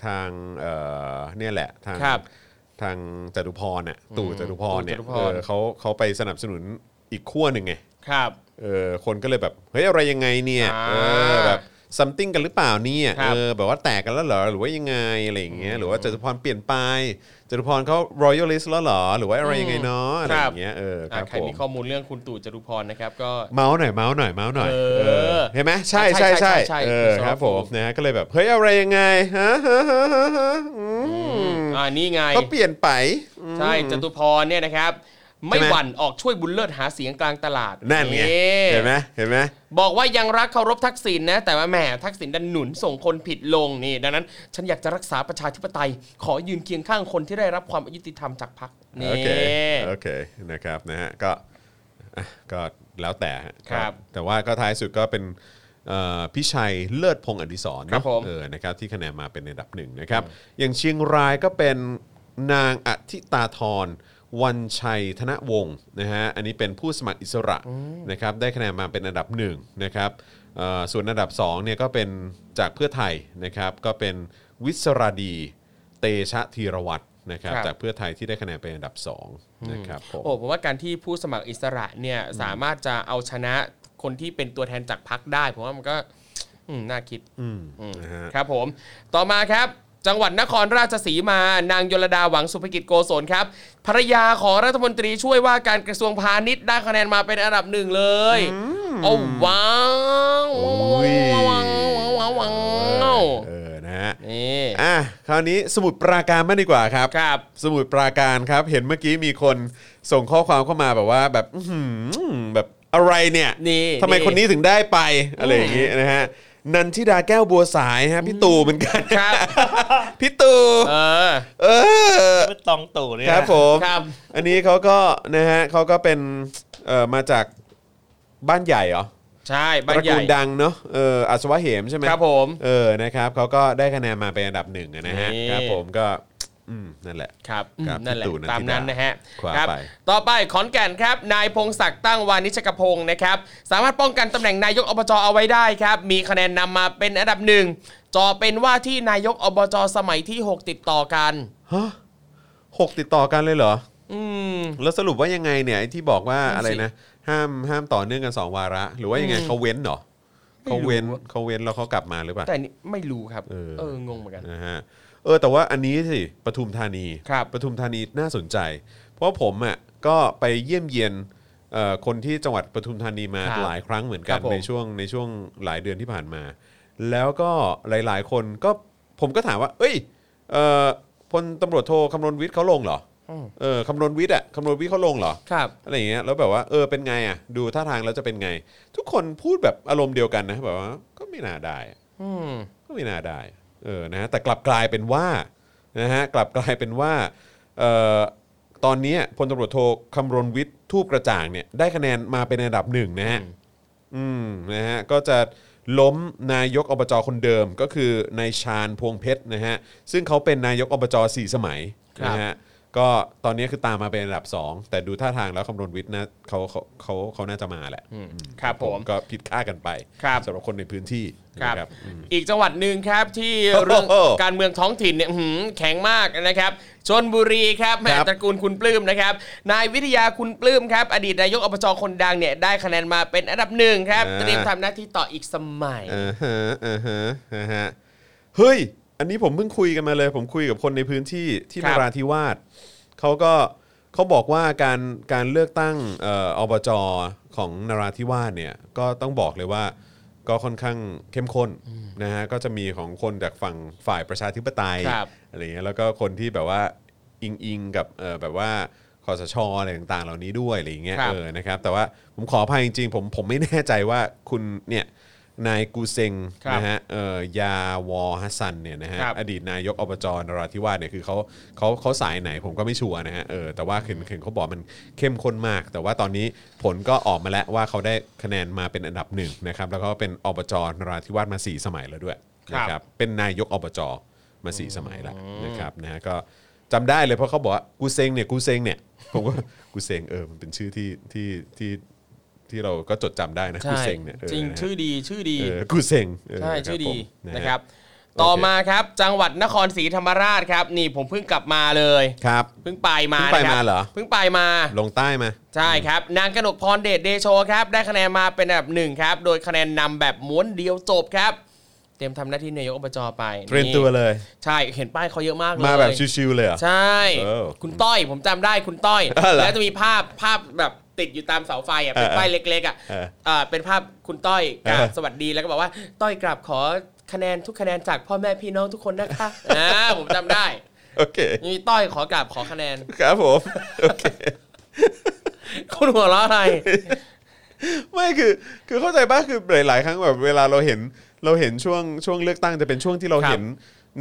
Speaker 2: ทางเอ่อเนี่ยแหละทาง
Speaker 3: ครับ
Speaker 2: ทางจตุพรน่ะตู่จตุพรเนี่ย
Speaker 3: ตู่จตุพร
Speaker 2: เออเขาเขาไปสนับสนุนอีกขั้วหนึ่งไง
Speaker 3: ครับ
Speaker 2: เออ คนก็เลยแบบ เฮ้ย อะไรยังไงเนี่ย
Speaker 3: อ่า
Speaker 2: เออ แบบ something กันหรือเปล่าเนี่ย
Speaker 3: ครับ
Speaker 2: เออ แบบว่าแตกกันแล้วเหรอ หรือว่ายังไง อะไรอย่างเงี้ย หรือว่าจตุพรเปลี่ยนไปจตุพรเขา royalist แล้วเหรอ หรือว่าอะไรยังไงเนาะ อะไร
Speaker 3: ค
Speaker 2: อ
Speaker 3: รับ
Speaker 2: ย่างเงี้ย เออ ค
Speaker 3: อ่ะ
Speaker 2: รับ
Speaker 3: ใคร
Speaker 2: ผม
Speaker 3: มีข้อมูลเรื่องคุณตู่จตุพรนะครับก็
Speaker 2: เมาส์หน่อยเมาส์หน่อยเมาส์หน่อย
Speaker 3: เออ
Speaker 2: เออเห็นไหมใช่
Speaker 3: ใช่
Speaker 2: ใช่
Speaker 3: ใช่
Speaker 2: ใช่
Speaker 3: ใช่
Speaker 2: เออ
Speaker 3: ใช่
Speaker 2: ครับผมนะฮะก็เลยแบบ เฮ้ย อะไรยังไงฮะฮะฮะฮะฮะอืม
Speaker 3: อ่านี่ไง
Speaker 2: ก็เปลี่ยนไป
Speaker 3: ใช่จตุพรเนี่ยนะครับ ไม่
Speaker 2: ใช่ไหม
Speaker 3: หวั่นออกช่วยบุญเลิศหาเสียงกลางตลาด
Speaker 2: นั่นไงเห็นไหมเห็นไหม
Speaker 3: บอกว่ายังรักเคารพทักษิณนะ แต่ว่าแหมทักษิณดันหนุนส่งคนผิดลงนี่ดังนั้น ฉันอยากจะรักษาประชาธิปไตย ขอยืนเคียงข้างคนที่ได้รับความยุติธรรมจากพรรคนี่
Speaker 2: โอเค โอเค นะครับ นะฮะ ก็อ่ะก็แล้วแต่ฮะ
Speaker 3: ครับ
Speaker 2: ก็แต่ว่าก็ท้ายสุดก็เป็นเอ่อพี่ชัยเลิศพงศ์อดิศร
Speaker 3: ครั
Speaker 2: เนาะ
Speaker 3: บผม
Speaker 2: เออ นะครับที่คะแนนมาเป็นอันดับหนึ่งนะครับ อย่างเชียงรายก็เป็นนางอธิตาธรวันชัยธนวงศ์นะฮะ อันนี้เป็นผู้สมัครอิสระนะครับ ได้คะแนนมาเป็นอันดับหนึ่งนะครับเอ่อส่วนอันดับสองเนี่ยก็เป็นจากเพื่อไทยนะครับ ก็เป็นวิศราดีเตชะธีรวัตรนะครับ
Speaker 3: ครับ
Speaker 2: จาก เพื่อไทยที่ได้คะแนนเป็นอันดับ 2 นะครับผม
Speaker 3: โอ้ผมว่าการที่ผู้สมัครอิสระเนี่ยสามารถจะเอาชนะ คนที่เป็นตัวแทนจากพักได้ผมว่ามันก็อืมน่าคิด
Speaker 2: อืม
Speaker 3: อืม
Speaker 2: นะฮะ
Speaker 3: ครับผม ต่อมาครับ จังหวัดนครราชสีมา นางยลดาหวังสุภกิจโกศลครับภรรยาของรัฐมนตรีช่วยว่าการกระทรวงพาณิชย์ได้คะแนนมาเป็นอันดับหนึ่งเลยโอ้ว้าว
Speaker 2: โอ้ย
Speaker 3: ว้าวว้าวว้าว
Speaker 2: เออนะฮะ
Speaker 3: นี่
Speaker 2: อ่ะคราวนี้สมุดปราการมากดีกว่าครับ
Speaker 3: ครับ
Speaker 2: สมุดปราการครับ เห็นเมื่อกี้มีคนส่งข้อความเข้ามาแบบว่าแบบอื้อหือแบบอะไรเนี่ย
Speaker 3: นี่
Speaker 2: ทำไม
Speaker 3: นี่
Speaker 2: คนนี้ถึงได้ไปอะไรอย่างงี้นะฮะนันทิดาแก้วบัวสายฮะพี่ตู่เหมือนกัน
Speaker 3: ครับ
Speaker 2: พี่ตู่
Speaker 3: เออ
Speaker 2: เออ
Speaker 4: ไม่ตองตู่เนี่ย
Speaker 2: ครับผม
Speaker 3: ครับ
Speaker 2: อันนี้เขาก็นะฮะเขาก็เป็นเอ่อมาจากบ้านใหญ่เหรอ
Speaker 3: ใช่
Speaker 2: ต
Speaker 3: บ้าน
Speaker 2: ระ
Speaker 3: ให
Speaker 2: กู
Speaker 3: ญ่
Speaker 2: ลดังเนาะเอออัศวะเหมใช่ไหม
Speaker 3: ครับผม
Speaker 2: เออ นะครับเขาก็ได้คะแนนมาเป็นอันดับหนึ่งอะนะฮะ
Speaker 3: นี่
Speaker 2: ครับผมก็ อืม นั่นแหละ
Speaker 3: ครับอืม
Speaker 2: ครับ
Speaker 3: นั่นแหละ
Speaker 2: พี่ตู่นันทิดา
Speaker 3: ตามนั้นนะฮะ
Speaker 2: ขวา
Speaker 3: ครั
Speaker 2: ไป
Speaker 3: ต่อไปขอนแก่นครับ นายพงศักดิ์ตั้งวานิชกพงศ์นะครับ สามารถป้องกันตำแหน่งนายกอบจเอาไว้ได้ครับ มีคะแนนนำมาเป็นอันดับหนึ่งจอเป็นว่าที่นายกอบจสมัยที่ 6 ติดต่อกัน
Speaker 2: ฮะหกติดต่อกันเลยเหรอ
Speaker 3: อืม
Speaker 2: แล้วสรุปว่ายังไงเนี่ยไอ้ที่บอกว่า
Speaker 3: นั่นสิ
Speaker 2: อะไรนะ ห้ามห้ามต่อเนื่องกัน 2 วาระ หรือว่ายังไงเขาเว้นเหรอ
Speaker 3: ไม่
Speaker 2: เขา
Speaker 3: รู้
Speaker 2: เว้นเขาเว้นแล้วเขากลับมาหรือเปล่า
Speaker 3: แต่นี่ไม่รู้ครับ
Speaker 2: เออ
Speaker 3: เอองงเหมือนกัน
Speaker 2: นะฮะ เออ แต่ว่าอันนี้สิ ปทุมธานี
Speaker 3: ครับ
Speaker 2: ปทุมธานีน่าสนใจ เพราะผมอ่ะ ก็ไปเยี่ยมเยียนเอ่อคนที่จังหวัดปทุมธานีมา
Speaker 3: ครับ
Speaker 2: หลายครั้งเหมือนกั
Speaker 3: ครั
Speaker 2: น
Speaker 3: บผม
Speaker 2: ในช่วงในช่วงหลายเดือนที่ผ่านมา แล้วก็หลาย ๆ คนก็ผมก็ถามว่า เอ้ยเอ่อพลตำรวจโทคำนวณวิทย์เขาลงเหรอ
Speaker 3: อืม
Speaker 2: เออคำนวณวิทย์อ่ะคำนวณวิทย์เขาลงเหรอ
Speaker 3: ครับ
Speaker 2: อะไรอย่างเงี้ยแล้วแบบว่าเออเป็นไงอ่ะดูท่าทางแล้วจะเป็นไง ทุกคนพูดแบบอารมณ์เดียวกันนะแบบว่าก็ไม่น่าได้
Speaker 3: อืม
Speaker 2: ก็ไม่น่าได้ เออ นะฮะ แต่กลับกลายเป็นว่า นะฮะ กลับกลายเป็นว่า เอ่อ ตอนนี้พลตำรวจโทคำรณวิทย์ทูปกระจ่างเนี่ย ได้คะแนนมาเป็นอันดับหนึ่งนะฮะ อืม นะฮะ ก็จะล้มนายกอบจคนเดิมก็คือนายชาญพวงเพชรนะฮะ ซึ่งเขาเป็นนายกอบจสี่สมัย
Speaker 3: ครับ
Speaker 2: นะฮะ ก็ตอนนี้คือตามมาเป็นอันดับสองแต่ดูท่าทางแล้วคำรณวิทย์นะเขาเขาเขาเขาน่าจะมาแหละ
Speaker 3: อืมครับผม
Speaker 2: ก็ผิดคาดกันไป
Speaker 3: ครับ
Speaker 2: สำหรับคนในพื้นที่
Speaker 3: ครับ
Speaker 2: นะ
Speaker 3: อีกจังหวัดหนึ่งครับที่เรื่องการเมืองท้องถิ่นเนี่ยหืมแข็งมากนะครับชนบุรีครับแหม่
Speaker 2: ครับ
Speaker 3: ตระกูลคุณปลื้มนะครับ นายวิทยาคุณปลื้มครับ อดีตนายกอบจคนดังเนี่ยได้คะแนนมาเป็นอันดับหนึ่งครับ
Speaker 2: อ่า
Speaker 3: เตรียมทำหน้าที่ต่ออีกสมัย
Speaker 2: เออฮะเออฮะเออฮะเฮ้ย อันนี้ผมเพิ่งคุยกันมาเลย ผมคุยกับคนในพื้นที่ที่
Speaker 3: คนรับ
Speaker 2: ราธิวาสเขาก็เขาบอกว่าการการเลือกตั้งเอ่ออบจของนราธิวาสเนี่ยก็ต้องบอกเลยว่าก็ค่อนข้างเข้มข้นนะฮะก็จะมีของคนจากฝั่งฝ่ายประชาธิปไตย
Speaker 3: ครับ
Speaker 2: อะไรเงี้ยแล้วก็คนที่แบบว่าอิงอิงกับเออแบบว่าคอสชอะไรต่างๆ เหล่านี้ด้วยอะไรอย่างเงี้ย
Speaker 3: ครับ
Speaker 2: เออนะครับแต่ว่าผมขออภัยจริงๆผมผมไม่แน่ใจว่าคุณเนี่ยนายกูเซง
Speaker 3: ครับ
Speaker 2: นะฮะเอ่อยาวอฮัสซันเนี่ยนะฮะ
Speaker 3: ครับ
Speaker 2: อดีตนายกอบจนราธิวาสเนี่ยคือเขาเขาเขาสายไหนผมก็ไม่ชัวร์นะฮะเออแต่ว่าเห็นเห็นเขาบอกมันเข้มข้นมาก แต่ว่าตอนนี้ผลก็ออกมาแล้วว่าเขาได้คะแนนมาเป็นอันดับหนึ่งนะครับแล้วก็เป็นอบจนราธิวาสมาสี่สมัยแล้วด้วยนะครับ เป็นนายกอบจมาสี่สมัยแล้วนะครับนะฮะก็จำได้เลยเพราะเขาบอกว่ากูเซงเนี่ยกูเซงเนี่ย ผมก็ กูเซงเออมันเป็นชื่อที่ที่ที่ที่เราก็จดจำได้นะกูเซงเนี่ยเออ
Speaker 3: จริง
Speaker 2: นะฮะ
Speaker 3: ชื่อดีชื่อดี
Speaker 2: เออกูเซงเ
Speaker 3: ใช่ชื่อดี
Speaker 2: ผม
Speaker 3: นะครับ
Speaker 2: โอเค
Speaker 3: ต่อมาครับจังหวัดนครศรีธรรมราชครับ นี่ผมเพิ่งกลับมาเลย
Speaker 2: ครับ
Speaker 3: เพิ่งไปมา
Speaker 2: เพิ่งไป
Speaker 3: นะคบ
Speaker 2: มาเหรอ
Speaker 3: เพิ่งไปมา
Speaker 2: ลงใต้มา
Speaker 3: ใช่ครับ นางกนกพรเดชเดโชครับได้คะแนนมาเป็นอันดับหนึ่งครับ โดยคะแนนนำแบบม้วนเดียวจบครับ เตรียมทำหน้าที่นายกอบจไป
Speaker 2: เตรียมตัวเลย
Speaker 3: ใช่ เห็นป้ายเขาเยอะมากเลย
Speaker 2: มาแบบชิวๆเลยเหรอ
Speaker 3: ใช่
Speaker 2: เออ
Speaker 3: คุณต้อยผมจำได้คุณต้อย
Speaker 2: เออเหรอ
Speaker 3: แล้วจะมีภาพภาพแบบติดอยู่ตามเสาไฟอ่ะเป็น
Speaker 2: เออ
Speaker 3: ป้ายเล็กๆอ่ะ
Speaker 2: เออ
Speaker 3: เอ่อเป็นภาพคุณต้อยกราบ
Speaker 2: เออ
Speaker 3: สวัสดีแล้วก็บอกว่า ต้อยกราบขอคะแนนทุกคะแนนจากพ่อแม่พี่น้องทุกคนนะคะ อ่าผมจำได้
Speaker 2: โอเค
Speaker 3: มีต้อยขอกราบขอคะแนน
Speaker 2: ครับผม โอเค
Speaker 3: คุณหัวเราะอะไร
Speaker 2: ไม่คือคือเข้าใจป่ะคือหลาย ๆ ครั้งแบบเวลาเราเห็นเราเห็นช่วงช่วงเลือกตั้งจะเป็นช่วงที่เรา
Speaker 3: ครับ
Speaker 2: เห็น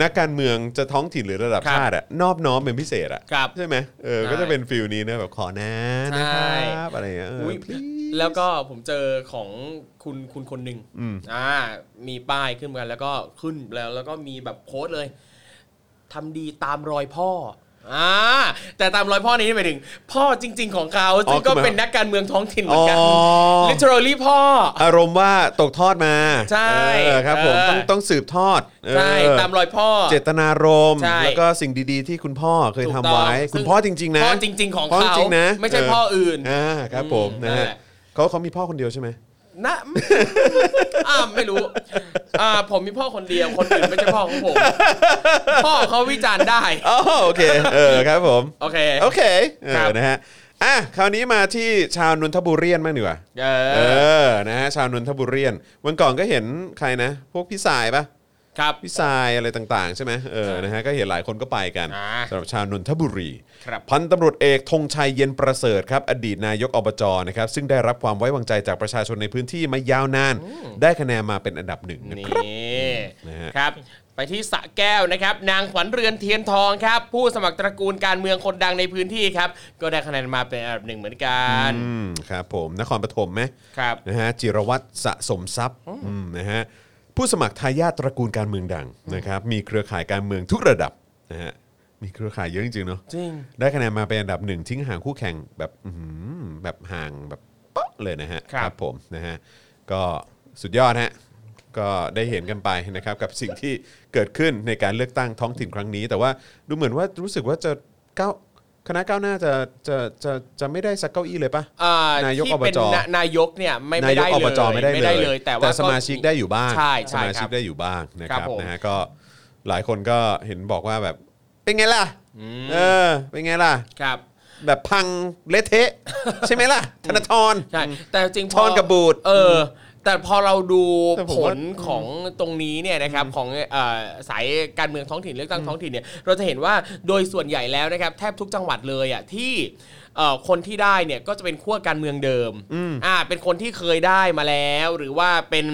Speaker 2: นักการเมืองจะท้องถิ่นหรือระดับ
Speaker 3: ครับ
Speaker 2: ชาติอะนอบน้อมเป็นพิเศษอะ
Speaker 3: ครับ
Speaker 2: ใช่ไหมเออ
Speaker 3: ใช่
Speaker 2: ก็จะเป็นฟิลนี้นะแบบขอนะนะค
Speaker 3: ใช่
Speaker 2: รับอะไรอย่างเงี้ยเออ
Speaker 3: อุ๊ย
Speaker 2: อ please
Speaker 3: แล้วก็ผมเจอของคุณคุณคนหนึ่งอ่า มีป้ายขึ้นกันแล้วก็ขึ้นแล้วแล้วก็มีแบบโค้ดเลยทำดีตามรอยพ่ออ่าแต่ตามรอยพ่อนี้หมายถึง พ่อจริง ๆ ของเขาซึ่งก็
Speaker 2: คือหมาย
Speaker 3: เป็นนักการเมืองท้องถิ่นเหมื
Speaker 2: อ๋
Speaker 3: อ
Speaker 2: อ
Speaker 3: นกัน literally พ่อ
Speaker 2: อารมณ์ว่าตกทอดมา
Speaker 3: ใช่
Speaker 2: เออครับผม
Speaker 3: เออ
Speaker 2: ต้องต้องสืบทอดเออ
Speaker 3: ใช่ตามรอยพ่อ
Speaker 2: เจตนารมณ์
Speaker 3: ใช่
Speaker 2: แล้วก็สิ่งดี ๆ ที่คุณพ่อเคยทำไว้
Speaker 3: ถูกต้
Speaker 2: คุณพ่อจริง ๆ นะ
Speaker 3: พ่อจริง ๆ ของ
Speaker 2: พ่อ
Speaker 3: เขา
Speaker 2: จริงๆนะ
Speaker 3: ไม่ใช่
Speaker 2: เ
Speaker 3: พ่ออื่น
Speaker 2: อ่าครับผม
Speaker 3: อืม
Speaker 2: นะ
Speaker 3: นั่
Speaker 2: ฮะ
Speaker 3: นแหละ
Speaker 2: เขาเขามีพ่อคนเดียวใช่ไหม
Speaker 3: นะ อ่าไม่รู้ อ่า ผมมีพ่อคนเดียว คนอื่นไม่ใช่พ่อของผม พ่อเขาวิจารณ์ได้
Speaker 2: อ๋อโอเค เออครับผม
Speaker 3: โอเค
Speaker 2: โอเค เอ
Speaker 3: ครั
Speaker 2: อบ นะฮะ อ่ะ คราวนี้มาที่ชาวนนทบุรีมากดีกว่า
Speaker 3: เอ
Speaker 2: เอ
Speaker 3: อ
Speaker 2: อ นะฮะ ชาวนนทบุรีวันก่อนก็เห็นใครนะ พวกพี่สายปะ
Speaker 3: ครับ
Speaker 2: พี่ทรายอะไรต่างๆ ใช่ไหมเออ นะฮะ ก็เห็นหลายคนก็ไปกัน
Speaker 3: อ่า
Speaker 2: สำหรับชาวนนทบุรี
Speaker 3: ครับ
Speaker 2: พันตำรวจเอกธงชัยเย็นประเสริฐครับ อดีตนายกอบจนะครับ ซึ่งได้รับความไว้วางใจจากประชาชนในพื้นที่มายาวนาน ได้คะแนนมาเป็นอันดับหนึ่งนะ
Speaker 3: น
Speaker 2: ครับ
Speaker 3: ี่
Speaker 2: นะฮะ
Speaker 3: ครับ ไปที่สระแก้วนะครับ นางขวัญเรือนเทียนทองครับ ผู้สมัครตระกูลการเมืองคนดังในพื้นที่ครับ ก็ได้คะแนนมาเป็นอันดับหนึ่งเหมือนกัน
Speaker 2: อืมครับผมนครปฐมไหม
Speaker 3: ครับ
Speaker 2: นะฮะจิรวัตรสะสมทรัพย์อืมนะฮะผู้สมัครทายาทตระกูลการเมืองดังนะครับมีเครือข่ายการเมืองทุกระดับนะฮะมีเครือข่ายเยอะจริงๆเนาะ
Speaker 3: จริง
Speaker 2: ได้คะแนนมาเป็นอันดับหนึ่งทิ้งห่างคู่แข่งแบบอื้อหือแบบห่างแบบเป๊ะเลยนะฮะ
Speaker 3: ครับ
Speaker 2: ผมนะฮะก็สุดยอดฮะก็ได้เห็นกันไปนะครับกับสิ่งที่เกิดขึ้นในการเลือกตั้งท้องถิ่นครั้งนี้ แต่ว่าดูเหมือนว่ารู้สึกว่าจะก้าวคณะก้าวหน้าจะจะจะจะไม่ได้สักเก้าอี้เลยปะ
Speaker 3: อ่
Speaker 2: นายก
Speaker 3: ที่เป็น
Speaker 2: อบจ
Speaker 3: นะนายกเนี่ยไม่
Speaker 2: นา
Speaker 3: ไม่
Speaker 2: ยก
Speaker 3: ได้
Speaker 2: อบ
Speaker 3: เลย
Speaker 2: จไม่ได้เลย
Speaker 3: แต่ว่า
Speaker 2: แต่
Speaker 3: ก็
Speaker 2: สมาชิกได้อยู่บ้าง
Speaker 3: ใช่ใช่
Speaker 2: สมาชิ
Speaker 3: ครั
Speaker 2: ก
Speaker 3: บ
Speaker 2: ได้อยู่บ้างนะค
Speaker 3: ครั
Speaker 2: รับบ
Speaker 3: ผม
Speaker 2: นะฮะก็หลายคนก็เห็นบอกว่าแบบเป็นไงล่ะ
Speaker 3: อืม
Speaker 2: เออเป็นไงล่ะ
Speaker 3: ครับ
Speaker 2: แบบพังเละเทะ ใช่ไหมล่ะ ธนาธร
Speaker 3: ใช่ แต่จริงๆพ
Speaker 2: ทอนกับบูด
Speaker 3: เออ แต่พอเราดู
Speaker 2: แต่ผ
Speaker 3: ผม
Speaker 2: ว่า
Speaker 3: ลของตรงนี้เนี่ยนะครับของเอ่อสายการเมืองท้องถิ่นเลือกตั้งท้องถิ่นเนี่ยเราจะเห็นว่าโดยส่วนใหญ่แล้วนะครับแทบทุกจังหวัดเลยอ่ะที่เอ่อคนที่ได้เนี่ยก็จะเป็นขั้วการเมืองเดิมอ่าเป็นคนที่เคยได้มาแล้ว หรือว่าเป็น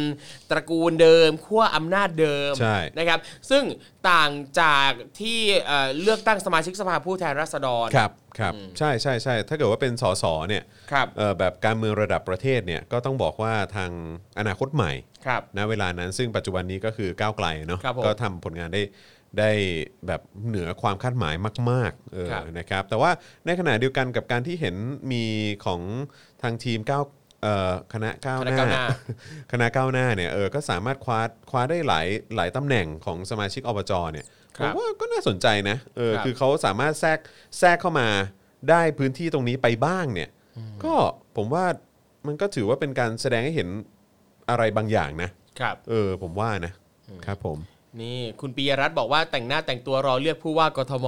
Speaker 3: ตระกูลเดิมขั้วอำนาจเดิม
Speaker 2: ใช่
Speaker 3: นะครับซึ่งต่างจากที่เอ่อเลือกตั้งสมาชิกสภาผู้แทนราษฎร
Speaker 2: ครับครับใช่ใช่ใช่ถ้าเกิดว่าเป็นสสเนี่ย
Speaker 3: ครับ
Speaker 2: เอ่อแบบการเมืองระดับประเทศเนี่ยก็ต้องบอกว่าทางอนาคตใหม่
Speaker 3: ครับ
Speaker 2: ณเวลานั้นซึ่งปัจจุบันนี้ก็คือก้าวไกลเนาะ
Speaker 3: ครับผม
Speaker 2: ก็ทำผลงานได้ได้แบบเหนือความคาดหมายมากๆเออ
Speaker 3: ครับ
Speaker 2: นะครับแต่ว่าในขณะเดียวกันกับการที่เห็นมีของทางทีมก้าวเอ่อคณะก้าวห
Speaker 3: คณะก้าวห
Speaker 2: น้า
Speaker 3: น้า
Speaker 2: คณะก้าวหน้าเนี่ยเออก็สามารถคว้าคว้าได้หลายหลายตำแหน่งของสมาชิกอบจเนี่ย
Speaker 3: ค
Speaker 2: ผ
Speaker 3: รั
Speaker 2: ม
Speaker 3: บ
Speaker 2: ว่าก็น่าสนใจนะเออ
Speaker 3: ครับ
Speaker 2: คือเขาสามารถแทรกแทรกเข้ามาได้พื้นที่ตรงนี้ไปบ้างเนี่ยก็ผมว่ามันก็ถือว่าเป็นการแสดงให้เห็นอะไรบางอย่างนะ
Speaker 3: ครับ
Speaker 2: เออผมว่านะ ครับผม
Speaker 3: นี่คุณปียรัตน์บอกว่าแต่งหน้าแต่งตัวรอเลือกผู้ว่ากทม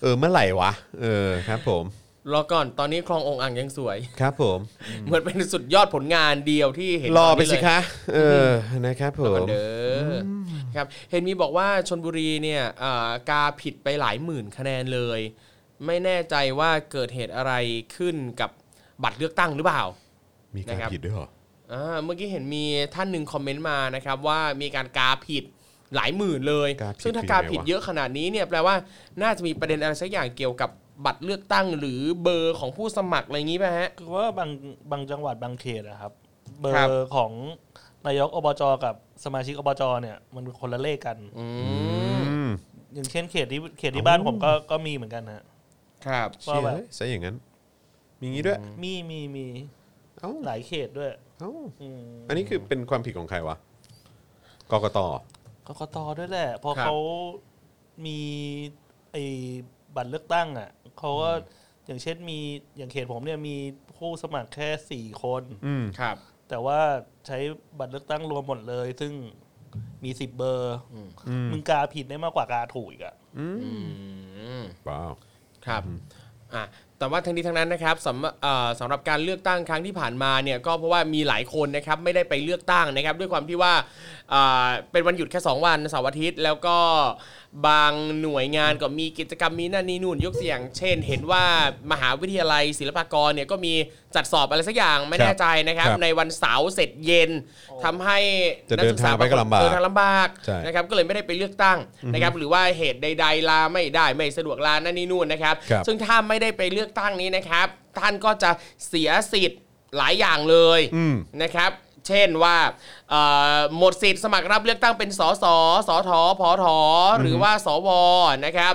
Speaker 2: เออเมื่อไหร่วะ เออครับผม
Speaker 3: รอก่อนตอนนี้คลององอ่างยังสวย
Speaker 2: ครับผม
Speaker 3: เหมือนเป็นสุดยอดผลงานเดียวที่เห็น
Speaker 2: รอไปสิ
Speaker 3: ตนนี้เลย
Speaker 2: คะ เออนะครับผ
Speaker 3: รอก่อ
Speaker 2: ม
Speaker 3: นเด้ออครับเห็นมีบอกว่าชนบุรีเนี่ยอ่ากาผิดไปหลายหมื่นคะแนนเลย ไม่แน่ใจว่าเกิดเหตุอะไรขึ้นกับบัตรเลือกตั้งหรือเปล่า
Speaker 2: มีการ
Speaker 3: นะครับ
Speaker 2: ผิดด้วยเหรอ
Speaker 3: อ่าเมื่อกี้เห็นมีท่านหนึ่งคอมเมนต์มานะครับ ว่ามีการกาผิดหลายหมื่นเลย
Speaker 2: กาผิด
Speaker 3: ซึ่ง
Speaker 2: คือก
Speaker 3: ถ้าา
Speaker 2: ไง
Speaker 3: ผิด
Speaker 2: วะ
Speaker 3: เยอะขนาดนี้เนี่ยแปลว่าน่าจะมีประเด็นอะไรสักอย่างเกี่ยวกับบัตรเลือกตั้ง หรือเบอร์ของผู้สมัครอะไรอย่างนี้ป่ะฮะ
Speaker 4: คือว่าบางบางจังหวัดบางเขตนะครับ เบอ
Speaker 3: ครับ
Speaker 4: ร์ของนายกอบจกับสมาชิกอบจเนี่ย มันคนละเลขกัน
Speaker 3: อืม
Speaker 2: อืม
Speaker 4: อย่างเช่นเขตที่เขตที่บ้านผมก็ก็มีเหมือนกันฮะ
Speaker 3: ครับ
Speaker 2: เชี่ย
Speaker 4: ว่าแบบ
Speaker 2: เอ้ยซะอย่างนั้น มีงี้ด้วย
Speaker 4: มีมีมี
Speaker 2: เอ้า
Speaker 4: หลายเขตด้วย
Speaker 2: เอ้า
Speaker 4: อืม
Speaker 2: อันนี้คือเป็นความผิดของใครวะกกต
Speaker 4: กกตด้วยแหละเพอ
Speaker 3: ครับ
Speaker 4: เขามีไอ้บัตรเลือกตั้งอ่ะเขาก็อย่างเช่นมีอย่างเขตผมเนี่ยมีผู้สมัครแค่สี่คน
Speaker 2: อืม
Speaker 3: ครับ
Speaker 4: แต่ว่าใช้บัตรเลือกตั้งรวมหมดเลย ซึ่งมีสิบเบอร์
Speaker 2: อืม
Speaker 4: มึงกาผิดได้มากกว่ากาถูกอีกอะ
Speaker 3: อืม
Speaker 2: ว้าว
Speaker 3: ครับอ่ะแต่ว่าทั้งนี้ทั้งนั้นนะครับสำเอ่อสำหรับการเลือกตั้งครั้งที่ผ่านมาเนี่ยก็เพราะว่ามีหลายคนนะครับไม่ได้ไปเลือกตั้งนะครับ ด้วยความที่ว่าอ่าเป็นวันหยุดแค่ 2 วันเสาร์อาทิตย์ แล้วก็บางหน่วยงานก็มีกิจกรรมมีนั่นนี่นู่นยกเสียง เช่น เห็นว่ามหาวิทยาลัยศิลปากรเนี่ยก็มีจัดสอบอะไรสักอย่างไม่แน่ใจนะครับ
Speaker 2: ครับ
Speaker 3: ในวันเสาร์เสร็จเย็นทำให้
Speaker 2: จะ
Speaker 3: นักศึกษ
Speaker 2: เดินทางไปก็ลำบาก
Speaker 3: เดินทางลำบาก
Speaker 2: ใช่
Speaker 3: นะครับ นะครับก็เลยไม่ได้ไปเลือกตั้งนะครับหรือว่าเหตุใด ๆ ลาไม่ได้ไม่สะดวกลานั่นนี่นู่นนะครับ
Speaker 2: ครับ
Speaker 3: ซึ่งถ้าไม่ได้ไปเลือกตั้งนี้นะครับ ท่านก็จะเสียสิทธิ์หลายอย่างเลย
Speaker 2: อืม
Speaker 3: นะครับ เช่นว่าเอ่อหมดสิทธิ์สมัครรับเลือกตั้งเป็นสสสทผทหรือว่าสวนะครับ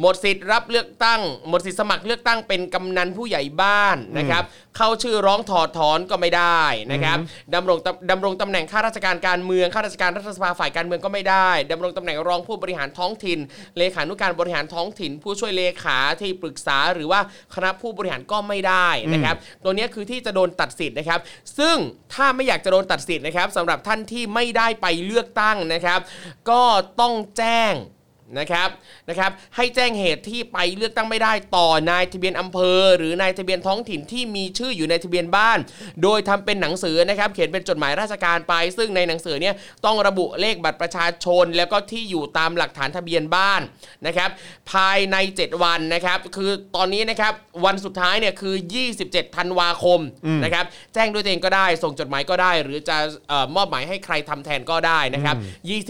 Speaker 3: หมดสิทธิ์รับเลือกตั้ง หมดสิทธิ์สมัครเลือกตั้งเป็นกำนันผู้ใหญ่บ้านนะครับเข้าชื่อร้องถอดถอนก็ไม่ได้นะครับดำรงตำดำรงตำแหน่งข้าราชการการเมืองข้าราชการรัฐสภาฝ่ายการเมืองก็ไม่ได้ดำรงตำแหน่งรองผู้บริหารท้องถิ่น เลขานุการบริหารท้องถิ่น ผู้ช่วยเลขาที่ปรึกษาหรือว่าคณะผู้บริหารก็ไม่ได้นะครับตัวเนี้ยคือที่จะโดนตัดสิทธิ์นะครับ ซึ่งถ้าไม่อยากจะโดนตัดสิทธิ์นะครับสำหรับท่านที่ไม่ได้ไปเลือกตั้งนะครับ ก็ต้องแจ้ง นะครับนะครับให้แจ้งเหตุที่ไปเลือกตั้งไม่ได้ต่อนายทะเบียนอำเภอ หรือนายทะเบียนท้องถิ่นที่มีชื่ออยู่ในทะเบียนบ้าน โดยทำเป็นหนังสือนะครับเขียนเป็นจดหมายราชการไป ซึ่งในหนังสือเนี่ยต้องระบุเลขบัตรประชาชน แล้วก็ที่อยู่ตามหลักฐานทะเบียนบ้านนะครับภายใน 7 วันนะครับคือตอนนี้นะครับวันสุดท้ายเนี่ยคือ 27ธันวาคมนะครับแจ้งด้วยตัวเองก็ได้ส่งจดหมายก็ได้ หรือจะเอ่อมอบหมายให้ใครทำแทนก็ได้นะครับ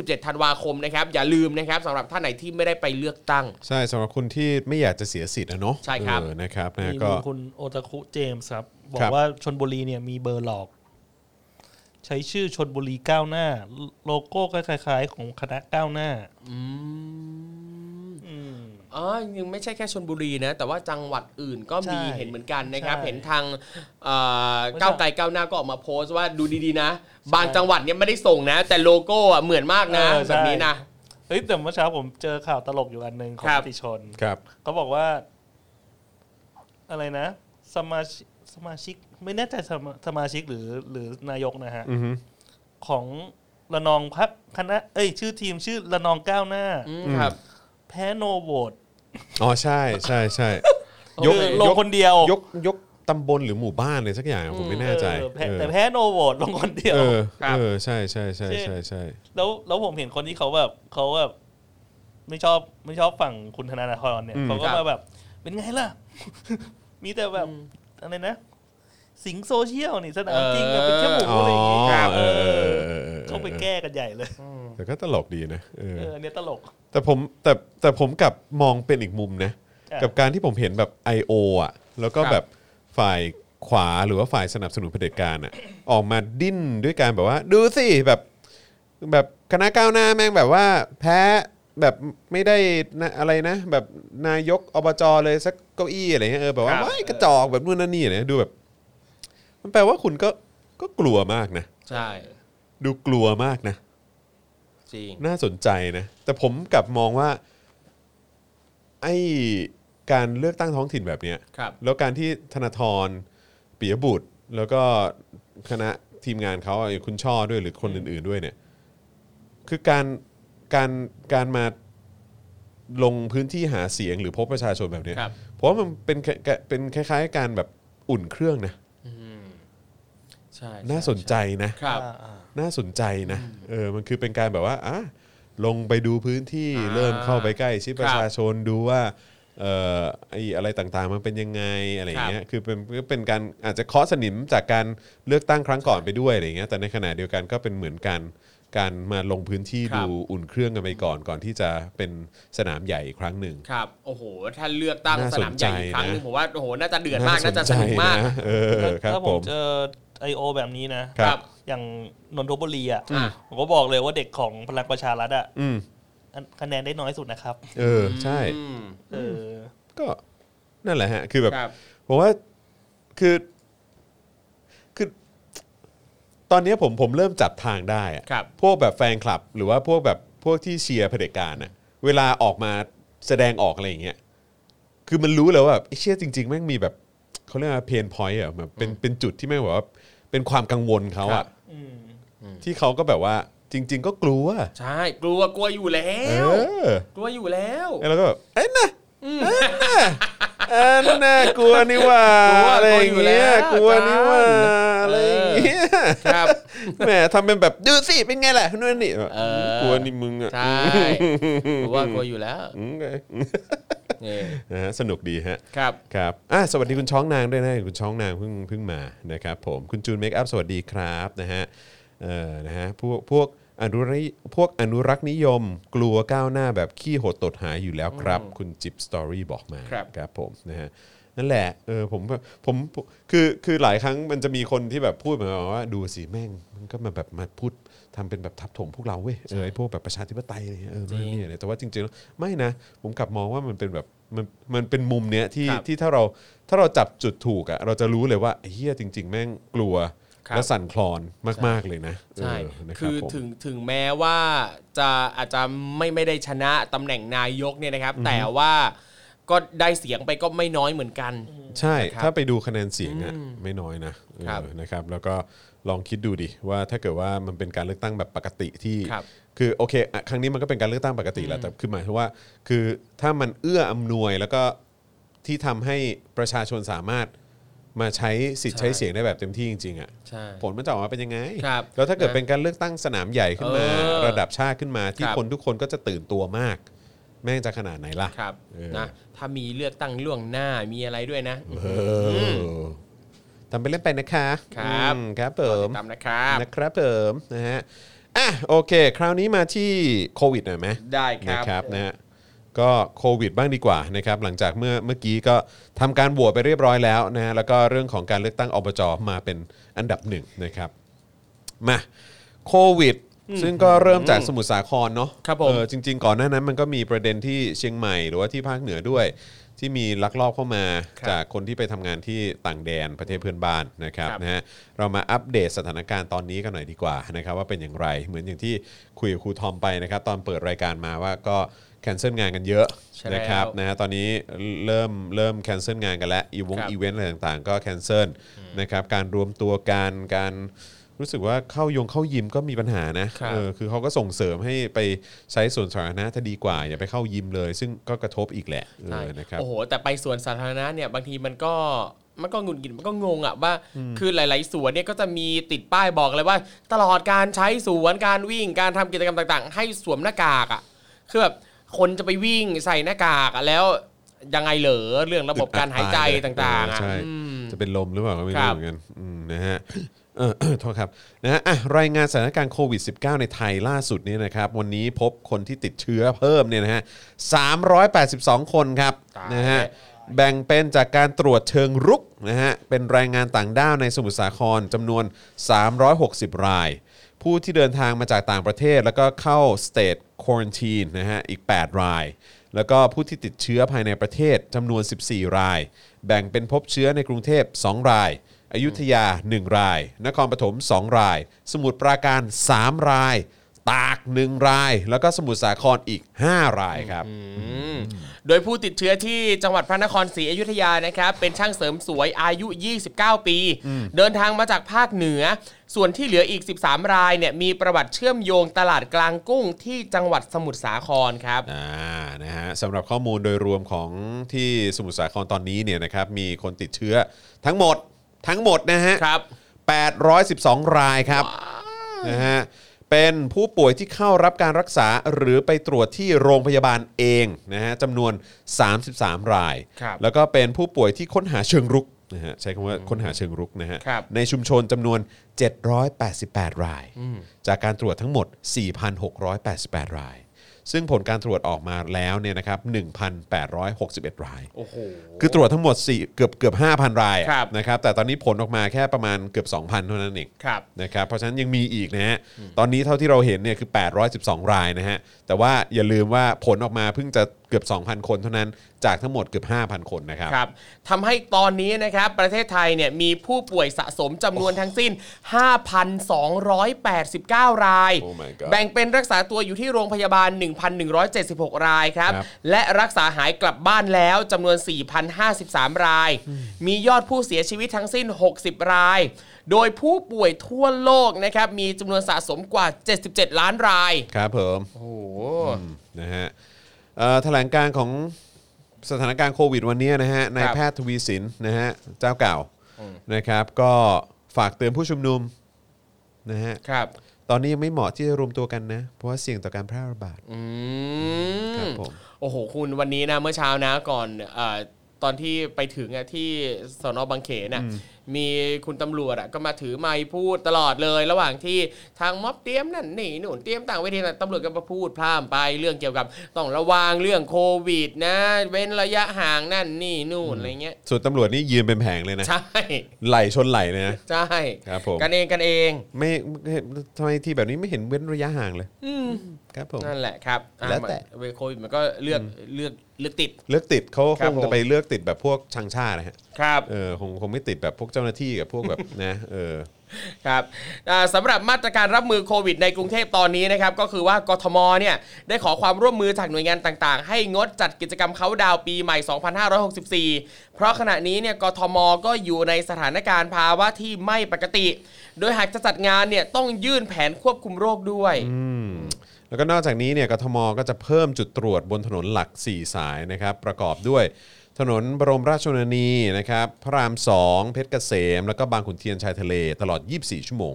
Speaker 3: 27ธันวาคมนะครับอย่าลืมนะครับสำหรับท่านไหนที่ไม่ได้ไปเลือกตั้ง
Speaker 2: ใช่สำหรับคนที่ไม่อยากจะเสียสิทธิ์นะเนาะ
Speaker 3: ใช่ครับ
Speaker 2: เออนะครับ
Speaker 4: มี
Speaker 2: นะ
Speaker 4: คุ
Speaker 2: ก็
Speaker 4: ณคุณโอตาคุเจมส์ครับ บอ
Speaker 2: ครั
Speaker 4: ก
Speaker 2: บ
Speaker 4: ว่าชนบุรีเนี่ยมีเบอร์หลอก ใช้ชื่อชนบุรีก้าวหน้า โลโก้ก็คล้ายๆ ของคณะก้าวหน้า
Speaker 3: อืม
Speaker 4: อืม
Speaker 3: อ๋อยังไม่ใช่แค่ชนบุรีนะ แต่ว่าจังหวัดอื่นก็มี
Speaker 4: ใช่
Speaker 3: เห็นเหมือนกันนะครับ
Speaker 4: ใช่
Speaker 3: เห็นทางเอ่อก้าวไกลก้าวหน้าก็ออกมาโพสต์ว่าดูดีๆนะ บางจังหวัดเนี่ยไม่ได้ส่งนะ แต่โลโก้อะเหมือนมากนะ
Speaker 4: เออ
Speaker 3: แบ
Speaker 4: ใช่
Speaker 3: บนี้นะ
Speaker 4: เอ้ยแต่เมื่อเช้าผมเจอข่าวตลกอยู่อันหนึ่งของ
Speaker 3: ครับ
Speaker 4: มติชน
Speaker 2: ครับ
Speaker 4: เขาบอกว่า อะไรนะ สมาชิกสมาชิก ไม่แน่ใจสมาสมาชิกหรือ หรือนายกนะฮะ
Speaker 2: อือฮึ
Speaker 4: ของระนองพักคณะ เอ้ย ชื่อทีมชื่อระนองก้าวหน้า
Speaker 3: อืมครับ
Speaker 4: แพ้โนโหวต
Speaker 2: อ๋อใช่ใช่ใช่ยก
Speaker 4: คือล
Speaker 2: ย
Speaker 4: ง
Speaker 2: ก
Speaker 4: คนเดียวย
Speaker 2: กยกตำบลหรือหมู่บ้านเลยสักอย่างผมไม่แน่ใจ
Speaker 4: เออแพ้
Speaker 2: เออ
Speaker 4: แต่แพ้โนโหวตลงคนเดียว
Speaker 2: เออ
Speaker 3: ครับ
Speaker 2: เออใช่ใช่ใช่ใช่ใช่
Speaker 4: แล้วแล้วผมเห็นคนที่เขาแบบเขาแบบไม่ชอบไม่ชอบฝั่งคุณธนาธรเนี่ย
Speaker 2: อืม
Speaker 4: เขาก็
Speaker 3: ครั
Speaker 4: มา
Speaker 3: บ
Speaker 4: แบบ เป็นไงล่ะ มีแต่แบบอะไรนะ สิงโซเชียลนี่สนามจริงอะเป็นแค่หมู
Speaker 2: อ๋อ
Speaker 4: อะไรอย่างงี้
Speaker 2: เออเออ
Speaker 4: เออ
Speaker 2: เออเออ
Speaker 4: เขาไปแก้กันใหญ่เลย
Speaker 2: แต่ก็ตลกดีนะเออ
Speaker 4: เออเนี่ยตลก
Speaker 2: แต่ผมแต่แต่ผมกลับมองเป็นอีกมุมนะ
Speaker 4: อ่ะ
Speaker 2: กับการที่ผมเห็นแบบ I.O. อ่ะแล้วก็
Speaker 3: ครับ
Speaker 2: แบบฝ่ายขวาหรือว่าฝ่ายสนับสนุนเผด็จการอ่ะ ออกมาดิ้นด้วยการแบบว่า ดูสิแบบแบบคณะก้าวหน้าแม่งแบบว่าแพ้แบบไม่ได้นะอะไรนะ แบบนายกอบจเลยสักเก้าอี้อะไรเงี้ยเออแบบว่า
Speaker 3: ครับ
Speaker 2: ว้ายกระจอกแบบนู่นนั่นนี่อะไรเนี่ยดูแบบ มันแปลว่าคุณก็ก็กลัวมากนะ
Speaker 3: ใช่
Speaker 2: ดูกลัวมากนะ
Speaker 3: จริง
Speaker 2: น่าสนใจนะ แต่ผมกลับมองว่าไอ้การเลือกตั้งท้องถิ่นแบบเนี้ย
Speaker 3: ครับ
Speaker 2: แล้วการที่ธนาธรปิยบุตร แล้วก็คณะทีมงานเขาอย่างคุณช่อด้วยหรือคนอื่น ๆด้วยเนี่ย คือการการการมาลงพื้นที่หาเสียงหรือพบประชาชนแบบเนี้ย
Speaker 3: ครับ
Speaker 2: เพราะว่ามันเป็นแค่เป็นคล้ายๆ การแบบอุ่นเครื่องนะ
Speaker 3: ใช่
Speaker 2: น่าสนใจนะ
Speaker 3: ครับ
Speaker 4: อ่าอ่า
Speaker 2: น่าสนใจนะ เออ มันคือเป็นการแบบว่าอ่ะลงไปดูพื้นที่
Speaker 3: อ่า
Speaker 2: เริ่มเข้าไปใกล้ชิด
Speaker 3: ครับ
Speaker 2: ประชาชนดูว่า เอ่อ ไอ้อะไรต่างๆ มันเป็นยังไงอะไรอย่างเงี้ย คือเป็นก็เป็นการอาจจะเคาะสนิมจากการเลือกตั้งครั้งก่อนไปด้วยอะไรอย่างเงี้ย แต่ในขณะเดียวกันก็เป็นเหมือนกัน การมาลงพื้นที่
Speaker 3: ครับ
Speaker 2: ดูอุ่นเครื่องกันไปก่อน ก่อนที่จะเป็นสนามใหญ่อีกครั้งหนึ่ง
Speaker 3: ครับโอ้โหถ้าเลือกตั้ง
Speaker 2: น่า
Speaker 3: สนามให
Speaker 2: ส
Speaker 3: ญ่
Speaker 2: นใจ
Speaker 3: อีกครั้งหนึง
Speaker 2: นะ
Speaker 3: ผมว่าโอ้โหน่าจะเดือดมากน่าจะสนุกมาก
Speaker 2: นะเออ ครับ
Speaker 4: ถ้า
Speaker 2: ผ
Speaker 4: ผม
Speaker 2: ม
Speaker 4: เจอไอโอแบบนี้นะ
Speaker 2: ครับ
Speaker 4: อย่างนนทบุรีอ่ะ
Speaker 3: อ่า
Speaker 4: ผมก็บอกเลยว่าเด็กของพลังประชารัฐอ่ะ
Speaker 2: อืม
Speaker 4: อันคะแนนได้น้อยสุดนะครับ
Speaker 2: เออ ใช่
Speaker 3: อืม
Speaker 4: เออ
Speaker 2: ก็นั่นแหละฮะ คือแบบ
Speaker 3: ครับ
Speaker 2: ผมว่าคือคือ ตอนนี้ผมผมเริ่มจับทางได้อะ
Speaker 3: ครับ
Speaker 2: พวกแบบแฟนคลับ หรือว่าพวกแบบพวกที่เชียร์เผด็จการน่ะเวลาออกมาแสดงออกอะไรอย่างเงี้ยคือมันรู้แล้วว่าแบบไอ้เชี่ยจริงๆแม่งมีแบบเขาเรียกว่าเพนพอยต์อะแบบเป็นเป็นจุดที่แม่งแบบว่าเป็นความกังวลเขา
Speaker 3: ครั
Speaker 2: อะ
Speaker 3: บ
Speaker 4: อืม
Speaker 2: ที่เขาก็แบบว่าจริง ๆ ก็กลัว
Speaker 3: ใช่กลัวกลัวอยู่แล้
Speaker 2: เอ
Speaker 3: ว
Speaker 2: อก
Speaker 3: ลัวอยู่แล้ว
Speaker 2: แล้วเราก็แบบเอ้ยนะเอ้ยนะเอ้ยนะกลัวนี่หว่าก
Speaker 3: ลัว
Speaker 2: อะไรอย่างเงี้ย
Speaker 3: ก
Speaker 2: ก
Speaker 3: ลั
Speaker 2: ลั
Speaker 3: ว
Speaker 2: ว
Speaker 3: อยู่
Speaker 2: นี่ห
Speaker 3: แล้ว
Speaker 2: ว่า
Speaker 3: อาจารย์
Speaker 2: อะไรอย่างเงี้ย
Speaker 3: ครับ
Speaker 2: แหมทำเป็นแบบดูสิเป็นไงล่ะนู่นนี่แบบ
Speaker 3: เออก
Speaker 2: ลัวนี่มึงอ่ะ
Speaker 3: ใช่กลัวกลัวอยู่แล้ว
Speaker 2: อืมไง
Speaker 3: นี่
Speaker 2: นะฮะสนุกดีฮะ
Speaker 3: ครับ
Speaker 2: ครับอ่ะสวัสดีคุณช้องนางด้วยนะคุณช้องนางเพิ่งเพิ่งมานะครับผมคุณจูนเมคอัพสวัสดีครับนะฮะเออนะฮะพวกพวกอนุรักษ์พวกอนุรักษ์นิยม กลัวก้าวหน้าแบบขี้โหดตดหายอยู่แล้วครับ คุณจิบสตอรี่บอกมา
Speaker 3: ครับ
Speaker 2: ครับผมนะฮะ นั่นแหละเออผมผมผมคือคือหลายครั้งมันจะมีคนที่แบบพูดเหมือนกับว่า ดูสิแม่งมันก็มาแบบมาพูดทำเป็นแบบทับถมพวกเราเว้ยเออไอพวกแบบประชาธิปไตยอะไรเงี้ยเออ
Speaker 3: จริง
Speaker 2: นี่อะไรแต่ว่าจริงๆแล้วไม่นะ ผมกลับมองว่ามันเป็นแบบมันมันเป็นมุมเนี้ยที่
Speaker 3: ครับ
Speaker 2: ที่ถ้าเราถ้าเราจับจุดถูกอะเราจะรู้เลยว่าไอ้เฮียจริง ๆ แม่งกลัว
Speaker 3: ครับ
Speaker 2: และสั่นคลอนมากๆเลยนะ
Speaker 3: ใช่
Speaker 2: เออนะรับ
Speaker 3: คือ
Speaker 2: ผม
Speaker 3: ถึงถึงแม้ว่าจะอาจจะไม่ไม่ได้ชนะตำแหน่งนายกเนี่ยนะครับ แต่ว่าก็ได้เสียงไปก็ไม่น้อยเหมือนกัน
Speaker 2: ใช่
Speaker 3: นะครับ
Speaker 2: ถ้าไปดูคะแนนเสียงอะไม่น้อยนะเออ
Speaker 3: ครับ
Speaker 2: นะครับ แล้วก็ลองคิดดูดิว่าถ้าเกิดว่ามันเป็นการเลือกตั้งแบบปกติที่
Speaker 3: ครับ
Speaker 2: คือโอเคอะครั้งนี้มันก็เป็นการเลือกตั้งปกติแหละแต่คือหมายถึงว่า คือถ้ามันเอื้ออำนวยแล้วก็ที่ทำให้ประชาชนสามารถมาใช้สิทธิ์
Speaker 3: ใช่
Speaker 2: ใช้เสียงได้แบบเต็มที่จริงๆอะ
Speaker 3: ใช่
Speaker 2: ผลมันจะออกมาเป็นยังไง
Speaker 3: ครับ
Speaker 2: แล้วถ้าเกิด
Speaker 3: นะ
Speaker 2: เป็นการเลือกตั้งสนามใหญ่ขึ้นมา
Speaker 3: เออ
Speaker 2: ระดับชาติขึ้นมา ที่
Speaker 3: ครับ
Speaker 2: คนทุกคนก็จะตื่นตัวมาก แม่งจะขนาดไหนล่ะ
Speaker 3: ครับ
Speaker 2: เออ
Speaker 3: นะถ้ามีเลือกตั้งล่วงหน้ามีอะไรด้วยนะ
Speaker 2: เอออทำไปเล่นไปนะคะ
Speaker 3: ครับ
Speaker 2: อืมครับเปิม
Speaker 3: ตามนะครับ
Speaker 2: นะครับเปิมนะฮะอ่ะโอเค คราวนี้มาที่โควิดหน่อยไหม
Speaker 3: ได้ครับ
Speaker 2: นะครับนะฮะก็โควิดบ้างดีกว่านะครับหลังจากเมื่อเมื่อกี้ก็ทำการโหวตไปเรียบร้อยแล้วนะฮะแล้วก็เรื่องของการเลือกตั้งอบจมาเป็นอันดับหนึ่งนะครับ มาโควิด ซึ่งก็เริ่มจากสมุทรสาครเนาะ
Speaker 3: ครับผม
Speaker 2: เออจริง ๆ ก่อนหน้านั้นมันก็มีประเด็นที่เชียงใหม่หรือว่าที่ภาคเหนือด้วย ที่มีลักลอบเข้ามา
Speaker 3: ครับ
Speaker 2: จากคนที่ไปทำงานที่ต่างแดนประเทศเพื่อนบ้านนะครับ
Speaker 3: ครับ
Speaker 2: นะฮะเรามาอัปเดตสถานการณ์ตอนนี้กันหน่อยดีกว่านะครับว่าเป็นอย่างไรเหมือนอย่างที่คุยกับครูทอมไปนะครับ ตอนเปิดรายการมาว่าก็แคนเซิลงานกันเยอะ
Speaker 3: ใช่
Speaker 2: นะครับ
Speaker 3: แล้ว
Speaker 2: นะฮะตอนนี้เริ่มเริ่มแคนเซิลงานกันแล้วอีวง
Speaker 3: ครับ
Speaker 2: อีเวนต์อะไรต่างๆ ก็แคนเซิลนะครับการรวมตัวกันการ รู้สึกว่าเข้ายงเข้ายิมก็มีปัญหานะครับ เออคือเขาก็ส่งเสริมให้ไปใช้ส่วนสาธารณะจะดีกว่า อย่าไปเข้ายิมเลย ซึ่งก็กระทบอีกแหละเอ
Speaker 3: ใช่
Speaker 2: อนะครับ
Speaker 3: โอ้โห แต่ไปสวนสาธารณะเนี่ยบางทีมันก็มันก็หงุดหงิดมันก็งงอะว่า คือหลาย ๆ สวนเนี่ยก็จะมีติดป้ายบอกเลยว่า ตลอดการใช้สวนการวิ่งการทำกิจกรรมต่าง ๆ ให้สวมหน้ากากอะคือแบบคนจะไปวิ่งใส่หน้ากากอะแล้วยังไงเหรอเรื่องระบบการหายใจต่าง ๆอะ
Speaker 2: ใช่
Speaker 3: อืม
Speaker 2: จะเป็นลมหรือเปล่าก็ไม่
Speaker 3: ค
Speaker 2: รู้
Speaker 3: รับ
Speaker 2: เหมือนกันอืมนะฮ ะเออ โทษครับนะฮะอ่ะรายงานสถานการณ์โควิด -19 ในไทยล่าสุดเนี่ยนะครับ วันนี้พบคนที่ติดเชื้อเพิ่มเนี่ยนะฮะ382 คนครับ
Speaker 3: ตาย
Speaker 2: นะฮะแบ่งเป็นจากการตรวจเชิงรุกนะฮะเป็นแรงงานต่างด้าวในสมุทรสาครจำนวน 360 ราย ผู้ที่เดินทางมาจากต่างประเทศแล้วก็เข้า state quarantine นะฮะอีก 8 ราย แล้วก็ผู้ที่ติดเชื้อภายในประเทศจำนวน 14 ราย แบ่งเป็นพบเชื้อในกรุงเทพ 2 ราย อยุธยา 1 ราย นครปฐม 2 ราย สมุทรปราการ 3 ราย ตาก 1 ราย แล้วก็สมุทรสาครอีก 5 รายครับ
Speaker 3: อืมโดยผู้ติดเชื้อที่จังหวัดพระนครศรีอยุธยานะครับ เป็นช่างเสริมสวยอายุ 29 ปี เดินทางมาจากภาคเหนือ ส่วนที่เหลืออีก 13 รายเนี่ยมีประวัติเชื่อมโยงตลาดกลางกุ้งที่จังหวัดสมุทรสาครครับ
Speaker 2: อ่า นะฮะสำหรับข้อมูลโดยรวมของที่สมุทรสาครตอนนี้เนี่ยนะครับมีคนติดเชื้อทั้งหมดทั้งหมดนะฮะ
Speaker 3: ครับ
Speaker 2: 812 รายครับนะฮะเป็นผู้ป่วยที่เข้ารับการรักษาหรือไปตรวจที่โรงพยาบาลเองนะฮะจำนวน 33 ราย
Speaker 3: ครับ
Speaker 2: แล้วก็เป็นผู้ป่วยที่ค้นหาเชิงรุกนะฮะใช้คำว่าค้นหาเชิงรุกนะฮะ
Speaker 3: ครับ
Speaker 2: ในชุมชนจำนวน 788 ราย จากการตรวจทั้งหมด 4,688 ราย ซึ่งผลการตรวจออกมาแล้วเนี่ยนะครับ1,861 ราย คือตรวจทั้งหมด4เกือบเกือบ5,000 รายอะ
Speaker 3: ครับ
Speaker 2: นะครับ แต่ตอนนี้ผลออกมาแค่ประมาณเกือบ 2,000 เท่านั้นเอง
Speaker 3: ครับ
Speaker 2: นะครับเพราะฉะนั้นยังมีอีกนะฮะตอนนี้เท่าที่เราเห็นเนี่ยคือ 812 รายนะฮะแต่ว่าอย่าลืมว่าผลออกมาเพิ่งจะเกือบ 2,000 คนเท่านั้นจากทั้งหมดเกือบ 5,000 คนนะครับ
Speaker 3: ครับทำให้ตอนนี้นะครับ ประเทศไทยเนี่ยมีผู้ป่วยสะสมจำนวนทั้งสิ้น 5,289 ราย
Speaker 2: Oh my god
Speaker 3: แบ่งเป็นรักษาตัวอยู่ที่โรงพยาบาล 1,176 รายครับ
Speaker 2: ครับ
Speaker 3: และรักษาหายกลับบ้านแล้วจำนวน 4,053 ราย มียอดผู้เสียชีวิตทั้งสิ้น 60 ราย โดยผู้ป่วยทั่วโลกนะครับ มีจำนวนสะสมกว่า 77 ล้านราย
Speaker 2: ครับผม
Speaker 3: โอ้โห
Speaker 2: อืมนะฮะเอ่อแถลงการของสถานการณ์โควิดวันนี้นะฮะนายแพทย์ทวีสินนะฮะเจ้าเก่านะครับก็ฝากเตือนผู้ชุมนุมนะฮะ
Speaker 3: ครับ
Speaker 2: ตอนนี้ยังไม่เหมาะที่จะรวมตัวกันนะ เพราะว่าเสี่ยงต่อการแพร่ระบาด
Speaker 3: อืม
Speaker 2: ครับผม
Speaker 3: โอ้โห คุณวันนี้นะเมื่อเช้านะก่อนเออ ตอนที่ไปถึงอะที่สนบางเขนน่ะมีคุณตำรวจอะก็มาถือไมค์พูดตลอดเลย ระหว่างที่ทางม็อบเตรียมนั่นนี่นู่นเตรียมต่างเวทีน่ะตำรวจก็มาพูดพร่ำไปเรื่องเกี่ยวกับต้องระวังเรื่องโควิด นะ เว้นระยะห่างนั่นนี่นู่นอะไรเงี้ย
Speaker 2: ส่วนตำรวจนี่ยืนเป็นแผงเลยนะ
Speaker 3: ใช่
Speaker 2: ไหลชนไหลเลยนะ
Speaker 3: ใช่
Speaker 2: ครับผม
Speaker 3: กันเองกันเอง
Speaker 2: ไม่ไม่ทำไมทีแบบนี้ไม่เห็นเว้นระยะห่างเลยครับผม
Speaker 3: นั่นแหละครับอ่ะ
Speaker 2: แล้วแต่
Speaker 3: มันโควิดมันก็เลือกเลือกเลือกติด
Speaker 2: เลือกติดเขา
Speaker 3: ค
Speaker 2: ครับ ง
Speaker 3: ผม
Speaker 2: จะไปเลือกติดแบบพวกชังชาตินะฮะ
Speaker 3: ครับ
Speaker 2: เออคงคงไม่ติดแบบพวกเจ้าหน้าที่กับพวกแบบ นะ เออ
Speaker 3: ครับอ่าสำหรับมาตรการรับมือโควิดในกรุงเทพตอนนี้นะครับ ก็คือว่ากทมเนี่ยได้ขอความร่วมมือจากหน่วยงานต่างๆ ให้งดจัดกิจกรรมเขาน์ดาวน์ปีใหม่ 2564 เพราะขณะนี้เนี่ยกทมก็อยู่ในสถานการณ์ภาวะที่ไม่ปกติ โดยหากจะจัดงานเนี่ยต้องยื่นแผนควบคุมโรคด้วย
Speaker 2: อืมแล้วก็นอกจากนี้เนี่ยกทมก็จะเพิ่มจุดตรวจบนถนนหลัก 4 สายนะครับประกอบด้วยถนนบรมราชชนนีนะครับพระราม 2 เพชรเกษม แล้วก็บางขุนเทียนชายทะเลตลอด 24 ชั่วโมง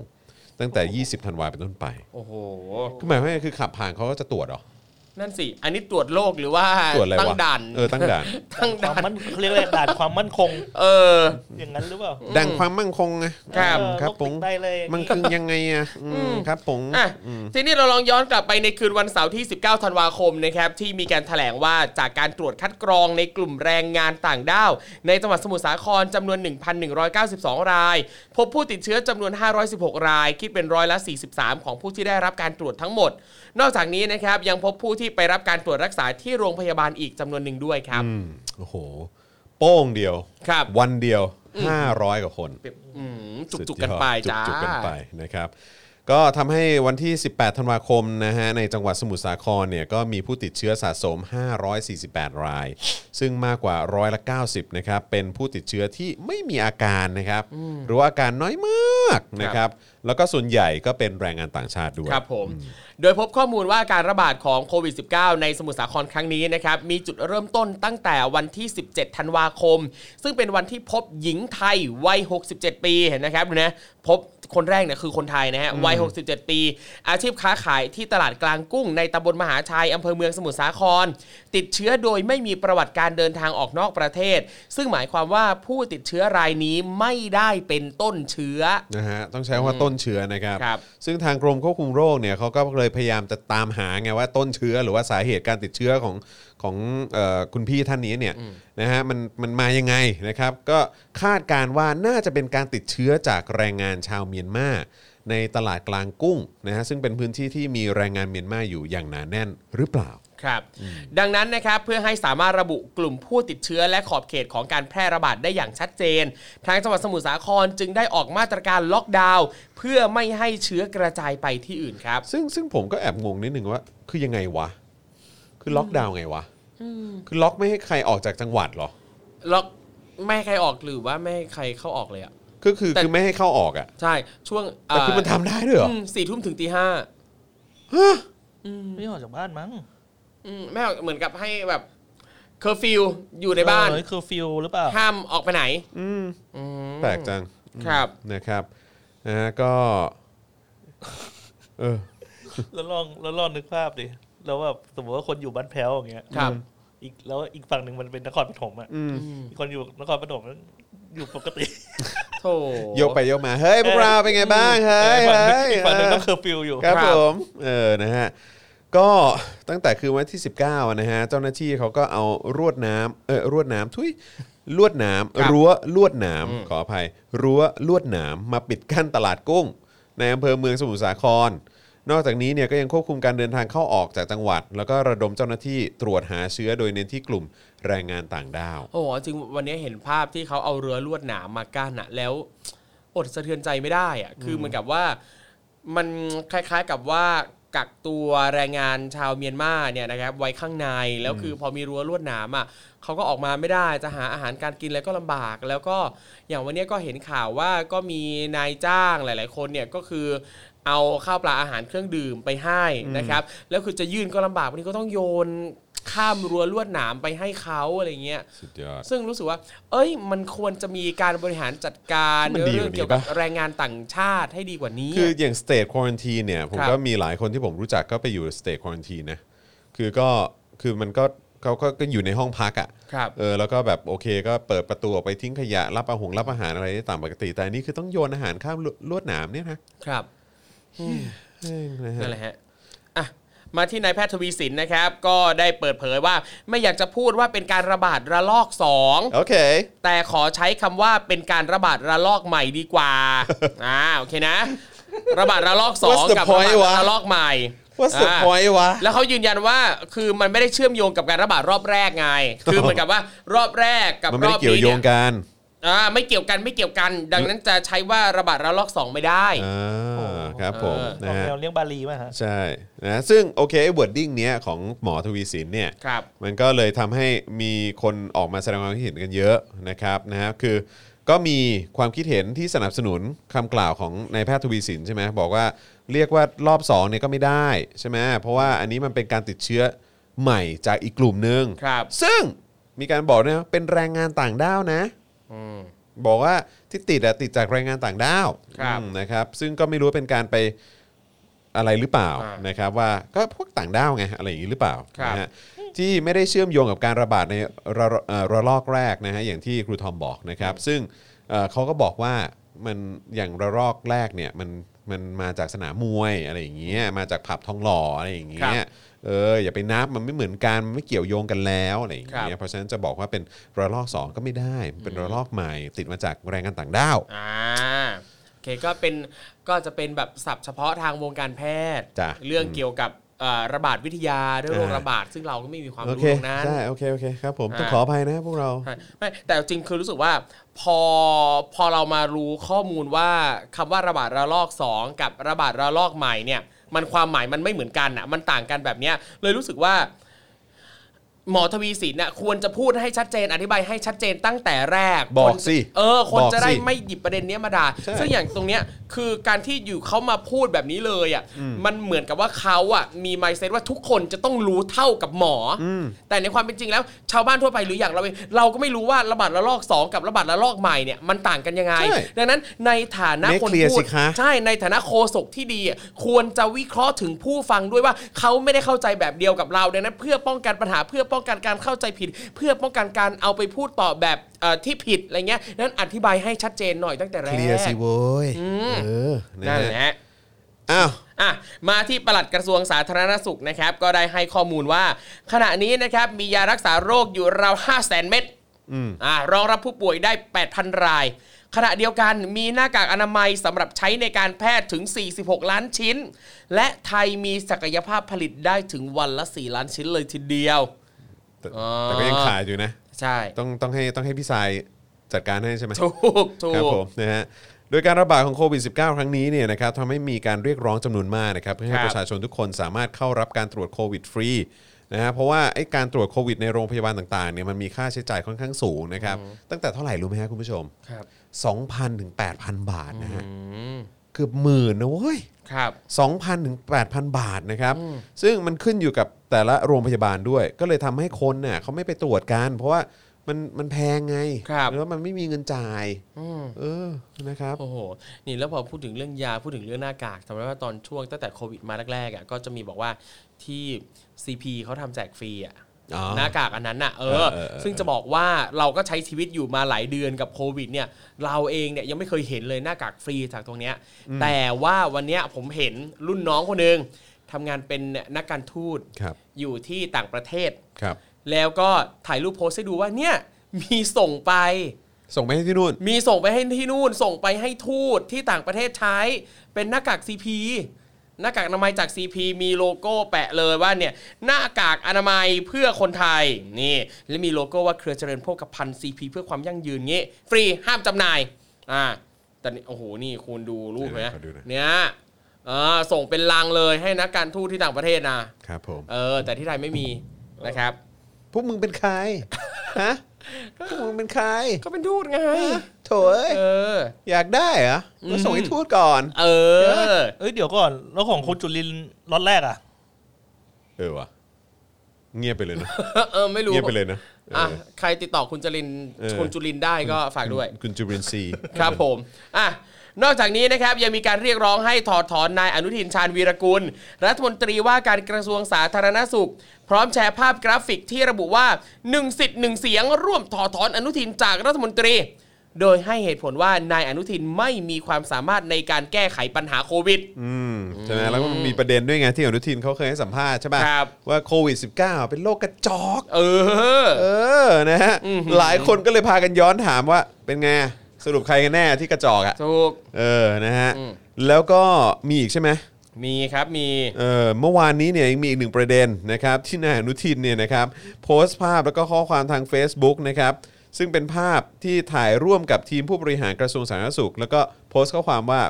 Speaker 2: ตั้งแต่ 20ธันวาเป็นต้นไป
Speaker 3: โอ้โห
Speaker 2: คือหมายความว่าคือขับผ่านเขาก็จะตรวจเหรอ
Speaker 3: นั่นสิ อันนี้ตรวจโรคหรือว่า
Speaker 2: ตรวจอะไร
Speaker 3: ตั้ง
Speaker 2: วะ
Speaker 3: ด่าน
Speaker 2: เออตั้งด่าน
Speaker 3: ตั้ง
Speaker 4: ความ
Speaker 3: ด่าน
Speaker 4: มั่นเขาเรียกอะไรด่านความมั่นคง
Speaker 3: เออ
Speaker 4: อย่างนั้นหรือเปล่า
Speaker 2: ดังความมั่งคงไง
Speaker 3: ครับ
Speaker 2: อืมครับ
Speaker 4: เออ
Speaker 2: ผม
Speaker 4: ลบติดได้เลยอย่างนี้
Speaker 2: มันคือยังไงอ่ะอืมครับผม
Speaker 3: อ่ะทีนี้เราลองย้อนกลับไปในคืนวันเสาร์ที่ 19 ธันวาคมนะครับที่มีการแถลงว่าจากการตรวจคัดกรองในกลุ่มแรงงานต่างด้าว ในจังหวัดสมุทรสาครจำนวน 1,192 ราย พบผู้ติดเชื้อจำนวน 516 ราย คิดเป็นร้อยละ 43 ของผู้ที่ได้รับการตรวจทั้งหมด นอกจากนี้นะครับยังพบผู้ที่ไปรับการตรวจรักษาที่โรงพยาบาลอีกจำนวนหนึ่งด้วยครับ
Speaker 2: อืมโอ้โห โป้งเดียว
Speaker 3: ครับ
Speaker 2: วันเดียว 500กว่าคน
Speaker 3: อืมจุกๆกันไป
Speaker 2: สุดยอด
Speaker 3: จ้า
Speaker 2: จุกๆกันไปนะครับ ก็ทำให้วันที่ 18 ธันวาคมนะฮะในจังหวัดสมุทรสาครเนี่ยก็มีผู้ติดเชื้อสะสม 548 ราย ซึ่งมากกว่าร้อยละ 90 นะครับ เป็นผู้ติดเชื้อที่ไม่มีอาการนะครับ หรือว่าอาการน้อยมากนะครับ แล้วก็ส่วนใหญ่ก็เป็นแรงงานต่างชาติด้วย
Speaker 3: ครับผม โดยพบข้อมูลว่าการระบาดของโควิด -19 ในสมุทรสาครครั้งนี้นะครับ มีจุดเริ่มต้นตั้งแต่วันที่ 17 ธันวาคม ซึ่งเป็นวันที่พบหญิงไทยวัย 67 ปีเห็นนะครับดูนะพบคนแรกเนี่ยคือคนไทยนะฮะวัย 67 ปี อาชีพค้าขายที่ตลาดกลางกุ้งในตำบลมหาชัยอำเภอเมืองสมุทรสาคร ติดเชื้อโดยไม่มีประวัติการเดินทางออกนอกประเทศ ซึ่งหมายความว่าผู้ติดเชื้อรายนี้ไม่ได้เป็นต้นเชื้อ
Speaker 2: นะฮะต้องใช้คำว่าต้นเชื้อนะครับ
Speaker 3: ครับ
Speaker 2: ซึ่งทางกรมควบคุมโรคเนี่ยเขาก็เลยพยายามจะตามหาไงว่าต้นเชื้อหรือว่าสาเหตุการติดเชื้อของของเอ่อคุณพี่ท่านนี้เนี่ยนะฮะมันมันมายังไงนะครับก็คาดการณ์ว่าน่าจะเป็นการติดเชื้อจากแรงงานชาวเมียนมาในตลาดกลางกุ้งนะฮะซึ่งเป็นพื้นที่ที่มีแรงงานเมียนมาอยู่อย่างหนาแน่นหรือเปล่า
Speaker 3: ครับดังนั้นนะครับเพื่อให้สามารถระบุกลุ่มผู้ติดเชื้อและขอบเขตของการแพร่ระบาดได้อย่างชัดเจน ทางจังหวัดสมุทรสาครจึงได้ออกมาตรการล็อกดาวน์เพื่อไม่ให้เชื้อกระจายไปที่อื่นครับ
Speaker 2: ซึ่งซึ่งผมก็แอบงงนิดนึงว่าคือยังไงวะ คือล็อกดาวน์ไงวะคือล็อกไม่ให้ใครออกจากจังหวัดเหรอ
Speaker 3: ล็อกไม่ให้ใครออกหรือว่าไม่ให้ใครเข้าออกเลยอ่ะ
Speaker 2: ก็คือ
Speaker 3: แต่
Speaker 2: คือไม่ให้เข้าออกอ่ะ
Speaker 3: ใช่ช่วง
Speaker 2: แต่คือมันทำได้ด้วยเหรอ
Speaker 3: สี่ทุ่มถึงตีห้า
Speaker 4: ไม่ออกจากบ้านมั้ง
Speaker 3: อืมไม่ออกเหมือนกับให้แบบเคอร์ฟิวอยู่ในบ้าน
Speaker 4: เออคือฟิลหรือเปล่า
Speaker 3: ห้ามออกไปไหนอืม
Speaker 2: แปลกจัง
Speaker 3: ครับ
Speaker 2: นะครับนะฮะก็ เออ
Speaker 4: แล้วลองแล้วลองนึกภาพดิ แล้วแบบสมมติว่าคนอยู่บ้านแพ้วอย่างเงี้ย
Speaker 3: ครับ
Speaker 4: อีกแล้วอีกฝั่งหนึ่งมันเป็นนครปฐมอ่ะอีกคนอยู่นครปฐมอยู่ปกติ
Speaker 3: โธ่
Speaker 2: โยกไปโยกมา เฮ้ย พวกเราเป็นไง บ้าง เฮ้ย
Speaker 4: อีกฝั่งห
Speaker 2: เฮ้ย
Speaker 4: นึ่งอีกฝั่งหนึ่งก็
Speaker 2: เออ
Speaker 4: เคอร์ฟิวอยู่
Speaker 2: ครับ
Speaker 3: ครับ
Speaker 2: ผม เออ นะฮะ ก็ตั้งแต่คืนวันที่ 19นะฮะ เจ้าหน้าที่เขาก็เอารวดน้ำเออรวดน้ำทุยลวดหน้
Speaker 3: ครั
Speaker 2: ำ
Speaker 3: บ
Speaker 2: รั้วลวดหน้ำขออภัย รั้วลวดหน้ำมาปิดกั้นตลาดกุ้ง ในอำเภอเมืองสมุทรสาคร นอกจากนี้เนี่ยก็ยังควบคุมการเดินทางเข้าออกจากจังหวัด แล้วก็ระดมเจ้าหน้าที่ตรวจหาเชื้อโดยเน้นที่กลุ่มแรงงานต่างด้าว
Speaker 3: โอ้โหจริงวันนี้เห็นภาพที่เขาเอาเรือลวดหนามมากั้นอะแล้ว อดสะเทือนใจไม่ได้อะคือเหมือนกับว่ามันคล้ายๆกับว่ากักตัวแรงงานชาวเมียนมาเนี่ยนะครับไว้ข้างในแล้วคือพอมีรั้วลวดหนามอ่ะเขาก็ออกมาไม่ได้จะหาอาหารการกินแล้วก็ลำบาก แล้วก็อย่างวันเนี้ยก็เห็นข่าวว่าก็มีนายจ้างหลาย ๆ คนเนี่ยก็คือเอาข้าวปลาอาหารเครื่องดื่มไปให้นะครับ แล้วคือจะยื่นก็ลำบากวันนี้ก็ต้องโยนข้ามรั้วลวดหนามไปให้เขาอะไรเงี้ย
Speaker 2: สุดยอด
Speaker 3: ซึ่งรู้สึกว่า เอ้ย มันควรจะมีการบริหารจัดการ
Speaker 2: มันดี
Speaker 3: เรื่
Speaker 2: กว่านี้
Speaker 3: เกี่ยวกับ
Speaker 2: ปะ
Speaker 3: แรงงานต่างชาติให้ดีกว่านี้
Speaker 2: คืออย่าง state quarantine เนี่ยผม
Speaker 3: ครับ
Speaker 2: ก็มีหลายคนที่ผมรู้จักก็ไปอยู่ state quarantine นะคือก็คือมันก็ เขาก็ก็อยู่ในห้องพักอ่ะ
Speaker 3: ครับ
Speaker 2: เออแล้วก็แบบโอเคก็เปิดประตูออกไปทิ้งขยะรับอาหงรับอาหารอะไรได้ตามปกติ แต่อันนี่คือต้องโยนอาหารข้ามลวลวดหนามเนี่ยนะครับ เออนะฮะ
Speaker 3: นั่นแหละฮะอ่ะมาที่นายแพทย์ทวีสินนะครับ ก็ได้เปิดเผยว่าไม่อยากจะพูดว่าเป็นการระบาดระลอก 2
Speaker 2: โอเค
Speaker 3: แต่ขอใช้คำว่าเป็นการระบาดระลอกใหม่ดีกว่า อ่าโอเคนะ ระบาดระลอก
Speaker 2: What's the
Speaker 3: 2 กับระบา
Speaker 2: point วะ
Speaker 3: ดระลอกใหม่
Speaker 2: What's the
Speaker 3: อ่า
Speaker 2: point วะ
Speaker 3: แล้วเขายืนยันว่าคือมันไม่ได้เชื่อมโยงกับการระบาดรอบแรกไง คือเหมือนกับว่ารอบแรกกับ
Speaker 2: มันไม่
Speaker 3: รอ
Speaker 2: ได้
Speaker 3: บ
Speaker 2: เกี่ยว
Speaker 3: นี้
Speaker 2: โย
Speaker 3: เนี่
Speaker 2: ง
Speaker 3: ย
Speaker 2: กัน
Speaker 3: อ่าไม่เกี่ยวกันไม่เกี่ยวกัน ดังนั้นจะใช้ว่าระบาดระลอก 2 ไม่ได้
Speaker 2: อ่าครับผม
Speaker 3: เออ
Speaker 4: ออ
Speaker 2: นะ
Speaker 4: ก
Speaker 2: ฮะ
Speaker 4: แนวเรียกบาลีมาฮะ
Speaker 2: ใช่นะซึ่งโอเควิร์ดดิ้งเนี้ยของหมอทวีสินเนี่ย
Speaker 3: ครับ
Speaker 2: มันก็เลยทำให้มีคนออกมาแสดงความคิดเห็นกันเยอะนะครับนะฮะคือก็มีความคิดเห็นที่สนับสนุนคำกล่าวของนายแพทย์ทวีสินใช่ไหมบอกว่าเรียกว่ารอบ2เนี่ยก็ไม่ได้ใช่ไหมเพราะว่าอันนี้มันเป็นการติดเชื้อใหม่จากอีกกลุ่มหนึ่ง
Speaker 3: ครับ
Speaker 2: ซึ่งมีการบอกนะเป็นแรงงานต่างด้าวนะ
Speaker 3: อืม
Speaker 2: บอกว่าที่ติดอะติดจากแรงงานต่างด้าว
Speaker 3: ครับ
Speaker 2: อืมนะครับ ซึ่งก็ไม่รู้ว่าเป็นการไปอะไรหรือเปล่า
Speaker 3: อ่าน
Speaker 2: นะครับว่าก็พวกต่างด้าวไงอะไรอย่างนี้หรือเปล่า
Speaker 3: ครับ
Speaker 2: นะฮะที่ไม่ได้เชื่อมโยงกับการระบาดในระเอ่อระลอกแรกนะฮะอย่างที่ครูทอมบอกนะครับ ซึ่งเอ่อเขาก็บอกว่ามันอย่างระลอกแรกเนี่ยมันมันมาจากสนามมวยอะไรอย่างเงี้ยมาจากผับทองหล่ออะไรอย่างเงี้ยเอออย่าไปนับมันไม่เหมือนกันมันไม่เกี่ยวโยงกันแล้วอะไรอย่าง
Speaker 3: ครั
Speaker 2: เงี้ย
Speaker 3: บ
Speaker 2: เพราะฉะนั้นจะบอกว่าเป็นระลอกสองก็ไม่ได้มันเป็นระลอกใหม่ ติดมาจากแรงงานต่างด้าว
Speaker 3: อ่าโอเคก็เป็นก็จะเป็นแบบศัพท์เฉพาะทางวงการแพทย์
Speaker 2: จ้ะ
Speaker 3: เรื่องเกี่ยวกับเอ่อระบาดวิทยาเรื่องโรค
Speaker 2: อ่า
Speaker 3: ระบาด ซึ่งเราก็ไม่มีความ
Speaker 2: โอ
Speaker 3: รู้
Speaker 2: เค
Speaker 3: ตรงนั้น
Speaker 2: ใช่โอเคโอเคครับผมต้อง
Speaker 3: อ่า
Speaker 2: ขออภัยนะครับพวกเรา
Speaker 3: ใช่ไม่แต่จริงคือรู้สึกว่าพอพอเรามารู้ข้อมูลว่าคำว่าระบาดระลอก 2 กับระบาดระลอกใหม่เนี่ย มันความหมายมันไม่เหมือนกันอ่ะมันต่างกันแบบเนี้ยเลยรู้สึกว่า หมอทวีสินน่ะควรจะพูดให้ชัดเจนอธิบายให้ชัดเจนตั้งแต่แรก
Speaker 2: บอก
Speaker 3: คนจะ
Speaker 2: สิ
Speaker 3: เออ คน
Speaker 2: บอก
Speaker 3: จะได้
Speaker 2: สิ
Speaker 3: ไม่หยิบประเด็นเนี้ยมาด่า
Speaker 2: ใช่
Speaker 3: ซึ่งอย่างตรงเนี้ยคือการที่อยู่เขามาพูดแบบนี้เลยอ่ะมันเหมือนกับว่าเขาอ่ะมีไมเซ็ตว่าทุกคนจะต้องรู้เท่ากับหมออ แต่ในความเป็นจริงแล้วชาวบ้านทั่วไปหรืออย่างเราเองเราก็ไม่รู้ว่าระบาดระลอก 2 กับระบาดระลอกใหม่เนี่ยมันต่างกันยังไง
Speaker 2: ใช่
Speaker 3: ดังนั้นในฐานะ
Speaker 2: ไม่
Speaker 3: คน
Speaker 2: เคลียร์
Speaker 3: พู
Speaker 2: สิ
Speaker 3: ด
Speaker 2: คะ
Speaker 3: ใช่ในฐานะโคศกที่ดีอ่ะควรจะวิเคราะห์ถึงผู้ฟังด้วยว่าเขาไม่ได้เข้าใจแบบเดียวกับเราดังนั้น เพื่อป้องกันปัญหาเพื่อป้องกันการเข้าใจผิด เพื่อป้องกันการเอาไปพูดต่อแบบเอ่อที่ผิดอะไรเงี้ยดังนั้นอธิบายให้ชัดเจนหน่อยตั้งแต่แรก
Speaker 2: เคลียร์สิโว้ยเออนะ
Speaker 3: นั่น
Speaker 2: ฮะ
Speaker 3: แหละ
Speaker 2: อ้าว
Speaker 3: อ่ะมาที่ปลัดกระทรวงสาธารณสุขนะครับ ก็ได้ให้ข้อมูลว่า ขณะนี้นะครับมียารักษาโรคอยู่ราว 5 0 0 0 0 0 เม็ดอ่ารองรับผู้ป่วยได้ 8,000 ราย ขณะเดียวกันมีหน้ากากอนามัยสำหรับใช้ในการแพทย์ถึง 46 ล้านชิ้น และไทยมีศักยภาพผลิตได้ถึงวันละ 4 ล้านชิ้นเลยทีเดียว
Speaker 2: แต่
Speaker 3: อ๋อ
Speaker 2: แต่ก็ยังขาดอยู่นะ
Speaker 3: ใช่
Speaker 2: ต้องต้องให้ต้องให้พี่สายจัดการให้ใช่ไหม
Speaker 3: ถูกถู
Speaker 2: ครับ
Speaker 3: ก
Speaker 2: ผมนะฮะโดยการระบาดของโควิด -19 ครั้งนี้เนี่ยนะครับทำให้มีการเรียกร้องจำนวนมากนะครับเพื่อให้
Speaker 3: ครับ
Speaker 2: ประชาชนทุกคนสามารถเข้ารับการตรวจโควิดฟรีนะฮะเพราะว่าไอ้การตรวจโควิดในโรงพยาบาลต่างๆเนี่ยมันมีค่าใช้จ่ายค่อนข้างสูงนะครับตั้งแต่เท่าไหร่รู้ไหมฮะคุณผู้ชม
Speaker 3: ครับ
Speaker 2: 2,000 ถึง 8,000 บาทนะฮะ
Speaker 3: อืม
Speaker 2: เกือบหมื่นนะเว้ย
Speaker 3: ครับ
Speaker 2: 2,000 ถึง 8,000 บาทนะครับ ซึ่งมันขึ้นอยู่กับแต่ละโรงพยาบาลด้วย ก็เลยทำให้คนน่ะเขาไม่ไปตรวจกัน เพราะว่ามันมันแพงไง
Speaker 3: ครับ
Speaker 2: แล้วมันไม่มีเงินจ่ายเออนะครับ
Speaker 3: โอ้โห นี่แล้วพอพูดถึงเรื่องยาพูดถึงเรื่องหน้ากากจำได้ว่าตอนช่วงตั้งแต่โควิดมาแรกๆอ่ะก็จะมีบอกว่าที่ CP เขาทำแจกฟรีอ่ะ
Speaker 2: อ๋อ
Speaker 3: หน้ากากอันนั้นอ่ะเอ
Speaker 2: เออ
Speaker 3: อ
Speaker 2: เออเออ
Speaker 3: ซึ่งจะบอกว่าเราก็ใช้ชีวิตอยู่มาหลายเดือนกับโควิดเนี่ย เราเองเนี่ยยังไม่เคยเห็นเลยหน้ากากฟรีจากตรงเนี้ยแต่ว่าวันเนี้ยผมเห็นรุ่นน้องคนหนึ่งทำงานเป็นนักการทูต
Speaker 2: ครับ
Speaker 3: อยู่ที่ต่างประเทศ
Speaker 2: ครับ
Speaker 3: แล้วก็ถ่ายรูปโพสต์ให้ดูว่าเนี่ยมีส่งไป
Speaker 2: ส่งไปให้ที่นู่น
Speaker 3: มีส่งไปให้ที่นู่น ส่งไปให้ทูตที่ต่างประเทศใช้ เป็นหน้ากาก CP หน้ากากอนามัยจาก CP มีโลโก้แปะเลยว่าเนี่ยหน้ากากอนามัยเพื่อคนไทยนี่และมีโลโก้ว่าเครือเจริญโภคภัณฑ์ CP เพื่อความยั่งยืนงี้ ฟรีห้ามจำหน่ายอ่าแต่นี่โอ้โหนี่คุณดูรูป
Speaker 2: เดี๋ยว
Speaker 3: นะ
Speaker 2: นะขอดูหน่อย
Speaker 3: เนี่ยเออส่งเป็นลังเลยให้นักการทูตที่ต่างประเทศนะครับ
Speaker 2: ผม
Speaker 3: เออ แต่ที่ไทยไม่มีนะครับ
Speaker 2: พวกมึงเป็นใคร ฮะ พวกมึงเป็นใคร
Speaker 3: ก็เป็นทูตไง
Speaker 2: โถ่เอ้ย
Speaker 3: เออ
Speaker 2: อยากได้เหรอ
Speaker 3: อืม
Speaker 2: ก็ส่งให้ทูตก่อน
Speaker 3: เออ
Speaker 4: เอ้ยเดี๋ยวก่อน แล้วของคุณจุลินทร์ล็อตแรกอ่ะ
Speaker 2: เออวะเงียบไปเลยนะ
Speaker 3: เออไม่รู้
Speaker 2: เงียบไปเลยนะเอออ
Speaker 3: อ่ะใครติดต่อคุณจริน
Speaker 2: เออ
Speaker 3: คุณจุรินได้ก็ฝากด้วย
Speaker 2: คุณจุรินทร์ซี
Speaker 3: ครับผมอ่ะ นอกจากนี้นะครับยังมีการเรียกร้องให้ถอดถอนนายอนุทินชาญวีรกุล รัฐมนตรีว่าการกระทรวงสาธารณสุข พร้อมแชร์ภาพกราฟิกที่ระบุว่า 1 สิทธิ์ 1 เสียง ร่วมถอดถอนอนุทินจากรัฐมนตรี โดยให้เหตุผลว่านายอนุทินไม่มีความสามารถในการแก้ไขปัญหาโควิด
Speaker 2: อืมใช่ไหมแล้วก็มันมีประเด็นด้วยไงที่อนุทินเขาเคยให้สัมภาษณ์ใช่ป่ะ
Speaker 3: ครับ
Speaker 2: ว่าโควิด -19 เป็นโรคกระจอก
Speaker 3: เออ
Speaker 2: เออนะฮะ
Speaker 3: อืม
Speaker 2: หลายคนก็เลยพากันย้อนถามว่าเป็นไงอะสรุปใครกันแน่ที่กระจอกอ่ะ
Speaker 3: ถูก
Speaker 2: เออนะฮะ
Speaker 3: อืม
Speaker 2: แล้วก็มีอีกใช่ไหม
Speaker 3: มีครับมี
Speaker 2: เออเมื่อวานนี้เนี่ยยังมีอีกหนึ่งประเด็นนะครับที่นายอนุทินเนี่ยนะครับโพสต์ภาพแล้วก็ข้อความทาง Facebook นะครับซึ่งเป็นภาพที่ถ่ายร่วมกับทีมผู้บริหารกระทรวงสาธารณสุข แล้วก็โพสต์ข้อความว่า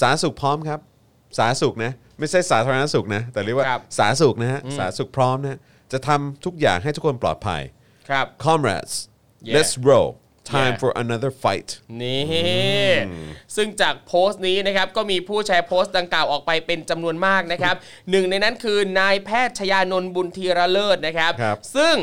Speaker 2: สาธารณสุขพร้อมครับ สาธารณสุขนะไม่ใช่สาธารณสุขนะแต่เรียกว่า
Speaker 3: ครับ
Speaker 2: สาธารณสุขนะฮะสาธารณสุขพร้อมนะจะทำทุกอย่างให้ทุกคนปลอดภัย
Speaker 3: ครับ
Speaker 2: comrades
Speaker 3: Yeah.
Speaker 2: let's roll time
Speaker 3: Yeah.
Speaker 2: for another fight
Speaker 3: นี่ซึ่งจากโพสต์นี้นะครับก็มีผู้แชร์โพสต์ดังกล่าวออกไปเป็นจำนวนมากนะครับ หนึ่งในนั้นคือนายแพทย์ชยานนท์บุญธีระเลิศนะครับ
Speaker 2: ครับ
Speaker 3: ซึ่ง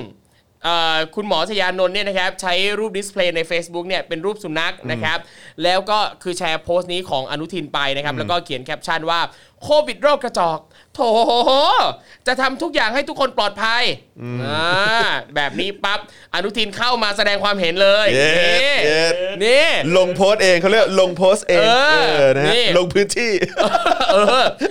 Speaker 3: เอ่อคุณหมอชยานนท์เนี่ยนะครับใช้รูปดิสเพลย์ใน Facebook เนี่ยเป็นรูปสุนัขนะครับ แล้วก็คือแชร์โพสต์นี้ของอนุทินไปนะครับ แล้วก็เขียนแคปชั่นว่าโควิดโรคกระจอก โถจะทำทุกอย่างให้ทุกคนปลอดภัยอ่าแบบนี้ปั๊บอนุทินเข้ามาแสดงความเห็นเลย
Speaker 2: เย็ด
Speaker 3: นี่
Speaker 2: เย็ด
Speaker 3: นี่
Speaker 2: ลงโพสต์เองเขาเรียกลงโพสต์เอง
Speaker 3: เออ
Speaker 2: เออนะฮะ
Speaker 3: นี่
Speaker 2: ลงพื้นที่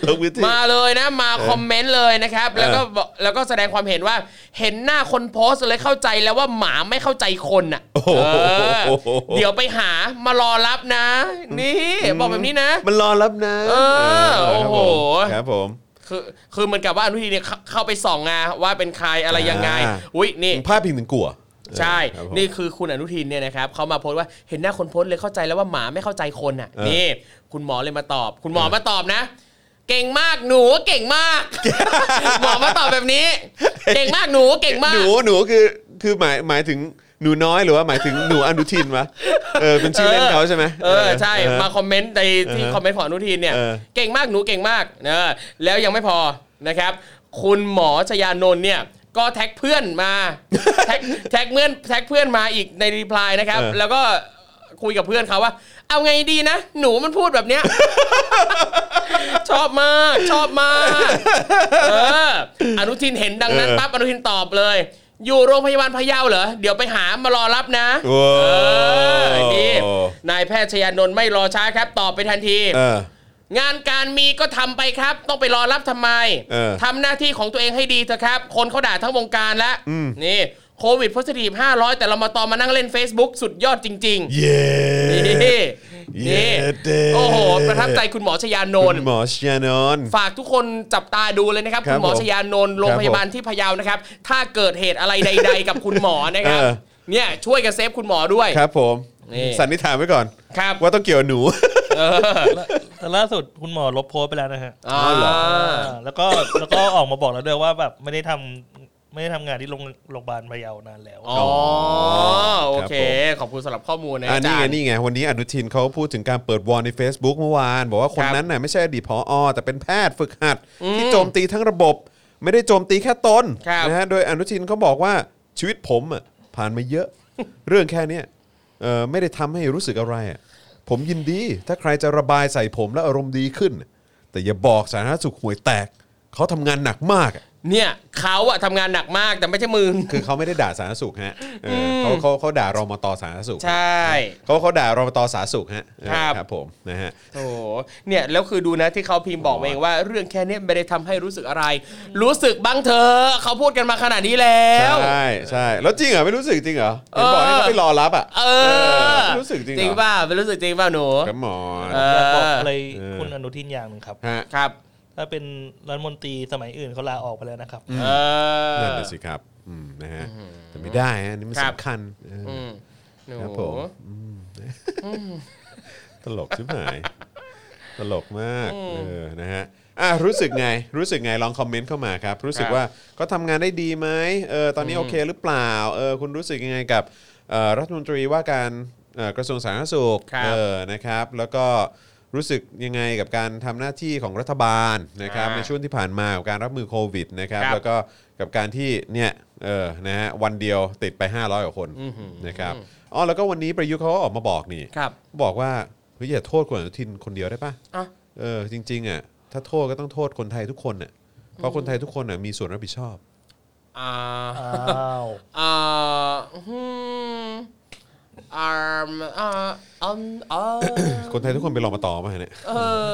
Speaker 2: ลงพื้นที่
Speaker 3: มาเลยนะมาคอมเมนต์เลยนะครับ แล้วก็บอกแล้วก็แสดงความเห็นว่าเห็นหน้าคนโพสต์เลยเข้าใจแล้วว่าหมาไม่เข้าใจคนอ่ะ
Speaker 2: โอ้โห
Speaker 3: เออเดี๋ยวไปหามารอรับนะ นี่ บอกแบบนี้นะ
Speaker 2: มันรอรับนะ
Speaker 3: เออ
Speaker 2: เ
Speaker 3: โอ้โห
Speaker 2: ครับผม
Speaker 3: คือคือเหมือนกับว่าอนุทินเนี่ยเข้าเข้าไปส่องไงว่าเป็นใครอะไรยังไง
Speaker 2: อ่า
Speaker 3: อุ้ย
Speaker 2: ค
Speaker 3: นี่
Speaker 2: รับผมภาพพิงถึงกลัว
Speaker 3: ใช่
Speaker 2: ครับผม
Speaker 3: นี่คือคุณอนุทินเนี่ยนะครับเขามาโพสต์ว่าเห็นหน้าคนโพสต์เลยเข้าใจแล้วว่าหมาไม่เข้าใจคนอ่ะ
Speaker 2: เออ
Speaker 3: นี่ คุณหมอเลยมาตอบ คุณหมอมาตอบนะ เก่งมากหนูเก่งมาก หมอมาตอบแบบนี้ เก่งมากหนูเก่งมา
Speaker 2: ห
Speaker 3: ก
Speaker 2: นูหนูคือคือหมายหมายถึงหนูน้อยหรือว่าหมายถึงหนูอนุทินวะเออเป็นชื่อเล่นเขาใช่ไหม
Speaker 3: เออใช่มาคอมเมนต์ในที่
Speaker 2: เออ
Speaker 3: คอมเมนต์ของอนุทินเนี่ย
Speaker 2: เออ
Speaker 3: เก่งมากหนูเก่งมากเออแล้วยังไม่พอนะครับ คุณหมอชยานนท์เนี่ยก็แท็กเพื่อนมา แท็กแท็กเพื่อนแท็กเพื่อนมาอีกในรีプライนะครับ แล้วก็คุยกับเพื่อนเขาว่า เอาไงดีนะ หนูมันพูดแบบเนี้ย ชอบมากชอบมากเอออนุทินเห็นดังนั้นปั๊บอนุทินตอบเลย อยู่โรงพยาบาลพะเยาเหรอเดี๋ยวไปหามารอรับนะ
Speaker 2: โอ้
Speaker 3: เออนี่นายแพทย์ชยานนท์ไม่รอช้าครับ ตอบไปทันที
Speaker 2: เออ
Speaker 3: งานการมีก็ทำไปครับ ต้องไปรอรับทำไม
Speaker 2: เออ
Speaker 3: ทำหน้าที่ของตัวเองให้ดีเถอะครับ คนเขาด่าทั้งวงการแล้วนี่โควิดโพสิทีฟ500 แต่เรามาตอมานั่งเล่น Facebook สุดยอดจริง
Speaker 2: เย้
Speaker 3: ๆนี่
Speaker 2: เย้
Speaker 3: นี่
Speaker 2: เด้
Speaker 3: โอ้โห ประทับใจคุณหมอชยานน
Speaker 2: คุณ
Speaker 3: ท์
Speaker 2: หมอชยานนท์
Speaker 3: ฝากทุกคนจับตาดูเลยนะครับ
Speaker 2: ครับ
Speaker 3: คุณหมอ
Speaker 2: ผม
Speaker 3: ชยานนท์โรงพยาบาลที่พะเยานะครับ ถ้าเกิดเหตุอะไรใด ๆ กับคุณหมอนะครับ
Speaker 2: เออ
Speaker 3: เนี่ยช่วยกันเซฟคุณหมอด้วย
Speaker 2: ครับผม
Speaker 3: นี่
Speaker 2: สันนิษฐานไว้ก่อน
Speaker 3: ครับ
Speaker 2: ว่าต้องเกี่ยวกับหนู
Speaker 4: แต่ล่าสุดคุณหมอลบโพสต์ไปแล้วนะฮะ
Speaker 3: อ๋อ
Speaker 2: เหรอ
Speaker 4: อ่าแล้วก็แล้วก็ออกมาบอกแล้วด้วยว่าแบบไม่ได้ทำไม่ได้ทำงานที่โรงโรงพยาบาลพะเยานานแล้ว
Speaker 3: อ๋อ โอเค ขอบคุณสำหรับข้อมูลนะ
Speaker 2: อัน
Speaker 3: อา
Speaker 2: นี้
Speaker 3: จา
Speaker 2: ไง
Speaker 3: รย์
Speaker 2: นี่ไงวันนี้อนุทินเขาพูดถึงการเปิดวอร์ใน Facebook เมื่อวาน บอกว่าคน
Speaker 3: ครับ
Speaker 2: นั้นน่ะไม่ใช่อดีตพออแต่เป็นแพทย์ฝึกหัด ที่โจมตีทั้งระบบ ไม่ได้โจมตีแค่ตน
Speaker 3: ครับ
Speaker 2: นะฮะโดยอนุทินเขาบอกว่าชีวิตผมอ่ะผ่านมาเยอะ เรื่องแค่เนี้ยเอ่อไม่ได้ทำให้รู้สึกอะไรอ่ะผมยินดี ถ้าใครจะระบายใส่ผมแล้วอารมณ์ดีขึ้น แต่อย่าบอกสาธารณสุขห่วยแตกเขาทำงานหนักมากอะ
Speaker 3: เนี่ยเขาอะทำงานหนักมากแต่ไม่ใช่มึง
Speaker 2: คือเขาไม่ได้ด่าสาธารณสุขฮะเอออเขาเขาเขาด่ารมตสาธารณสุข
Speaker 3: ใช่
Speaker 2: เขาเขาด่ารมตสาธารณสุขฮะเออ
Speaker 3: ครับ
Speaker 2: ครับผมนะฮะ
Speaker 3: โอ้เนี่ยแล้วคือดูนะที่เขาพิมพ์บอกมาเองว่า เรื่องแค่เนี้ยไม่ได้ทำให้รู้สึกอะไร รู้สึกบ้างเธอะเขาพูดกันมาขนาดนี้แล้ว
Speaker 2: ใช่ใช่แล้วจริงเหรอไม่รู้สึกจริงเหรอเห็นบอกให้เขาไปรอรับอ่ะ
Speaker 3: เออ
Speaker 2: ไม่รู้สึกจริงเห
Speaker 3: จริง
Speaker 2: รอ
Speaker 3: ป่ะไม่รู้สึกจริงป่ะหนู
Speaker 2: ครับหมอ
Speaker 3: เออ
Speaker 4: อยากบอกอะไร
Speaker 2: เออ
Speaker 4: คุณอนุทินอย่างหนึ่งครับ
Speaker 2: ฮะ
Speaker 3: ครับ
Speaker 4: ถ้าเป็นรัฐมนตรีสมัยอื่นเขาลาออกไปแล้วนะครับ
Speaker 3: เออ
Speaker 2: นั่นน่ะสิครับอืมนะฮะแต่ไม่ได้ฮะอันนี่มัน
Speaker 3: ครับ
Speaker 2: สำคัญเอออ
Speaker 3: อืมหนู
Speaker 2: ครับผม ตลกชิบหาย ตลกมากเออนะฮะอ่ะรู้สึกไงรู้สึกไงลองคอมเมนต์เข้ามาครับ รู้สึก
Speaker 3: ครับ
Speaker 2: ว่าก็ทำงานได้ดีไหมเออตอนนี้โอเคหรือเปล่าเออคุณรู้สึกยังไงกับเอ่อรัฐมนตรีว่าการเอ่อกระทรวงสาธารณสุข
Speaker 3: ครับ
Speaker 2: เออนะครับ แล้วก็รู้สึกยังไงกับการทำหน้าที่ของรัฐบาลนะครับ
Speaker 3: อ่า
Speaker 2: ในช่วงที่ผ่านมากับการรับมือโควิดนะครับ
Speaker 3: ครับ
Speaker 2: แล้วก็กับการที่เนี่ยเออนะฮะวันเดียวติดไป 500กว่าคนนะครับอ๋อแล้วก็วันนี้ประยุทธ์เขาก็ออกมาบอกนี่
Speaker 3: ครับ
Speaker 2: บอกว่า เฮ้ยอย่าโทษคนอนุทินคนเดียวได้ปะ
Speaker 3: อ่ะ
Speaker 2: เออจริงๆอ่ะถ้าโทษก็ต้องโทษคนไทยทุกคนน่ะเพราะคนไทยทุกคนน่ะมีส่วนรับผิดชอบ
Speaker 3: อ่า
Speaker 4: อ้าว
Speaker 3: อ่าอืมอ่าอ่าอ่าอ่า
Speaker 2: คนไทยทุกคนไปรอมาต่อมาเนี่ย
Speaker 3: เออ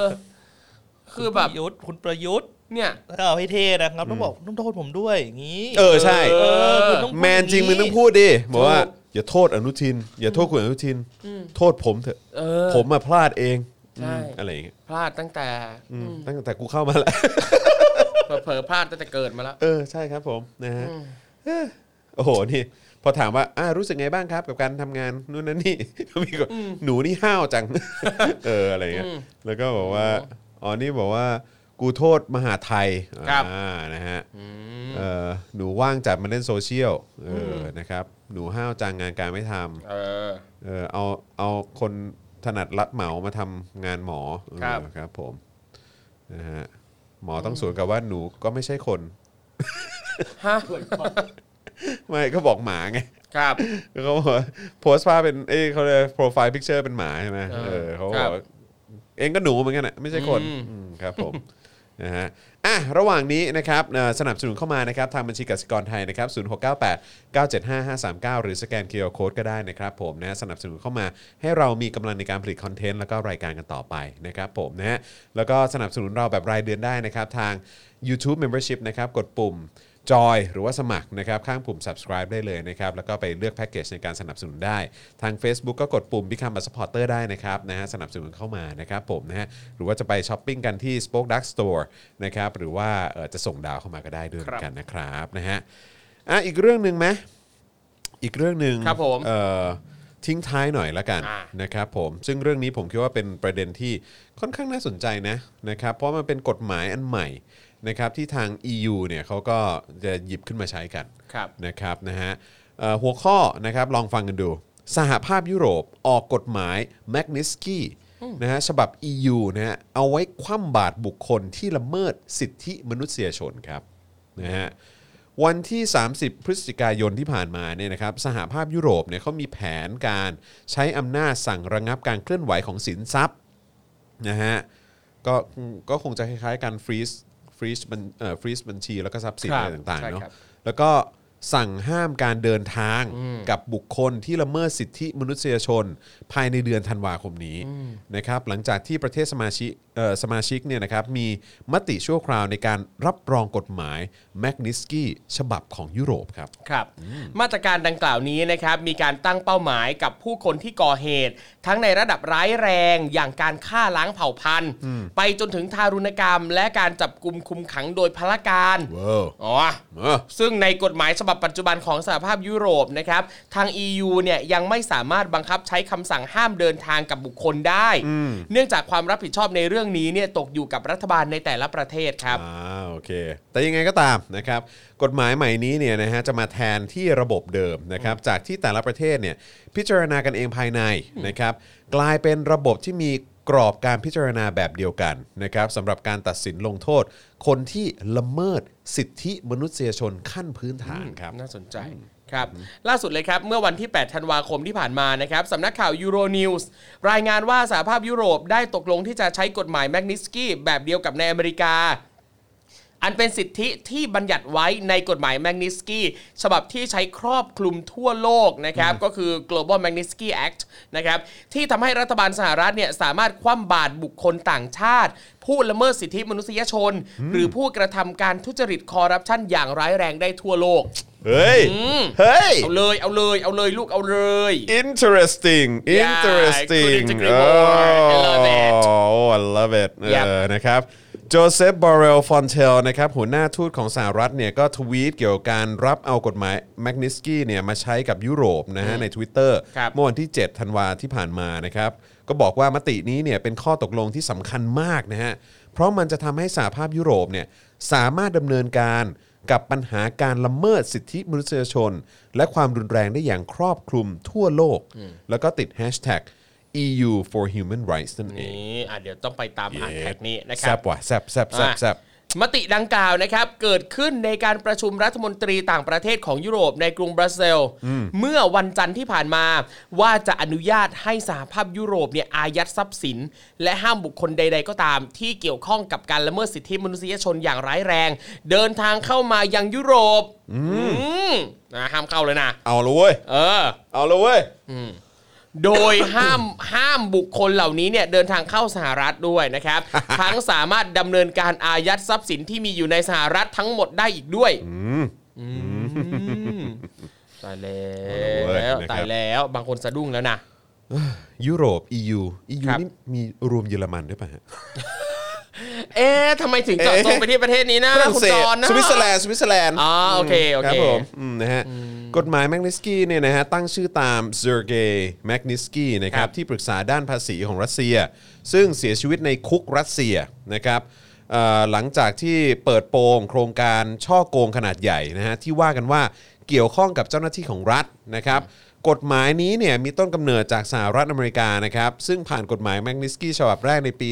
Speaker 3: คือแบบ
Speaker 4: ประยุทธ์คุณประยุทธ์
Speaker 3: เนี่ย
Speaker 4: ถ้าเอาให้เท่นะครับต้องบอกต้องโทษผมด้วยอย่างนี้
Speaker 2: เออใช่
Speaker 3: เออ
Speaker 4: คุณต้องพูด
Speaker 2: แมนจริงมึงต้องพูดดิบอกว่าอย่าโทษอนุทิน อย่าโทษคุณอนุทิน โทษผมเถอะ
Speaker 3: เออ
Speaker 2: ผมมาพลาดเอง
Speaker 3: ใช่
Speaker 2: อืมอะไรอย่างเงี้ย
Speaker 3: พลาดตั้งแต่
Speaker 2: อืมตั้งแต่กูเข้ามาแล้ว
Speaker 3: เผลอๆพลาดตั้งแต่เกิดมาแล้ว
Speaker 2: เออใช่ครับผมนะฮะเอ้อโอ้โหนี่ พอถามว่าอ่ารู้สึกไงบ้างครับ กับการทำงานนู่นนั่น นี่ มีคนหนูนี่ห้าวจัง เอออะไรเงี้ยแล้วก็บอกว่าอ๋อนี่บอกว่า กูโทษมหาไทย
Speaker 3: ครับ
Speaker 2: อ่านะฮะเออหนูว่างจัดมาเล่นโซเชียลเอออนะครับ หนูห้าวจังงานการไม่ทำ
Speaker 3: เออ
Speaker 2: เออเอาเอาคนถนัดรับเหมามาทำงานหมอเออ
Speaker 3: ครับ
Speaker 2: ครับผมนะฮะหมอต้องสวนกับว่าหนูก็ไม่ใช่คน
Speaker 3: ฮะ
Speaker 2: ไม่ก็บอกหมาไง
Speaker 3: ครับ
Speaker 2: เขาบอกว่าโพสต์ภาพเป็นเอ้ยเขาเลยโปรไฟล์พิกเจอร์เป็นหมาใช่ไหม
Speaker 3: เออ
Speaker 2: เออเขา
Speaker 3: ครับบอก
Speaker 2: ว่าเองก็หนูเหมือนกันน่ะไม่ใช่คน
Speaker 3: อืม
Speaker 2: อืมครับผม นะฮะอ่ะระหว่างนี้นะครับเอ่อสนับสนุนเข้ามานะครับ ทางบัญชีกสิกรไทยนะครับ 0698 975 539 หรือสแกน QR Code ก็ได้นะครับผมนะฮะสนับสนุนเข้ามาให้เรามีกำลังในการผลิตคอนเทนต์แล้วก็รายการกันต่อไปนะครับผมนะฮะแล้วก็สนับสนุนเราแบบรายเดือนได้นะครับ ทาง YouTube Membership นะครับ กดปุ่มจอยหรือว่าสมัครนะครับ ข้างปุ่ม subscribe ได้เลยนะครับ แล้วก็ไปเลือกแพ็กเกจในการสนับสนุนได้ ทาง Facebook ก็กดปุ่ม Become a supporter ได้นะครับนะฮะสนับสนุนเข้ามานะครับผมนะฮะหรือว่าจะไปช้อปปิ้งกันที่ Spoke Dark Store นะครับหรือว่าเอ่อจะส่งดาวเข้ามาก็ได้ด้วยเหมือนกันนะครับนะฮะอ่ะอีกเรื่องหนึ่งไหมอีกเรื่องหนึ่ง
Speaker 3: ครับผม
Speaker 2: เอ่อทิ้งท้ายหน่อยละกัน
Speaker 3: อ่า
Speaker 2: นะครับผมซึ่งเรื่องนี้ผมคิดว่าเป็นประเด็นที่ค่อนข้างน่าสนใจนะนะครับเพราะมันเป็นกฎหมายอันใหม่นะครับที่ทาง EU เนี่ยเขาก็จะหยิบขึ้นมาใช้กัน
Speaker 3: ครับ
Speaker 2: นะครับนะฮะเอ่อหัวข้อนะครับลองฟังกันดู สหภาพยุโรปออกกฎหมายแมกนิสกี้นะฮะฉบับ EU นะฮะเอาไว้คว่ำบาตรบุคคลที่ละเมิดสิทธิมนุษยชนครับนะฮะวันที่ 30 พฤศจิกายนที่ผ่านมาเนี่ยนะครับสหภาพยุโรปเนี่ยเขามีแผนการใช้อำนาจสั่งระงับการเคลื่อนไหวของสินทรัพย์ นะฮะก็ก็คงจะคล้ายๆการฟรีซฟรีซบัญเอ่อฟรีซบัญชีแล้วก็ทรัพย์สิน
Speaker 3: ครับ
Speaker 2: อะไรต่าง
Speaker 3: ใช่
Speaker 2: ๆเนาะ
Speaker 3: ครับ
Speaker 2: แล้วก็สั่งห้ามการเดินทางกับบุคคลที่ละเมิดสิทธิมนุษยชน ภายในเดือนธันวาคมนี้นะครับหลังจากที่ประเทศสมาชิกเอ่อสมาชิกเนี่ยนะครับมีมติชั่วคราวในการรับรองกฎหมายแมกนิสกี้ฉบับของยุโรปครับ
Speaker 3: ครับมาตรการดังกล่าวนี้นะครับมีการตั้งเป้าหมายกับผู้คนที่ก่อเหตุ ทั้งในระดับร้ายแรงอย่างการฆ่าล้างเผ่าพันธุ์ ไปจนถึงทารุณกรรม และการจับกลุ่มคุมขังโดยพลการ
Speaker 2: ว้าว
Speaker 3: อ๋อ
Speaker 2: เออ
Speaker 3: ซึ่งในกฎหมายฉบับปัจจุบันของสหภาพยุโรปนะครับทาง EU เนี่ยยังไม่สามารถบังคับใช้คำสั่งห้ามเดินทางกับบุคคลได้ เนื่องจากความรับผิดชอบในเรื่องนี้เนี่ยตกอยู่กับรัฐบาลในแต่ละประเทศครับ
Speaker 2: อ่าโอเค แต่ยังไงก็ตามนะครับ กฎหมายใหม่นี้เนี่ยนะฮะจะมาแทนที่ระบบเดิมนะครับ จากที่แต่ละประเทศเนี่ยพิจารณากันเองภายในนะครับ กลายเป็นระบบที่มีกรอบการพิจารณาแบบเดียวกันนะครับสำหรับการตัดสินลงโทษ คนที่ละเมิดสิทธิมนุษยชนขั้นพื้นฐานครับ
Speaker 3: น่าสนใจครับ ล่าสุดเลยครับ เมื่อวันที่ 8 ธันวาคมที่ผ่านมานะครับสำนักข่าวยูโรนิวส์รายงานว่าสหภาพยุโรปได้ตกลงที่จะใช้กฎหมายแมกนิสกี้แบบเดียวกับในอเมริกา อันเป็นสิทธิที่บัญญัติไว้ในกฎหมายแมกนิสกี้ฉบับที่ใช้ครอบคลุมทั่วโลกนะครับ ก็คือ Global Magnitsky Act นะครับ ที่ทำให้รัฐบาลสหรัฐเนี่ยสามารถคว่ำบาตรบุคคลต่างชาติ ผู้ละเมิดสิทธิมนุษยชน หรือผู้กระทำการทุจริตคอร์รัปชันอย่างร้ายแรงได้ทั่วโลก
Speaker 2: เฮ้ย เฮ้ย
Speaker 3: เอาเลยเอาเลยเอาเลยลูกเอาเลย
Speaker 2: interesting interesting
Speaker 3: couldn't agree
Speaker 2: oh
Speaker 3: more. I love it.
Speaker 2: oh I love it เอ
Speaker 3: Yep.
Speaker 2: อนะครับโจเซฟบอเรลฟอนเทลนะครับหัวหน้าทูตของสหรัฐเนี่ยก็ทวีตเกี่ยวกับการรับเอากฎหมายแมกนิสกี้เนี่ยมาใช้กับยุโรปนะฮะใน Twitter
Speaker 3: ครับ
Speaker 2: เมื่อวันที่ 7 ธันวาที่ผ่านมานะครับ ก็บอกว่ามตินี้เนี่ยเป็นข้อตกลงที่สำคัญมากนะฮะ เพราะมันจะทำให้สหภาพยุโรปเนี่ยสามารถดำเนินการกับปัญหาการละเมิดสิทธิมนุษยชน และความรุนแรงได้อย่างครอบคลุมทั่วโลก แล้วก็ติด hashtag EU for Human Rights นั่นเอง
Speaker 3: นี่อ่ะเดี๋ยวต้องไปตามอ่าน
Speaker 2: เย้
Speaker 3: แท็กนี้นะค
Speaker 2: แซ
Speaker 3: รับบ
Speaker 2: ว่ะแซบแซบแซบแซบ
Speaker 3: มติดังกล่าวนะครับ เกิดขึ้นในการประชุมรัฐมนตรีต่างประเทศของยุโรปในกรุงบรัสเซลส์เมื่อวันจันทร์ที่ผ่านมา ว่าจะอนุญาตให้สหภาพยุโรปเนี่ยอายัดทรัพย์สิน และห้ามบุคคลใด ๆ ก็ตาม ที่เกี่ยวข้องกับการละเมิดสิทธิมนุษยชนอย่างร้ายแรง เดินทางเข้ามายังยุโรปอืมนะห้ามเข้าเลยนะ
Speaker 2: เอาละเว้ย
Speaker 3: เออ
Speaker 2: เอาละเว้ย
Speaker 3: โดยห้ามห้ามบุคคลเหล่านี้เนี่ยเดินทางเข้าสหรัฐด้วย นะครับ ทั้งสามารถดำเนินการอายัดทรัพย์สินที่มีอยู่ในสหรัฐทั้งหมดได้อีกด้วยอืมตายแล้
Speaker 2: เอาละเว้ยว นะครับ
Speaker 3: ตายแล้วบางคนสะดุ้งแล้วนะ
Speaker 2: ยุโรป EU EU
Speaker 3: ครับ
Speaker 2: นี่มีรวมเยอรมันด้วยป่ะฮะ
Speaker 3: เอ๊ะทำไมถึงเจาะจงไปที่ประเทศนี้นะคุณจอนนะ
Speaker 2: สวิตเซอร์แลนด์สวิตเซอร์แลนด์
Speaker 3: อ๋อโอเคโอเค
Speaker 2: ครับผมอืมนะฮะกฎหมายแมกนิสกี้เนี่ยนะฮะตั้งชื่อตามเซอร์เกย์แมกนิสกี้นะครั
Speaker 3: ครับ บ
Speaker 2: ที่ปรึกษาด้านภาษีของรัสเซีย ซึ่งเสียชีวิตในคุกรัสเซียนะครับเอ่อหลังจากที่เปิดโปงโครงการช่อโกงขนาดใหญ่นะฮะที่ว่ากันว่าเกี่ยวข้องกับเจ้าหน้าที่ของรัฐนะครับกฎหมายนี้เนี่ยมีต้นกำเนิดจากสหรัฐอเมริกานะครับซึ่งผ่านกฎหมายแมกนิสกี้ฉบับแรกในปี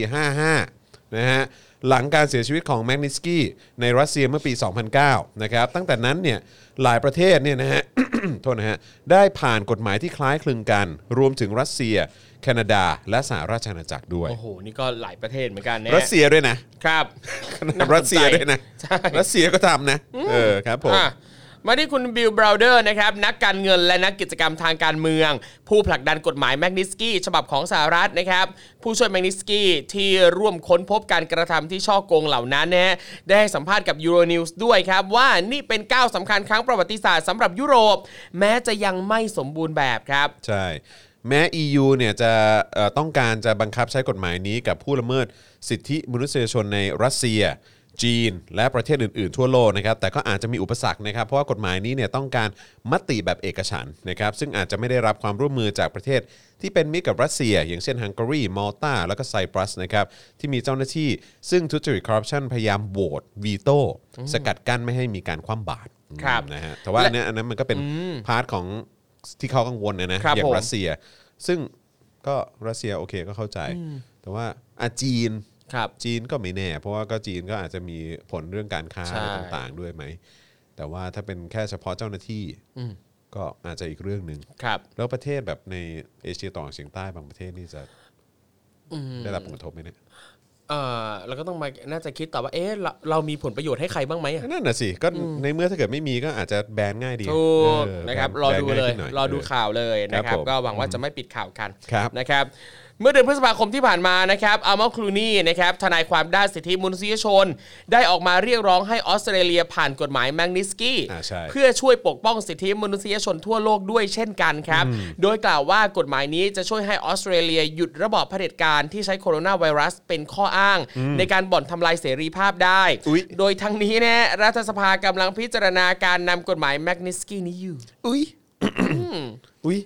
Speaker 2: 55 นะฮะหลังการเสียชีวิตของแมกนิสกี้ในรัสเซียเมื่อปี 2009 นะครับตั้งแต่นั้นเนี่ยหลายประเทศเนี่ยนะฮะ โทษนะฮะได้ผ่านกฎหมายที่คล้ายคลึงกัน รวมถึงรัสเซีย แคนาดา และสหราชอาณาจักรด้วย
Speaker 3: โอ้โห นี่ก็หลายประเทศเหมือนกันนะ
Speaker 2: รัสเซียด้วยนะครับ ขนาดรัสเซียด้วยนะ
Speaker 3: ใช่
Speaker 2: รัสเซียก็ทำนะเออครับผม
Speaker 3: อ่ะมาที่คุณบิลบราวเดอร์นะครับนักการเงินและนักกิจกรรมทางการเมือง ผู้ผลักดันกฎหมายแมกนิสกี้ฉบับของสหรัฐนะครับ ผู้ช่วยแมกนิสกี้ที่ร่วมค้นพบการกระทำที่ช่อโกงเหล่านั้นนะฮะได้ให้สัมภาษณ์กับ Euronews ด้วยครับ ว่านี่เป็นก้าวสำคัญครั้งประวัติศาสตร์สำหรับยุโรป แม้จะยังไม่สมบูรณ์แบบครับ
Speaker 2: ใช่ แม้ EU เนี่ยจะเอ่อต้องการจะบังคับใช้กฎหมายนี้กับผู้ละเมิดสิทธิมนุษยชนในรัสเซีย จีน และประเทศอื่น ๆ ทั่วโลกนะครับแต่ก็อาจจะมีอุปสรรคนะครับ เพราะว่ากฎหมายนี้เนี่ยต้องการมติแบบเอกฉันท์นะครับซึ่งอาจจะไม่ได้รับความร่วมมือจากประเทศที่เป็นมิตรกับรัสเซีย อย่างเช่นฮังการีมอลตาแล้วก็ไซปรัสนะครับที่มีเจ้าหน้าที่ซึ่งทุจริตคอร์รัปชันพยายามโหวตวีโต้สกัดกั้นไม่ให้มีการคว่ำบาตร
Speaker 3: ครับ
Speaker 2: นะฮะแต่ว่าอันเนี้ยอันนั้นมันก็เป็นพาร์ทของที่เขากังวลนะนะ
Speaker 3: ครับ
Speaker 2: อย่า
Speaker 3: ผ
Speaker 2: ง
Speaker 3: ม
Speaker 2: รัสเซีย ซึ่งก็รัสเซียโอเคก็เข้าใจ แต่ว่าอาจีน
Speaker 3: ครับ
Speaker 2: จีนก็ไม่แน่ เพราะว่าก็จีนก็อาจจะมีผลเรื่องการค้า
Speaker 3: ใช่
Speaker 2: อะไรต่างๆด้วยไหม แต่ว่าถ้าเป็นแค่เฉพาะเจ้าหน้าที่ก็อาจจะอีกเรื่องหนึ่ง
Speaker 3: ครับ
Speaker 2: แล้วประเทศแบบในเอเชียตะวันออกเฉียงใต้บางประเทศนี่จะได้รับผลกระทบไหมเนี่ย
Speaker 3: เออเราก็ต้องมาน่าจะคิดต่อว่าเอ๊ะเราเรามีผลประโยชน์ให้ใครบ้างไหมอะ
Speaker 2: นั่นน่ะสิ ก็ในเมื่อถ้าเกิดไม่มีก็อาจจะแบนง่ายดี
Speaker 3: ถูก
Speaker 2: เออ
Speaker 3: นะครับ
Speaker 2: แน
Speaker 3: รอดู
Speaker 2: แบน
Speaker 3: เล
Speaker 2: ง่าย ขึ้นหน่
Speaker 3: รอดูข่าวเลยนะค
Speaker 2: ครับ
Speaker 3: รั
Speaker 2: บ ผม
Speaker 3: ก็หวังว่าจะไม่ปิดข่าวกัน
Speaker 2: ครับ
Speaker 3: นะครับ เมื่อเดือนพฤษภาคมที่ผ่านมานะครับอัลมาคลูนี่นะครับทนายความด้านสิทธิมนุษยชน ได้ออกมาเรียกร้องให้ออสเตรเลียผ่านกฎหมายแมงนิสกี้
Speaker 2: อ่าใช่
Speaker 3: เพื่อช่วยปกป้องสิทธิมนุษยชนทั่วโลกด้วยเช่นกันครับ โดยกล่าวว่ากฎหมายนี้จะช่วยให้ออสเตรเลียหยุดระบอบเผด็จการที่ใช้โคโรนาไวรัสเป็นข้ออ้าง ในการบ่อนทำลายเสรีภาพได้
Speaker 2: อุ๊ย
Speaker 3: โดยทั้งนี้นะรัฐสภากำลังพิจารณาการนำกฎหมายแมกนิสกี้นี้อยู่
Speaker 2: อุ้ยอุ้ย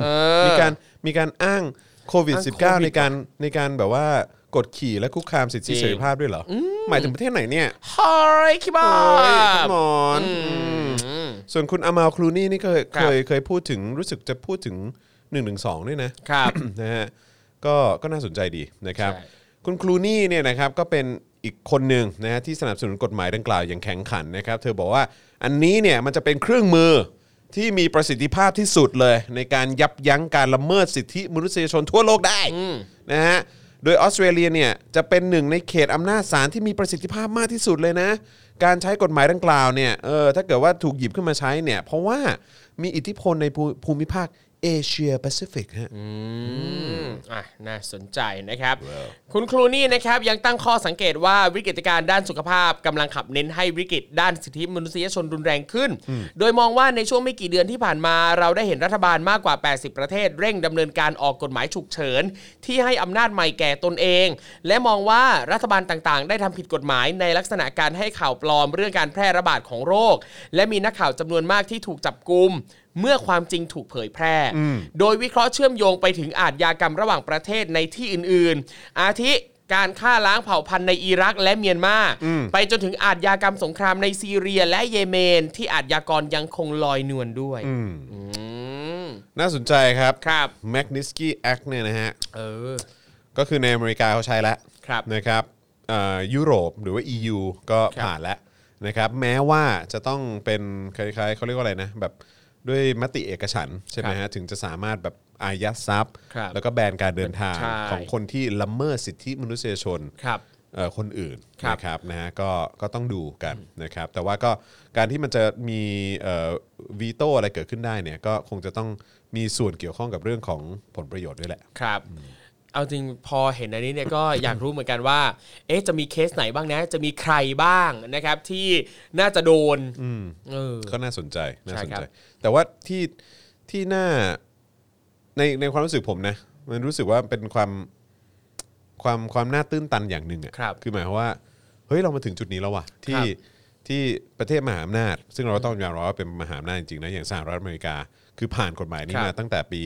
Speaker 3: เอ
Speaker 2: มี
Speaker 3: อ
Speaker 2: การมีการอ้างโควิด
Speaker 3: อ้างโควิ
Speaker 2: -19
Speaker 3: ด
Speaker 2: ในการในการแบบว่ากดขี่และคุกคามสิทธิเสรีภาพด้วยเหรอ หมายถึงประเทศไหนเนี่ย
Speaker 3: ฮอยคิบอ
Speaker 2: โอ้ย
Speaker 3: บ
Speaker 2: คุณหมอนอืมส่วนคุณอามาลครูนี่นี่เคย
Speaker 3: ค
Speaker 2: เค
Speaker 3: รับ
Speaker 2: ยเคยพูดถึงรู้สึกจะพูดถึง1นึด้วยนะ
Speaker 3: ครับ
Speaker 2: นะฮะก็ก็น่าสนใจดีนะครับ
Speaker 3: ใช่
Speaker 2: คุณครูนี่เนี่ยนะครับก็เป็นอีกคนหนึ่งนะฮะที่สนับสนุนกฎหมายดังกล่าวอย่างแข็งขันนะครับ เธอบอกว่าอันนี้เนี่ยมันจะเป็นเครื่องมือที่มีประสิทธิภาพที่สุดเลย ในการยับยั้งการละเมิดสิทธิมนุษยชนทั่วโลกได้นะฮะโดยออสเตรเลียเนี่ยจะเป็นหนึ่งในเขตอำนาจศาลที่มีประสิทธิภาพมากที่สุดเลยนะ การใช้กฎหมายดังกล่าวเนี่ยเออถ้าเกิดว่าถูกหยิบขึ้นมาใช้เนี่ยเพราะว่ามีอิทธิพลในภูภูมิภาคเอเชียแปซิฟิกฮะ
Speaker 3: อ่ะน่าสนใจนะครับ คุณครูนี่นะครับยังตั้งข้อสังเกตว่าวิกฤตการณ์ด้านสุขภาพกำลังขับเน้นให้วิกฤตด้านสิทธิมนุษยชนรุนแรงขึ้น โดยมองว่าในช่วงไม่กี่เดือนที่ผ่านมา เราได้เห็นรัฐบาลมากกว่า 80 ประเทศ เร่งดำเนินการออกกฎหมายฉุกเฉิน ที่ให้อำนาจใหม่แก่ตนเอง และมองว่ารัฐบาลต่างๆ ได้ทำผิดกฎหมายในลักษณะการให้ข่าวปลอมเรื่องการแพร่ระบาดของโรค และมีนักข่าวจำนวนมากที่ถูกจับกุม เมื่อความจริงถูกเผยแพร่ โดยวิเคราะห์เชื่อมโยงไปถึงอาทยากรรมระหว่างประเทศในที่อื่นๆ อาทิการฆ่าล้างเผ่าพันธุ์ในอิรักและเมียนมา ไปจนถึงอาทยากรรมสงครามในซีเรียและเยเมน ที่อาทยากรยังคงลอยนวลด้วย อืม
Speaker 2: น่าสนใจครับ
Speaker 3: ครับ
Speaker 2: m a g n i s k y Act เนี่ยนะฮะ
Speaker 3: เออ
Speaker 2: ก็คือในอเมริกาเขาใช้แล้ว
Speaker 3: ครับ
Speaker 2: นะครับ เอ่อยุโรปหรือว่า EU ก็
Speaker 3: ครับ
Speaker 2: ผ่านแล้วนะครับ แม้ว่าจะต้องเป็นคล้ายๆเขาเรียกว่าอะไรนะแบบด้วยมติเอกฉันท์ใช่ไหมฮะถึงจะสามารถแบบอายัดทรัพย์
Speaker 3: ครับ
Speaker 2: แล้วก็แบนการเดินทาง
Speaker 3: ใช่
Speaker 2: ของคนที่ละเมิดสิทธิมนุษยชน
Speaker 3: ครับ
Speaker 2: เอ่อคนอื่น
Speaker 3: ครับ
Speaker 2: นะครับนะฮะก็ก็ต้องดูกันนะครับ แต่ว่าก็การที่มันจะมีวีโต้อะไรเกิดขึ้นได้เนี่ย ก็คงจะต้องมีส่วนเกี่ยวข้องกับเรื่องของผลประโยชน์ด้วยแหละ
Speaker 3: ครับ เอาจริงพอเห็นอันนี้เนี่ยก็ อยากรู้เหมือนกันว่า เอ๊ะจะมีเคสไหนบ้างนะ จะมีใครบ้างนะครับ ที่น่าจะโดนเออ
Speaker 2: ก็น่าสนใจน่าสน
Speaker 3: ใช่
Speaker 2: ใจ
Speaker 3: ครับ
Speaker 2: แต่ว่าที่ที่น่าในในความรู้สึกผมนะ มันรู้สึกว่าเป็นความความความน่าตื้นตันอย่างหนึ่ง
Speaker 3: ครั
Speaker 2: อะ่ะ
Speaker 3: บ
Speaker 2: คือหมายความว่าเฮ้ยเรามาถึงจุดนี้แล้วว่ะที่
Speaker 3: ครับ
Speaker 2: ที่ประเทศมหาอำนาจ ซึ่งเราก็ต้องยอมรับว่าเป็นมหาอำนาจจริงๆนะอย่างสหรัฐอเมริกา คือผ่านกฎหมายนี้
Speaker 3: ครับ
Speaker 2: มาตั้งแต่ปี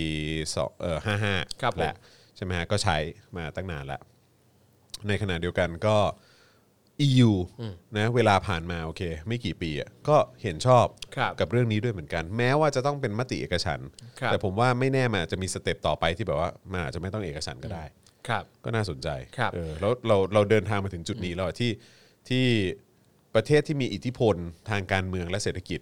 Speaker 2: สองเอ่อห้าห้า
Speaker 3: ครับผม
Speaker 2: แหละใช่ไหมฮะก็ใช้มาตั้งนานแล้ว ในขณะเดียวกันก็ EU นะเวลาผ่านมาโอเค ไม่กี่ปีอ่ะก็เห็นชอบ
Speaker 3: ครับ
Speaker 2: กับเรื่องนี้ด้วยเหมือนกัน แม้ว่าจะต้องเป็นมติเอกฉันท์
Speaker 3: ครับ
Speaker 2: แต่ผมว่าไม่แน่มันอาจจะมีสเต็ปต่อไปที่แบบว่ามันอาจจะไม่ต้องเอกฉันท์ก็ได้
Speaker 3: ครับ
Speaker 2: ก็น่าสนใจ
Speaker 3: ครับ
Speaker 2: เออแล้วเราเราเดินทางมาถึงจุดนี้แล้วอะที่ที่ประเทศที่มีอิทธิพลทางการเมืองและเศรษฐกิจ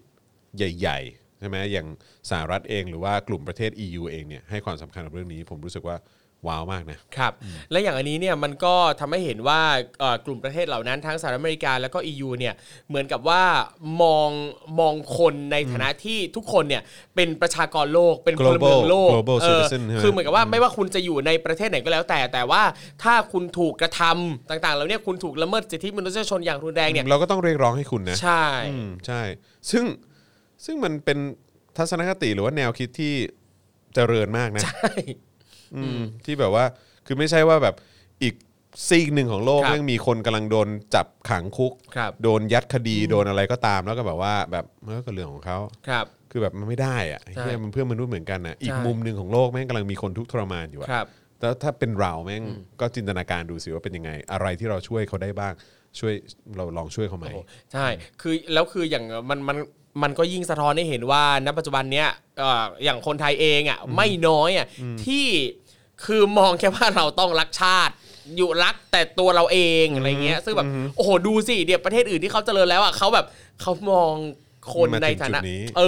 Speaker 2: ใหญ่ๆใช่ไหมอย่างสหรัฐเองหรือว่ากลุ่มประเทศ EU เองเนี่ยให้ความสำคัญกับเรื่องนี้ ผมรู้สึกว่าว้าวมากนะ
Speaker 3: ครับและอย่างอันนี้เนี่ยมันก็ทำให้เห็นว่าเอ่อกลุ่มประเทศเหล่านั้นทั้งสหรัฐอเมริกาแล้วก็ EU เนี่ยเหมือนกับว่ามองมองคนในฐานะที่ทุกคนเนี่ยเป็นประชากรโลกเป็นพ
Speaker 2: Global-
Speaker 3: ลเมืองโลก
Speaker 2: Global
Speaker 3: เออ
Speaker 2: citizen ใช่ไหม
Speaker 3: คือเหมือนกับว่าไม่ว่าคุณจะอยู่ในประเทศไหนก็แล้วแต่ แต่ว่าถ้าคุณถูกกระทำต่างๆแล้วเนี่ยคุณถูกละเมิดสิทธิมนุษยชนอย่างรุนแรงเนี่ย
Speaker 2: เราก็ต้องเรียกร้องให้คุณนะ
Speaker 3: ใช่
Speaker 2: อืมใช่ ซึ่งซึ่งมันเป็นทัศนคติหรือว่าแนวคิดที่เจริญมากนะอืมที่แบบว่าคือไม่ใช่ว่าแบบอีกซีกหนึ่งของโลก
Speaker 3: ครับ
Speaker 2: แม่งมีคนกำลังโดนจับขังคุก
Speaker 3: ครับ
Speaker 2: โดนยัดคดีโดนอะไรก็ตามแล้วก็แบบว่าแบบเออก็เรื่องของเขา
Speaker 3: ครับ
Speaker 2: คือแบบมันไม่ได้อะ
Speaker 3: ใช่
Speaker 2: เฮียมันเพื่อนมนุษย์เหมือนกันนะอีก
Speaker 3: ใช่
Speaker 2: มุมหนึ่งของโลกแม่งกำลังมีคนทุกข์ทรมานอยู่อะ
Speaker 3: ครับ
Speaker 2: แล้วถ้าเป็นเราแม่งก็จินตนาการดูสิว่าเป็นยังไง อะไรที่เราช่วยเขาได้บ้าง ช่วยเราลองช่วยเขาไหม
Speaker 3: โอ้โหใช่ คือแล้วคืออย่างมันมันมันก็ยิ่งสะท้อนให้เห็นว่าณปัจจุบันเนี้ยเอ่ออย่างคนไทยเองอ่ะไม่น้อยอ่ะที่คือมองแค่ว่าเราต้องรักชาติ อยู่รักแต่ตัวเราเองอะไรเงี้ย ซึ่งแบบโอ้โหดูสิเดี๋ยวประเทศอื่นที่เขาเจริญแล้วอ่ะเขาแบบเขามองคน
Speaker 2: มาถึง
Speaker 3: ในฐานะ
Speaker 2: จุดนี้
Speaker 3: เอ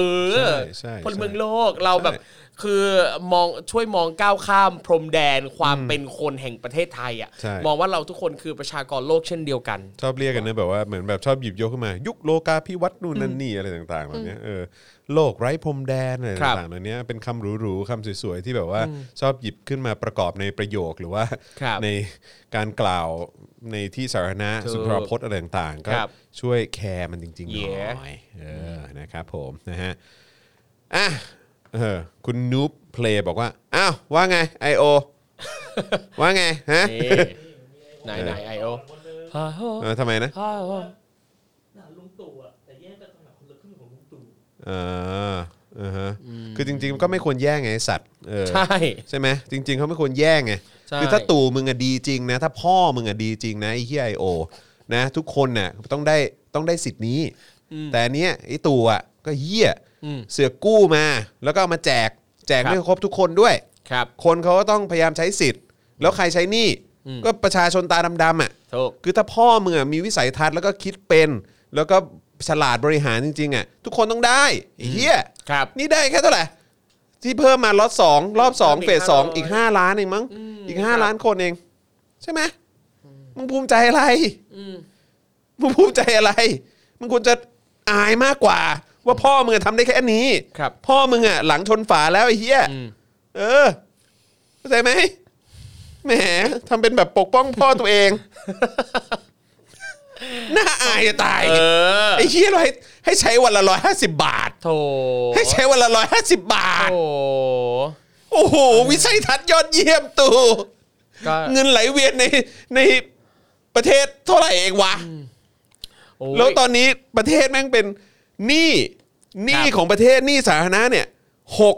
Speaker 3: อ
Speaker 2: ใช่ใช่
Speaker 3: พลเมือง
Speaker 2: ใช่
Speaker 3: โลกเราแบบ คือมองช่วยมองก้าวข้ามพรมแดนความเป็นคนแห่งประเทศไทยอ่ะ
Speaker 2: ใช่
Speaker 3: มองว่าเราทุกคนคือประชากรโลกเช่นเดียวกัน
Speaker 2: ชอบเรียกกันนะแบบว่าเหมือนแบบชอบหยิบยกขึ้นมา ยุคโลกาพิวัตน์นู่นนั่นนี่อะไรต่างๆแบบเนี้ยเออโลกไร้พรมแดนอะไร
Speaker 3: ครับ
Speaker 2: ต่างๆเหล่านี้เป็นคำหรูๆคำสวยๆที่แบบว่าชอบหยิบขึ้นมาประกอบในประโยคหรือว่า
Speaker 3: ครับ
Speaker 2: ในการกล่าวในที่สาธารณะ
Speaker 3: ถูก
Speaker 2: สุนทรพจน์อะไรต่างๆก็
Speaker 3: ครับ
Speaker 2: ช่วยแคร์มันจริงๆหน่
Speaker 3: เย้
Speaker 2: อยเออนะครับผมนะฮะอ่ะเออคุณนูบเพลย์บอกว่าอ้าวว่าไง I.O. ว่าไงฮะ
Speaker 3: นี่ไหนไหนไอโอ
Speaker 2: เออทำไมนะ
Speaker 4: หนาลุงตู่อ่ะแต่แยกกันตรงไหนคนละครึ่งของลุงตู่
Speaker 2: เออเออฮะคือจริงๆก็ไม่ควรแย่งไงไอ้สัตว์เออ
Speaker 3: ใช่
Speaker 2: ใช่ไหมจริง ๆเขาไม่ควรแย่งไง
Speaker 3: ใช่
Speaker 2: คือถ้าตู่มึงอะดีจริงนะ ถ้าพ่อมึงอะดีจริงนะไอ้เฮียไอโอนะทุกคนน่ะต้องได้ต้องได้สิทธิ์นี้ แต่อันเนี้ยไอ้ตู่อะก็เฮีย
Speaker 3: อืม
Speaker 2: เสือกกู้มา แล้วก็เอามาแจกแจก
Speaker 3: ครับ
Speaker 2: ไม่ครบทุกคนด้วย
Speaker 3: ครับ
Speaker 2: คนเขาก็ต้องพยายามใช้สิทธิ์ แล้วใครใช้หนี้
Speaker 3: อืม
Speaker 2: ก็ประชาชนตาดำๆอ่ะ
Speaker 3: ถูก
Speaker 2: คือถ้าพ่อมึงอะมีวิสัยทัศน์แล้วก็คิดเป็น แล้วก็ฉลาดบริหารจริงๆอ่ะทุกคนต้องได้ไอ้เฮีย
Speaker 3: ครับ
Speaker 2: นี่ได้แค่เท่าไหร่ที่เพิ่มมาล็อตสองรอบสอง
Speaker 3: เพิ่มอีก
Speaker 2: เฟสสอง
Speaker 3: 500
Speaker 2: อีกห้าล้านเองมั้ง
Speaker 3: อืม
Speaker 2: อีกห้า
Speaker 3: ครับ
Speaker 2: ล้านคนเอง ใช่ไหมมึงภูมิใจอะไรมึงภูมิใจอะไรมึงควรจะอายมากกว่า ว่าพ่อมึงอะทำได้แค่นี้
Speaker 3: ครับ
Speaker 2: พ่อมึงอ่ะหลังชนฝาแล้วไอ้เหี้ย
Speaker 3: อืม
Speaker 2: เออเข้าใจไหมแหมทำเป็นแบบปกป้องพ่อตัวเอง น่าอายจะตาย
Speaker 3: เออ
Speaker 2: ไอ้เหี้ยเราให้ให้ใช้วันละร้อยห้าสิบบาท
Speaker 3: โถ
Speaker 2: ให้ใช้วันละร้อยห้าสิบบาท
Speaker 3: โถ
Speaker 2: โอ้โห วิสัยทัศน์ยอดเยี่ยมตู่
Speaker 3: ก็
Speaker 2: เงินไหลเวียนในในประเทศเท่าไหร่เองวะ
Speaker 3: โย
Speaker 2: แล้วตอนนี้ประเทศแม่งเป็นหนี้หนี้
Speaker 3: ครับ
Speaker 2: ของประเทศหนี้สาธารณะเนี่ยหก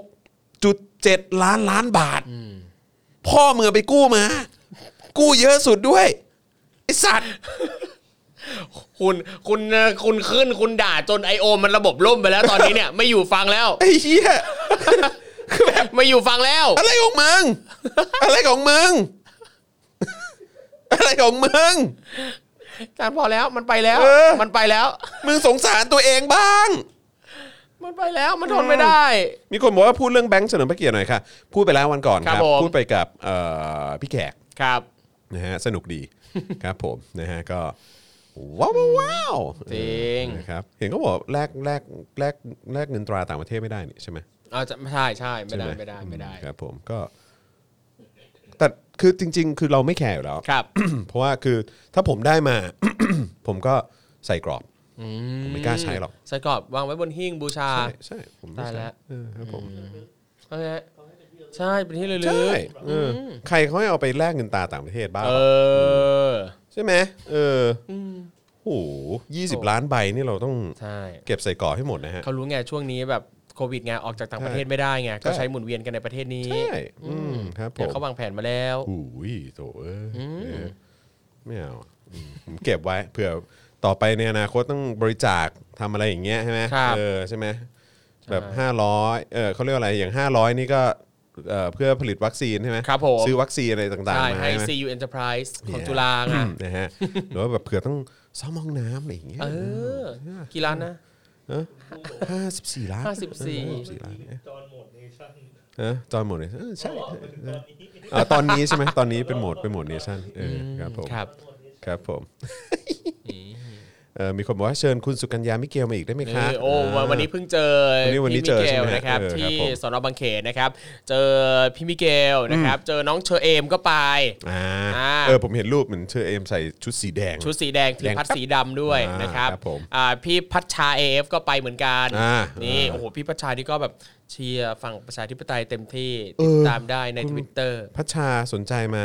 Speaker 2: จุดเจ็ดล้านล้านบาท พ่อมือาไปกู้มา กู้เยอะสุดด้วย ไอสัตว์
Speaker 3: คุณคุณเอ่อคุณขึ้นคุณด่าจนไอโอมันระบบล่มไปแล้วตอนนี้เนี่ย ไม่อยู่ฟังแล้ว
Speaker 2: ไอเหี้ย คือแบบ
Speaker 3: ไม่อยู่ฟังแล้ว
Speaker 2: อะไรของมึง อะไรของมึง อะไร ของมึง
Speaker 3: อาจารย์พอแล้วมันไปแล้ว
Speaker 2: เออ
Speaker 3: มันไปแล้ว
Speaker 2: มึงสงสารตัวเองบ้าง
Speaker 3: มันไปแล้วมันทนไม่ได้
Speaker 2: มีคนบอกว่าพูดเรื่องแบงค์เฉลิมพระเกียรติหน่อยค่ะ พูดไปแล้ววันก่อนค
Speaker 3: ครั
Speaker 2: รั
Speaker 3: บบ ผม
Speaker 2: พูดไปกับเอ่อพี่แขก
Speaker 3: ครับ
Speaker 2: นะฮะสนุกดี ครับผมนะฮะก็ ว้าวว้าวว้าว
Speaker 3: จริง
Speaker 2: เออนะครับเห็นเขาบอกแลกแลกแลกแลกเงินตราต่างประเทศไม่ได้นี่ใช่ไหม
Speaker 3: เอาจะใช่ใช่ไม่ได้
Speaker 2: ใช่ห
Speaker 3: ไม่ได้ไม่ได้
Speaker 2: อืครับผมก็ แต่คือจริง ๆ คือเราไม่แคร์อยู่แล้ว
Speaker 3: ครับ
Speaker 2: เพราะว่าคือถ้าผมได้มา ผมก็ใส่กรอบผมไม่กล้าใช้หรอก
Speaker 3: ใส่กรอบวางไว้บนหิ้งบูชา
Speaker 2: ใช่ใช่ผมไม่
Speaker 3: ตาย
Speaker 2: ใช้
Speaker 3: แล้ว
Speaker 2: เออครับผม
Speaker 3: ใช่ไหมใช่เป็นที่ระลึ
Speaker 2: ใช่
Speaker 3: ก
Speaker 2: เอออใครเขาให้เอาไปแลกเงินตราต่างประเทศบ้าง
Speaker 3: เออ
Speaker 2: ใช่ไหมเอออโอ้โหยี่สิบล้านใบนี่เราต้อง
Speaker 3: ใช่
Speaker 2: เก็บใส่กรอบให้หมดนะฮะ
Speaker 3: เขารู้ไงช่วงนี้แบบโควิดไงออกจากต่างประเทศไม่ได้ไงก็ใช้หมุนเวียนกันในประเทศนี้
Speaker 2: ใช่อืมครับผ
Speaker 3: เดี๋ยว
Speaker 2: ม
Speaker 3: เขาวางแผนมาแล้ว
Speaker 2: โอ้ยโถเอ้ยเออไม่เอาอืมผมเก็บไว้เผื่อต่อไปในอนาคตต้องบริจาคทำอะไรอย่างเงี้ยใช่ไหม
Speaker 3: ครับ
Speaker 2: เออใช่ไหมแบบ500เออเขาเรียกว่าอะไรอย่าง 500 นี่ก็เอ่อเพื่อผลิตวัคซีนใช่ไหม
Speaker 3: ครับผม
Speaker 2: ซื้อวัคซีนอะไรต่าง
Speaker 3: ใช่
Speaker 2: ๆมา
Speaker 3: ให้
Speaker 2: ใช่ไหม
Speaker 3: CU Enterprise ของ
Speaker 2: เนี่ย
Speaker 3: จุฬาไง
Speaker 2: นะฮะหรือว่าแบบเผื่อต้องซ่อมห้องน้ำอะไรอย่างเงี้ย
Speaker 3: เออกี่ล้านนะ
Speaker 2: ห้าสิบสี่ล้าน
Speaker 3: ห้าสิบสี่
Speaker 2: เออห้าสิบสี่ล้านเนี่ย
Speaker 4: จอนหมดเนชั่น
Speaker 2: เออจอยหมดเลยเออใช่เออเออตอนนี้ใช่ไหมตอนนี้เป็นโหมดเป็นโหมดเนชั่นเออครับผม
Speaker 3: ครับ
Speaker 2: ครับผมเอ่อมีคนบอกว่าเชิญคุณสุกัญญามิเกลมาอีกได้ไหมคะ
Speaker 3: เออโอ้วันวันนี้เพิ่งเจอ
Speaker 2: วันนี้วันนี้
Speaker 3: พี่มิ
Speaker 2: เจอ
Speaker 3: เก
Speaker 2: ใช่
Speaker 3: ล
Speaker 2: ไหมฮะ
Speaker 3: นะครับ
Speaker 2: เออครับ
Speaker 3: ที่
Speaker 2: ผม
Speaker 3: สนบางเขนนะครับ เจอพี่มิเกลนะครับ เจอน้องเชอเอมก็ไป
Speaker 2: อ่า
Speaker 3: อ่า
Speaker 2: เออผมเห็นรูปเหมือนเชอเอมใส่ชุดสีแดง
Speaker 3: ชุดสีแดงถือพัดสีดำด้วย
Speaker 2: อ่าน
Speaker 3: นะครับ
Speaker 2: ครับผม
Speaker 3: อ่าพี่พัชชา AF ก็ไปเหมือนกัน
Speaker 2: อ่า
Speaker 3: นี่
Speaker 2: อ่า
Speaker 3: โอ้โห พี่พัชชานี่ก็แบบเชียร์ฝั่งประชาธิปไตยเต็มที่ติดตามได้ในทวิตเตอร์
Speaker 2: พัชชาสนใจมา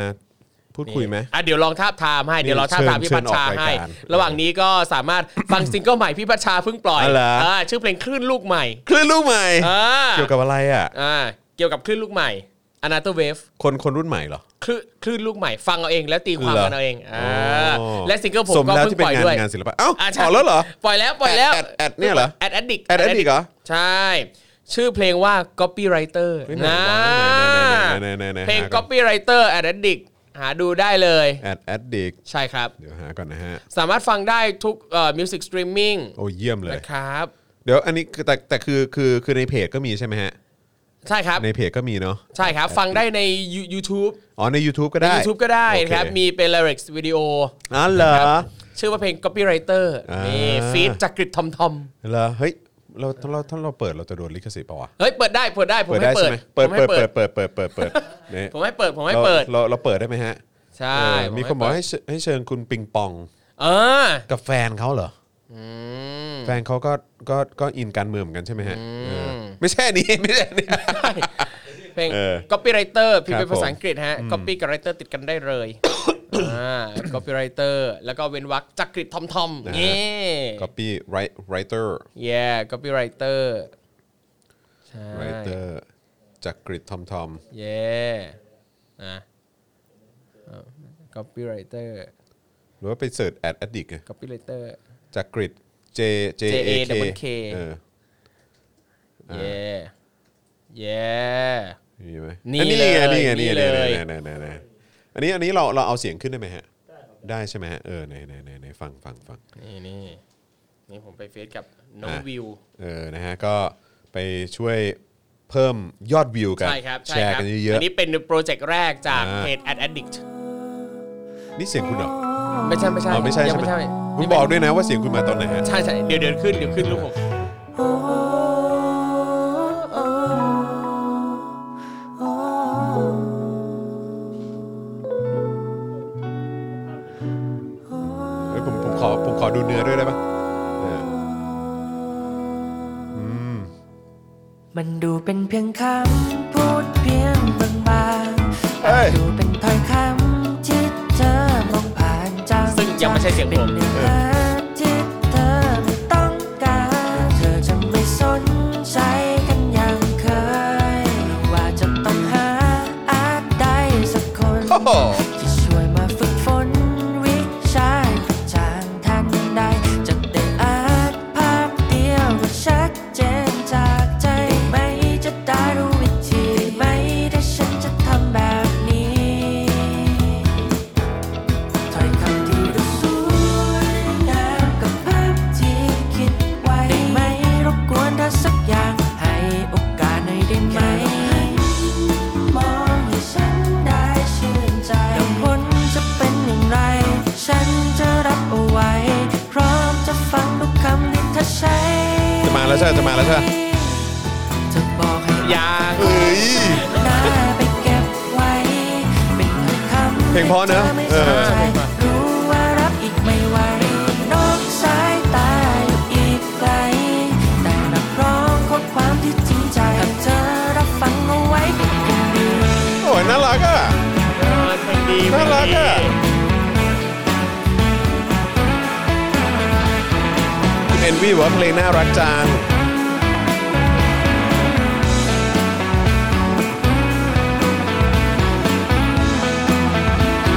Speaker 2: พูดคุยไหม
Speaker 3: อ่ะเดี๋ยวลองทาบทามให้ เดี๋ยวลองทาบทาม
Speaker 2: เชิญ
Speaker 3: พี่พัชชา
Speaker 2: เชิญออกรายการ
Speaker 3: ให้ ระหว่างนี้ก็สามารถฟัง ซิงเกิลใหม่พี่พัชชาเพิ่งปล่อย
Speaker 2: อ๋อเหร อ
Speaker 3: าชื่อเพลงคลื่นลูกใหม่
Speaker 2: คลื่นลูกใหม่
Speaker 3: อ่า
Speaker 2: เกี่ยวกับอะไรอ่ะ
Speaker 3: อ่าเกี่ยวกับคลื่นลูกใหม่อนาโตเวฟ
Speaker 2: คนคนรุ่นใหม่เหรอ
Speaker 3: คลื่นคลื่นลูกใหม่ฟังเอาเองแล้วตีความ
Speaker 2: เหรอ
Speaker 3: กันเอาเองอ่า
Speaker 2: อ๋อ
Speaker 3: และซิงเกิลผม
Speaker 2: สม
Speaker 3: ก็
Speaker 2: แล้ว
Speaker 3: เพิ่ง
Speaker 2: ที่เป็
Speaker 3: ปล่
Speaker 2: นงาน
Speaker 3: อยด้วย
Speaker 2: งานศิลปะเอ้า
Speaker 3: อ่ะใช่
Speaker 2: อ๋อแล้วเหรอ
Speaker 3: ปล่อยแล้วปล่อยแล้ว
Speaker 2: แอดแอดแอดเนี่ยเหรอ
Speaker 3: แอดแอดดิก
Speaker 2: แอดแอดดิกเหรอ
Speaker 3: ใช่ชื่อเพลงว่า copywriter
Speaker 2: เฮ้ยไห
Speaker 3: นะ
Speaker 2: ไหนไหนไหนไหนไหนไหน
Speaker 3: เพลง
Speaker 2: หาก่อน
Speaker 3: copywriter แอดแอดดิกหาดูได้เลย
Speaker 2: แอดแอดดิก
Speaker 3: ใช่ครับ
Speaker 2: เดี๋ยวหาก่อนนะฮะ
Speaker 3: สามารถฟังได้ทุกเอ่อ music streaming
Speaker 2: โอ้เยี่ยมเลย
Speaker 3: นะครับ
Speaker 2: เดี๋ยวอันนี้คือแต่แต่คือคือคือในเพจก็มีใช่ไหมฮะ
Speaker 3: ใช่ครับ
Speaker 2: ในเพจก็มีเนาะ
Speaker 3: ใช่ครับ ฟังได้ใน You- YouTube
Speaker 2: อ๋อใน YouTube ก็ได้
Speaker 3: YouTube ก็ได้นะครับ
Speaker 2: โอเ
Speaker 3: มีเป็น lyrics วิดีโอ
Speaker 2: อ๋อเหรอ
Speaker 3: ครับชื่อว่าเพลง copywriter
Speaker 2: อ่านี่
Speaker 3: นี่ฟีดจากกริดทอมทอม
Speaker 2: เหรอเฮ้ยเราถ้าเราถ้าเราเปิดเราจะโดนลิขสิทธิ์ป่าวะ
Speaker 3: เฮ้ย เปิดได้เปิดได้ผม
Speaker 2: เปิด
Speaker 3: ให้
Speaker 2: ได้
Speaker 3: เปิ
Speaker 2: ใช่
Speaker 3: ด
Speaker 2: ไหมเปิด
Speaker 3: ผมให้
Speaker 2: เปิดเปิดเปิดเปิดเปิดเปิดเนี่ย
Speaker 3: ผมให้เปิดผมให้เปิด
Speaker 2: เราเราเปิดได้ไหมฮะ
Speaker 3: ใช่
Speaker 2: เออ
Speaker 3: ผ
Speaker 2: มีคนบอก
Speaker 3: เปิด
Speaker 2: ให้เชิญให้เชิญคุณปิงปอง
Speaker 3: เออ
Speaker 2: กับแฟนเขาเหรอ
Speaker 3: อืม
Speaker 2: แฟนเขาก็ก็ก็อินการเมืองเหมือนกันใช่ไหมฮะเออไม่ใช่อันนี้ ไม่ใช่อันนี้
Speaker 3: เพลง
Speaker 2: เออ
Speaker 3: copywriter พิมพ์เป็
Speaker 2: ครับผ
Speaker 3: น
Speaker 2: ม
Speaker 3: ภาษาอังกฤษฮะ copywriter ติดกันได้เลยอ่า copywriter แล้วก็เว้นวรรคจากกริดทอมทอมเย่
Speaker 2: copy write- writer
Speaker 3: yeah copywriter ใช่
Speaker 2: writer จากกริดทอมทอม
Speaker 3: yeah นะเออ copywriter
Speaker 2: หรือว่าไปเสิร์ชแอดแอดดิก
Speaker 3: copywriter
Speaker 2: จากกริด J J A K
Speaker 3: J A K
Speaker 2: เออ
Speaker 3: yeah yeah
Speaker 2: มีไหม
Speaker 3: นี่
Speaker 2: อั
Speaker 3: เลย
Speaker 2: ไงนี่ไง
Speaker 3: นี่
Speaker 2: นี่
Speaker 3: เล
Speaker 2: เลย ยอันนี้อันนี้เราเราเอาเสียงขึ้นได้ไหมฮะ ได้ใช่ไหมฮะเออไหนไหนไหนไหนฟังฟังฟัง
Speaker 3: นี่นี่นี่ผมไปเฟซกับน้อง
Speaker 2: อ่ะ
Speaker 3: วิว
Speaker 2: เออนะฮะก็ไปช่วยเพิ่มยอดวิวกัน
Speaker 3: ใช่ครับ
Speaker 2: แช
Speaker 3: ใช่
Speaker 2: ร์
Speaker 3: ครั
Speaker 2: กันเย
Speaker 3: อั
Speaker 2: อะ
Speaker 3: นนี้เป็นโปรเจกต์แรกจาก
Speaker 2: อ่า
Speaker 3: เพจ Ad Addict
Speaker 2: ๆนี่เสียงคุณเหรอ
Speaker 3: ไม่ใช่ไม่ใช่
Speaker 2: อ๋อไม่ใช่
Speaker 3: ยั
Speaker 2: ใช่
Speaker 3: ง
Speaker 2: ไหม
Speaker 3: ไม่ใช่
Speaker 2: คุณ
Speaker 3: นี่
Speaker 2: บ
Speaker 3: เป็น
Speaker 2: อกด้วยนะว่าเสียงคุณมาตอนไหนฮะ
Speaker 3: ใช่ใช่เดี๋ยวเดี๋ยวขึ้นเดี๋ยวขึ้นลูกผม
Speaker 2: เอ้ยผมผมขอผมขอดูเนื้อด้วยได้ปะเออ
Speaker 5: มันดูเป็นเพียงคำพูดเพียงบาง
Speaker 2: เฮ้ย
Speaker 5: ๆดูเป็นถ้อยคำที่เธอมองผ่านจาง
Speaker 3: ซึ่งยังไม่ใช่เสียงผม
Speaker 5: เนื้อที่เธอไม่ต้องการ เธอจะไม่สนใจกันอย่างเคย ว่าจะต้องหาอาจใดสักคน
Speaker 2: โอ้โห
Speaker 5: ที่ช่วยมาฝึกฝนวิชาจางทางใดจะได้อาจภาพเดียวก็ชัดเจนจากใจไหมจะได้รู้วิธีไหมถ้าฉันจะทำแบบนี้ถ้อย
Speaker 2: เธอจะมาแล้วเธอ
Speaker 5: จะบอกให้
Speaker 3: อยา
Speaker 2: เอ้ย
Speaker 5: น้าไปเก็บไว้ เป็นคำ
Speaker 2: เพลงเพราะเนอะ
Speaker 5: ไม่
Speaker 2: เอ
Speaker 5: ส
Speaker 2: อ
Speaker 5: นใจรู้ว่ารับอีกไม่ไหว นอกสายตาอยู่อีกไกล แต่รับรองข้อความที่จริงใจถ้าเธอรับฟังเอาไว้ก็คงดี
Speaker 2: โอ้ยน่ารักอ่ะ
Speaker 3: เออเพลงดี
Speaker 2: น่ารักอะ คุณเอนวี่บอกว่าเพลงน่ารักจัง
Speaker 5: จะบอก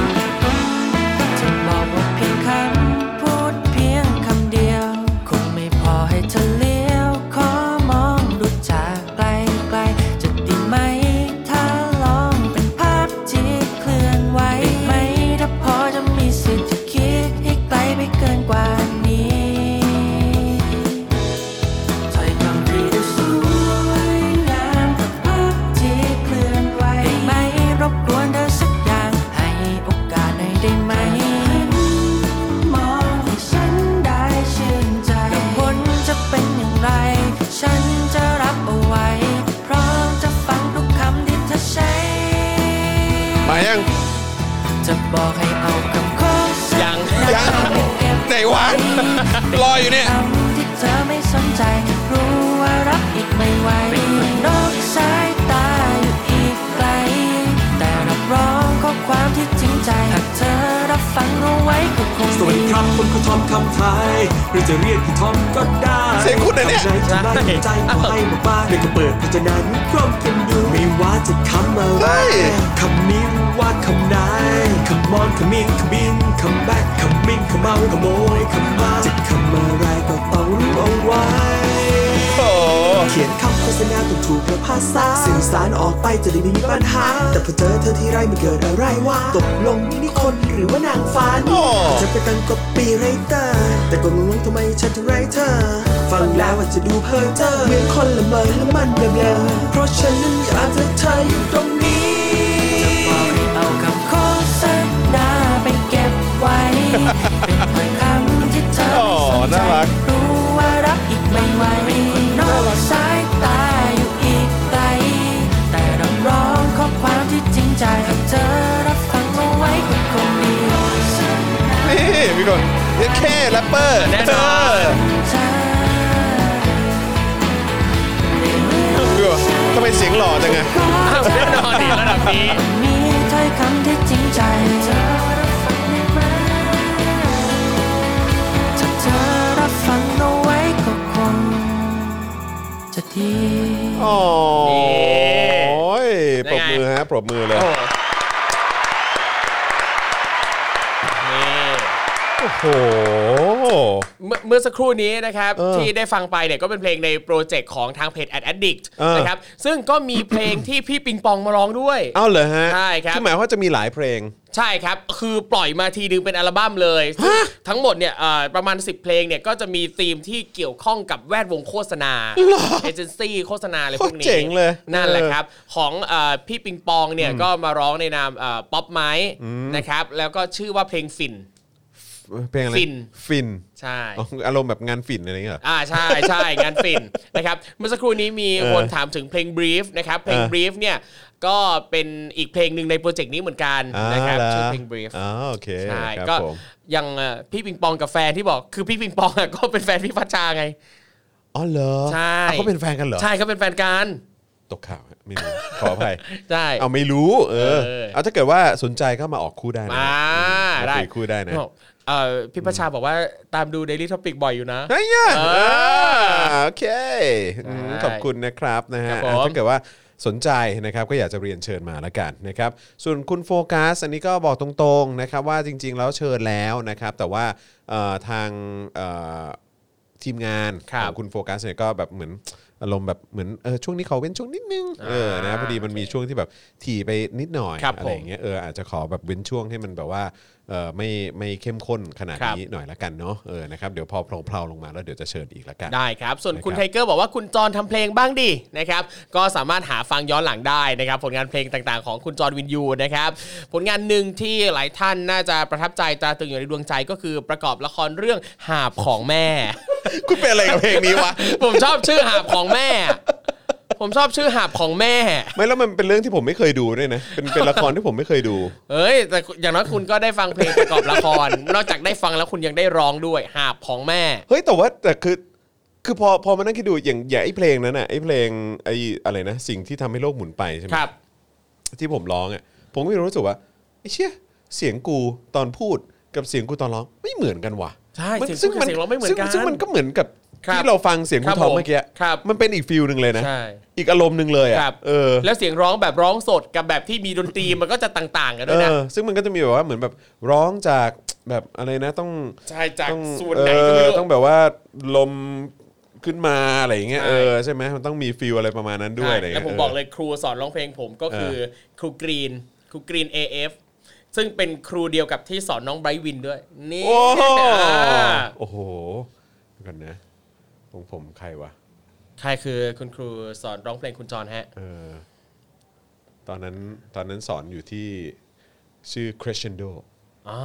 Speaker 5: ว่าเพียงคำพูดเพียงคำเดียว คงไม่พอให้เธอเลี้ยวขอมองดูจากไกลไกลๆจะดีไหม ถ้าลองเป็นภาพที่เคลื่อนไหวไหมถ้าพอจะมีสิทธิ์จะคิดให้ไกลไปเกินกว่านี้ถ้อยคำที่ดูสวยงามกับภาพที่เคลื่อนไหวไหมรบกวนเธอสักอย่างให้โอกาสหน่อยได้ไหม มองให้ฉันได้ชื่นใจแต่ผลจะเป็นอย่างไร ฉันจะรับเอาไว้ พร้อมจะฟังทุกคำที่เธอใช้
Speaker 2: มายัง
Speaker 5: จะบอกให้เอาคำขอสัก
Speaker 3: ยัง
Speaker 2: ยัง
Speaker 5: คำไปเก็บ
Speaker 2: ไหนวะ รออยู่เนี่ย
Speaker 5: คำที่เธอไม่สนใจ รู้ว่ารับอีกไม่ไหวนอกสายตาอยู่อีกไกล แต่รับรองข้อความที่จริงใจหากเธอรับฟังเอาไว้ก็คง
Speaker 6: สวัสดีครับผมคุณทอมคำไทยหรือจะเรียกคุณทอมก็ได้
Speaker 2: เสียงคุณเหรอเนี่ย
Speaker 6: คำไหที่ได้ใจก็ให้มาบ้างในกระเปิดพจนานุกรมกันดูไม่ว่าจะคำอะไรคำนี้ว่าคำไหนคำมอนคำมินคำบินคำแบกคำมินคำเมาคำโมยคำมาจะคำอะไรก็ต้องรู้เอาไว้
Speaker 2: โอ้
Speaker 6: เขียนคำโฆษณาต้องถูกและภาษาสื่อสารออกไปจะได้ไม่มีปัญหา แต่พอเจอเธอที่ไรมันเกิดอะไรวะตกลงนี่นี่คนหรือว่านางฟ้านี่จะเป็นตังกับปีไรเตอร์ แต่ก็งงๆทำไมฉันถึงไรเธอ ฟังแล้วอาจจะดูเพ้อเจ้อเหมือนคนละเมอและมันเบลอๆเพราะฉันนั้นอยากจะเธออยู่ตรงนี้
Speaker 5: เอาคำขอสักดาไปเก็บไว้ เป็นถ้อยคำที่เธอไม่สนใจ รู้ว่ารักอีกไม่ไหวนอกสายตาอยู่อีกไกล แต่รับรองข้อความที่จริงใจหากเธอรับฟังเอาไว้ก็คงดี
Speaker 2: นี่พี่กนเย็ดแค่แรปเปอร์
Speaker 3: แน่นอน
Speaker 5: เธอ
Speaker 2: พี่กนทำไมเสียงหล่อจังไง
Speaker 3: อ้าวแน่นอนดีระดับนี้
Speaker 5: มีถ้อยคำที่จริงใจเธอรับฟังได้ไหมถ้าเธอรับฟังเอาไว้ก็คงจะดี
Speaker 2: โอ้ยปรบ
Speaker 3: ได้ไง
Speaker 2: มือฮะปรบมือเลย
Speaker 3: โอ้โหนี่
Speaker 2: โอ้โห
Speaker 3: เมื่อเมื่อสักครู่นี้นะครับ
Speaker 2: เออ
Speaker 3: ที่ได้ฟังไปเนี่ยก็เป็นเพลงในโปรเจกต์ของทางเพจ Ad Addict
Speaker 2: เออ
Speaker 3: นะครับซึ่งก็มีเพลงที่พี่ปิงปองมาร้องด้วย
Speaker 2: เอาเหรอฮะ
Speaker 3: ใช่ครับ
Speaker 2: อหมายว่าจะมีหลายเพลง
Speaker 3: ใช่ครับ คือปล่อยมาทีนึงเป็นอัลบั้มเลยซึ่งทั้งหมดเนี่ยเอ่อประมาณ 10 เพลงเนี่ยก็จะมีธีมที่เกี่ยวข้องกับแวดวงโฆษณาเอเจนซี่โฆษณาอะไรพวก
Speaker 2: โคตรเจ๋
Speaker 3: นี้
Speaker 2: งเลย
Speaker 3: นั่นแหละ
Speaker 2: เออ
Speaker 3: ครับ ของเอ่อพี่ปิงปองเนี่ยก็มาร้องในนามป๊อปไม้นะครับ แล้วก็ชื่อว่าเพลงฟิน
Speaker 2: เพลงอะไร
Speaker 3: ฟิน
Speaker 2: ฟิน
Speaker 3: ใช่
Speaker 2: อ๋ออารมณ์แบบงานฟินอะไรอย่างเงี้ยเหรอ
Speaker 3: อ่าใช่ใช่งานฟิน นะครับเมื่อสักครู่นี้มี
Speaker 2: เออ
Speaker 3: คนถามถึงเพลง brief นะครับเพลง
Speaker 2: เออ
Speaker 3: brief เนี่ยก็เป็นอีกเพลงหนึ่งในโปรเจกต์นี้เหมือนกัน
Speaker 2: อ่า
Speaker 3: นะครับ
Speaker 2: ห
Speaker 3: ชื่อเพลง brief
Speaker 2: อ๋อโอเค
Speaker 3: ใช่
Speaker 2: ครับ
Speaker 3: ก็
Speaker 2: ผม
Speaker 3: อยังเอ่อพี่ปิงปองกับแฟนที่บอกคือพี่ปิงปองอะ ก็เป็นแฟนพี่พัชชาไง
Speaker 2: อ๋อเหรอ
Speaker 3: ใช่
Speaker 2: อ้าวเขาเป็นแฟนกันเหรอ
Speaker 3: ใช่เขาเป็นแฟนกัน
Speaker 2: ตกข่าวฮะไม่รู้ ขออภัย
Speaker 3: ใช่
Speaker 2: เอาไม่รู้ เออ
Speaker 3: เออ
Speaker 2: เอาถ้าเกิดว่าสนใจก็มาออกคู่ได้นะ
Speaker 3: มา
Speaker 2: มา
Speaker 3: ได้
Speaker 2: คุยคู่ได้นะ
Speaker 3: บอกเอ่อพี่พัชชาบอกว่าตามดู Daily Topic บ่อยอยู่นะ
Speaker 2: ไอ้เนี่ย
Speaker 3: เออ
Speaker 2: เออโอเคอืม
Speaker 3: ได้
Speaker 2: ขอบคุณนะครับนะฮะ
Speaker 3: ครับผม
Speaker 2: อ่ะถ้าเกิดว่าสนใจนะครับก็อยากจะเรียนเชิญมาละกันนะครับ ส่วนคุณโฟกัสอันนี้ก็บอกตรงๆนะครับว่าจริง ๆ แล้วเชิญแล้วนะครับ แต่ว่าเอ่อทางเอ่อ ทีมงาน
Speaker 3: ครั
Speaker 2: ข
Speaker 3: บ
Speaker 2: องคุณโฟกัสเนี่ยก็แบบเหมือนอารมณ์แบบเหมือนเออช่วงนี้ขอเว้นช่วงนิดนึง
Speaker 3: อ่า
Speaker 2: เออนะพอดีมันมีช่วงที่แบบถี่ไปนิดหน่อย
Speaker 3: ครับ
Speaker 2: อะไรอย่างเงี้ยเอออาจจะขอแบบเว้นช่วงให้มันแบบว่าเออไม่ไม่เข้มข้นขนาด
Speaker 3: ครับ
Speaker 2: นี้หน่อยละกันเนาะเออนะครับเดี๋ยวพอเพลาๆลงมาแล้วเดี๋ยวจะเชิญอีกละกัน
Speaker 3: ได้ครับ ส่วนคุณ
Speaker 2: นะ
Speaker 3: ไท
Speaker 2: ครับ
Speaker 3: เกอร์บอกว่าคุณจอนทำเพลงบ้างดินะครับก็สามารถหาฟังย้อนหลังได้นะครับ ผลงานเพลงต่างๆ ของคุณจอนวินยูนะครับผลงานหนึ่งที่หลายท่านน่าจะประทับใจตราตรึงอยู่ในดวงใจก็คือประกอบละครเรื่องหาบของแม่
Speaker 2: คุณเป็นอะไรกับเพลงนี้วะ
Speaker 3: ผมชอบชื่อหาบของแม่อะผมชอบชื่อหาบของแม่
Speaker 2: ไม่แล้วมันเป็นเรื่องที่ผมไม่เคยดูด้วยนะ เป็นเป็นละครที่ผมไม่เคยดู
Speaker 3: เอ้ย แต่อย่างน้อยคุณก็ได้ฟังเพลงประกอบละคร นอกจากได้ฟังแล้วคุณยังได้ร้องด้วยหาบของแม่
Speaker 2: เฮ้ยแต่ว่าแต่คือคือพอพอมานั่งคิดดูอย่างอย่างไอ้เพลงนั้นน่ะไอ้เพลงไอ้อะไรนะสิ่งที่ทำให้โลกหมุนไปใช่ไหม
Speaker 3: ครับ
Speaker 2: ที่ผมร้องอ่ะผมก็มีความรู้สึกว่าไอ้เชี่ยเสียงกูตอนพูดกับเสียงกูตอนร้องไม่เหมือนกันว่ะ
Speaker 3: ใช่
Speaker 2: มัน
Speaker 3: เสียงกูกับเสียงร้องไม่เหมือนกัน
Speaker 2: ซึ่งซึ่งมันก็เหมือนกับ
Speaker 3: ครับ
Speaker 2: ที่เราฟังเสียง
Speaker 3: ค
Speaker 2: คุ
Speaker 3: รั
Speaker 2: ณ
Speaker 3: บ
Speaker 2: ทอม
Speaker 3: ผม
Speaker 2: เมื่อกี้
Speaker 3: ครับ
Speaker 2: มันเป็นอีกฟิลหนึ่งเลยนะ
Speaker 3: ใช่
Speaker 2: อีกอารมณ์หนึ่งเลย
Speaker 3: ครั
Speaker 2: อ่ะ
Speaker 3: บ
Speaker 2: เออ
Speaker 3: แล้วเสียงร้องแบบร้องสดกับแบบที่มีดนตรีมันก็จะต่างๆกันด้วยนะ
Speaker 2: เออซึ่งมันก็จะมีแบบว่าเหมือนแบบร้องจากแบบอะไรนะต้อง
Speaker 3: ใช่จาก
Speaker 2: ต้อง
Speaker 3: ส่วนไหนก็
Speaker 2: เอ
Speaker 3: ไม่
Speaker 2: อ
Speaker 3: รู้
Speaker 2: ต้องแบบว่าลมขึ้นมาอะไรอย่างเงี้ย
Speaker 3: ใช่
Speaker 2: เออใช่ไหมมันต้องมีฟิลอะไรประมาณนั้นด้วยอะไร
Speaker 3: ใช่
Speaker 2: ย่าง
Speaker 3: แล้ว
Speaker 2: เงี้ย
Speaker 3: ผมบอกเลยครูสอนร้องเพลงผมก็คือครูกรีนครูกรีน AF ซึ่งเป็นครูเดียวกับที่สอนน้องไบรท์วินด้วย นี่
Speaker 2: โอ้โห
Speaker 3: อ่า
Speaker 2: โอ้โหเดี๋ยวกันนะของผมใครวะ
Speaker 3: ใครคือคุณครูสอนร้องเพลงคุณจรฮะ
Speaker 2: เออตอนนั้นตอนนั้นสอนอยู่ที่ชื่อ crescendo
Speaker 3: อ๋อ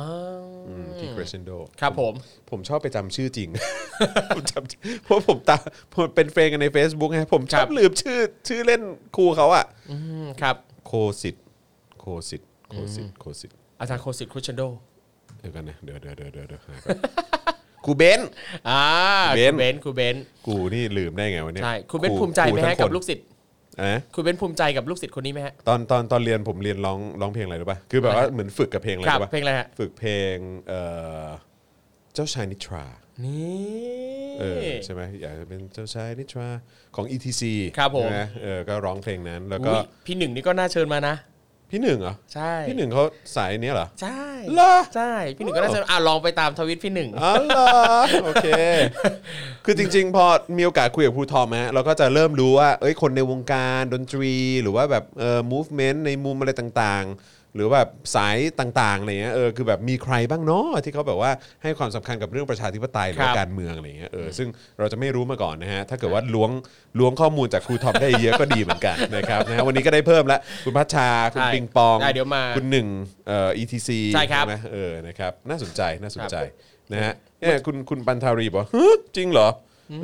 Speaker 3: อ
Speaker 2: อืมที่ crescendo
Speaker 3: ครับผม
Speaker 2: ผมชอบไปจำชื่อจริง ผมจำเพราะผมตามผมเป็นเฟรนกันใน Facebook ไงผมช
Speaker 3: ครั
Speaker 2: อบบ ลืมชื่อชื่อเล่นครูเขาอะ
Speaker 3: อืมครับ
Speaker 2: โคสิตโคสิตโคสิตโคสิต
Speaker 3: อาจารย์โคสิตครูชันโด
Speaker 2: เดี๋ยวกันนะเดี๋ยวเดี๋ยวเดี๋ยวเดี๋ยวเดี๋ยวหาก่อน ครูเบนซ์
Speaker 3: อ่า
Speaker 2: เบน
Speaker 3: ครูเบนครูเบน
Speaker 2: กูนี่ลืมได้ไงวะเนี่ย
Speaker 3: ใช่ครูเบนภูมิใจไหมฮะ
Speaker 2: ทั้ง
Speaker 3: กับลูกศิษย์
Speaker 2: อะนะ
Speaker 3: ครูเบนภูมิใจกับลูกศิษย์คนนี้ไหมฮะ
Speaker 2: ตอนตอนตอนเรียนผมเรียนร้องร้องเพลงอะไรรู้ป่ะคือแบบว่า
Speaker 3: อะไรฮะ
Speaker 2: เหมือนฝึกกับเพลงอะไร
Speaker 3: ครับ
Speaker 2: รู้ป่ะ
Speaker 3: เพลงอะไรฮะ
Speaker 2: ฝึกเพลงเอ่อเจ้าชายนิทรา
Speaker 3: นี่
Speaker 2: เออใช่ไหมอยากจะเป็นเจ้าชายนิทราของ etc
Speaker 3: ครับผม
Speaker 2: ใช่ไหเออก็ร้องเพลงนั้นแล้วก็
Speaker 3: อุ๊ยพี่หนึ่งนี่ก็น่าเชิญมานะ
Speaker 2: พี่หนึ่งเหรอ
Speaker 3: ใช่
Speaker 2: พี่หนึ่งเขาสายเนี้ยเหรอ
Speaker 3: ใช่
Speaker 2: เหรอ
Speaker 3: ใช่พี่หนึ่งก็น่าเชิญอ่ะลองไปตามทวิตพี่หนึ่ง
Speaker 2: อ๋อเหรอโอเค คือจริง ๆ พอมีโอกาสคุยกับครูทอมฮะเราก็จะเริ่มรู้ว่า เอ้ยคนในวงการดนตรี หรือว่าแบบเอ่อ movement ในมุมอะไรต่างๆ หรือว่าแบบสายต่างๆอะไรเงี้ยเออคือแบบมีใครบ้างเนาะที่เขาแบบว่าให้ความสำคัญกับเรื่องประชาธิปไตยหรือว่า
Speaker 3: ครับ
Speaker 2: การเมืองอะไรเงี้ยเออซึ่งเราจะไม่รู้มาก่อนนะฮะถ้าเกิดว่าล้วงล้วงข้อมูลจากครูทอมได้เยอะก็ดีเหมือนกันนะครับนะฮะวันนี้ก็ได้เพิ่มละคุณพัชชาคุณ
Speaker 3: ใช่
Speaker 2: ปิงปอง
Speaker 3: ได้เดี๋ยวมา
Speaker 2: คุณหนึ่งเอ่อ etc
Speaker 3: ใช่ครับ
Speaker 2: ไหม เออ นะครับ น่าสนใจ น่าสนใจ นะฮะ เนี่ย คุณ คุณปันทารีบอกว่าฮึจริงเหรอ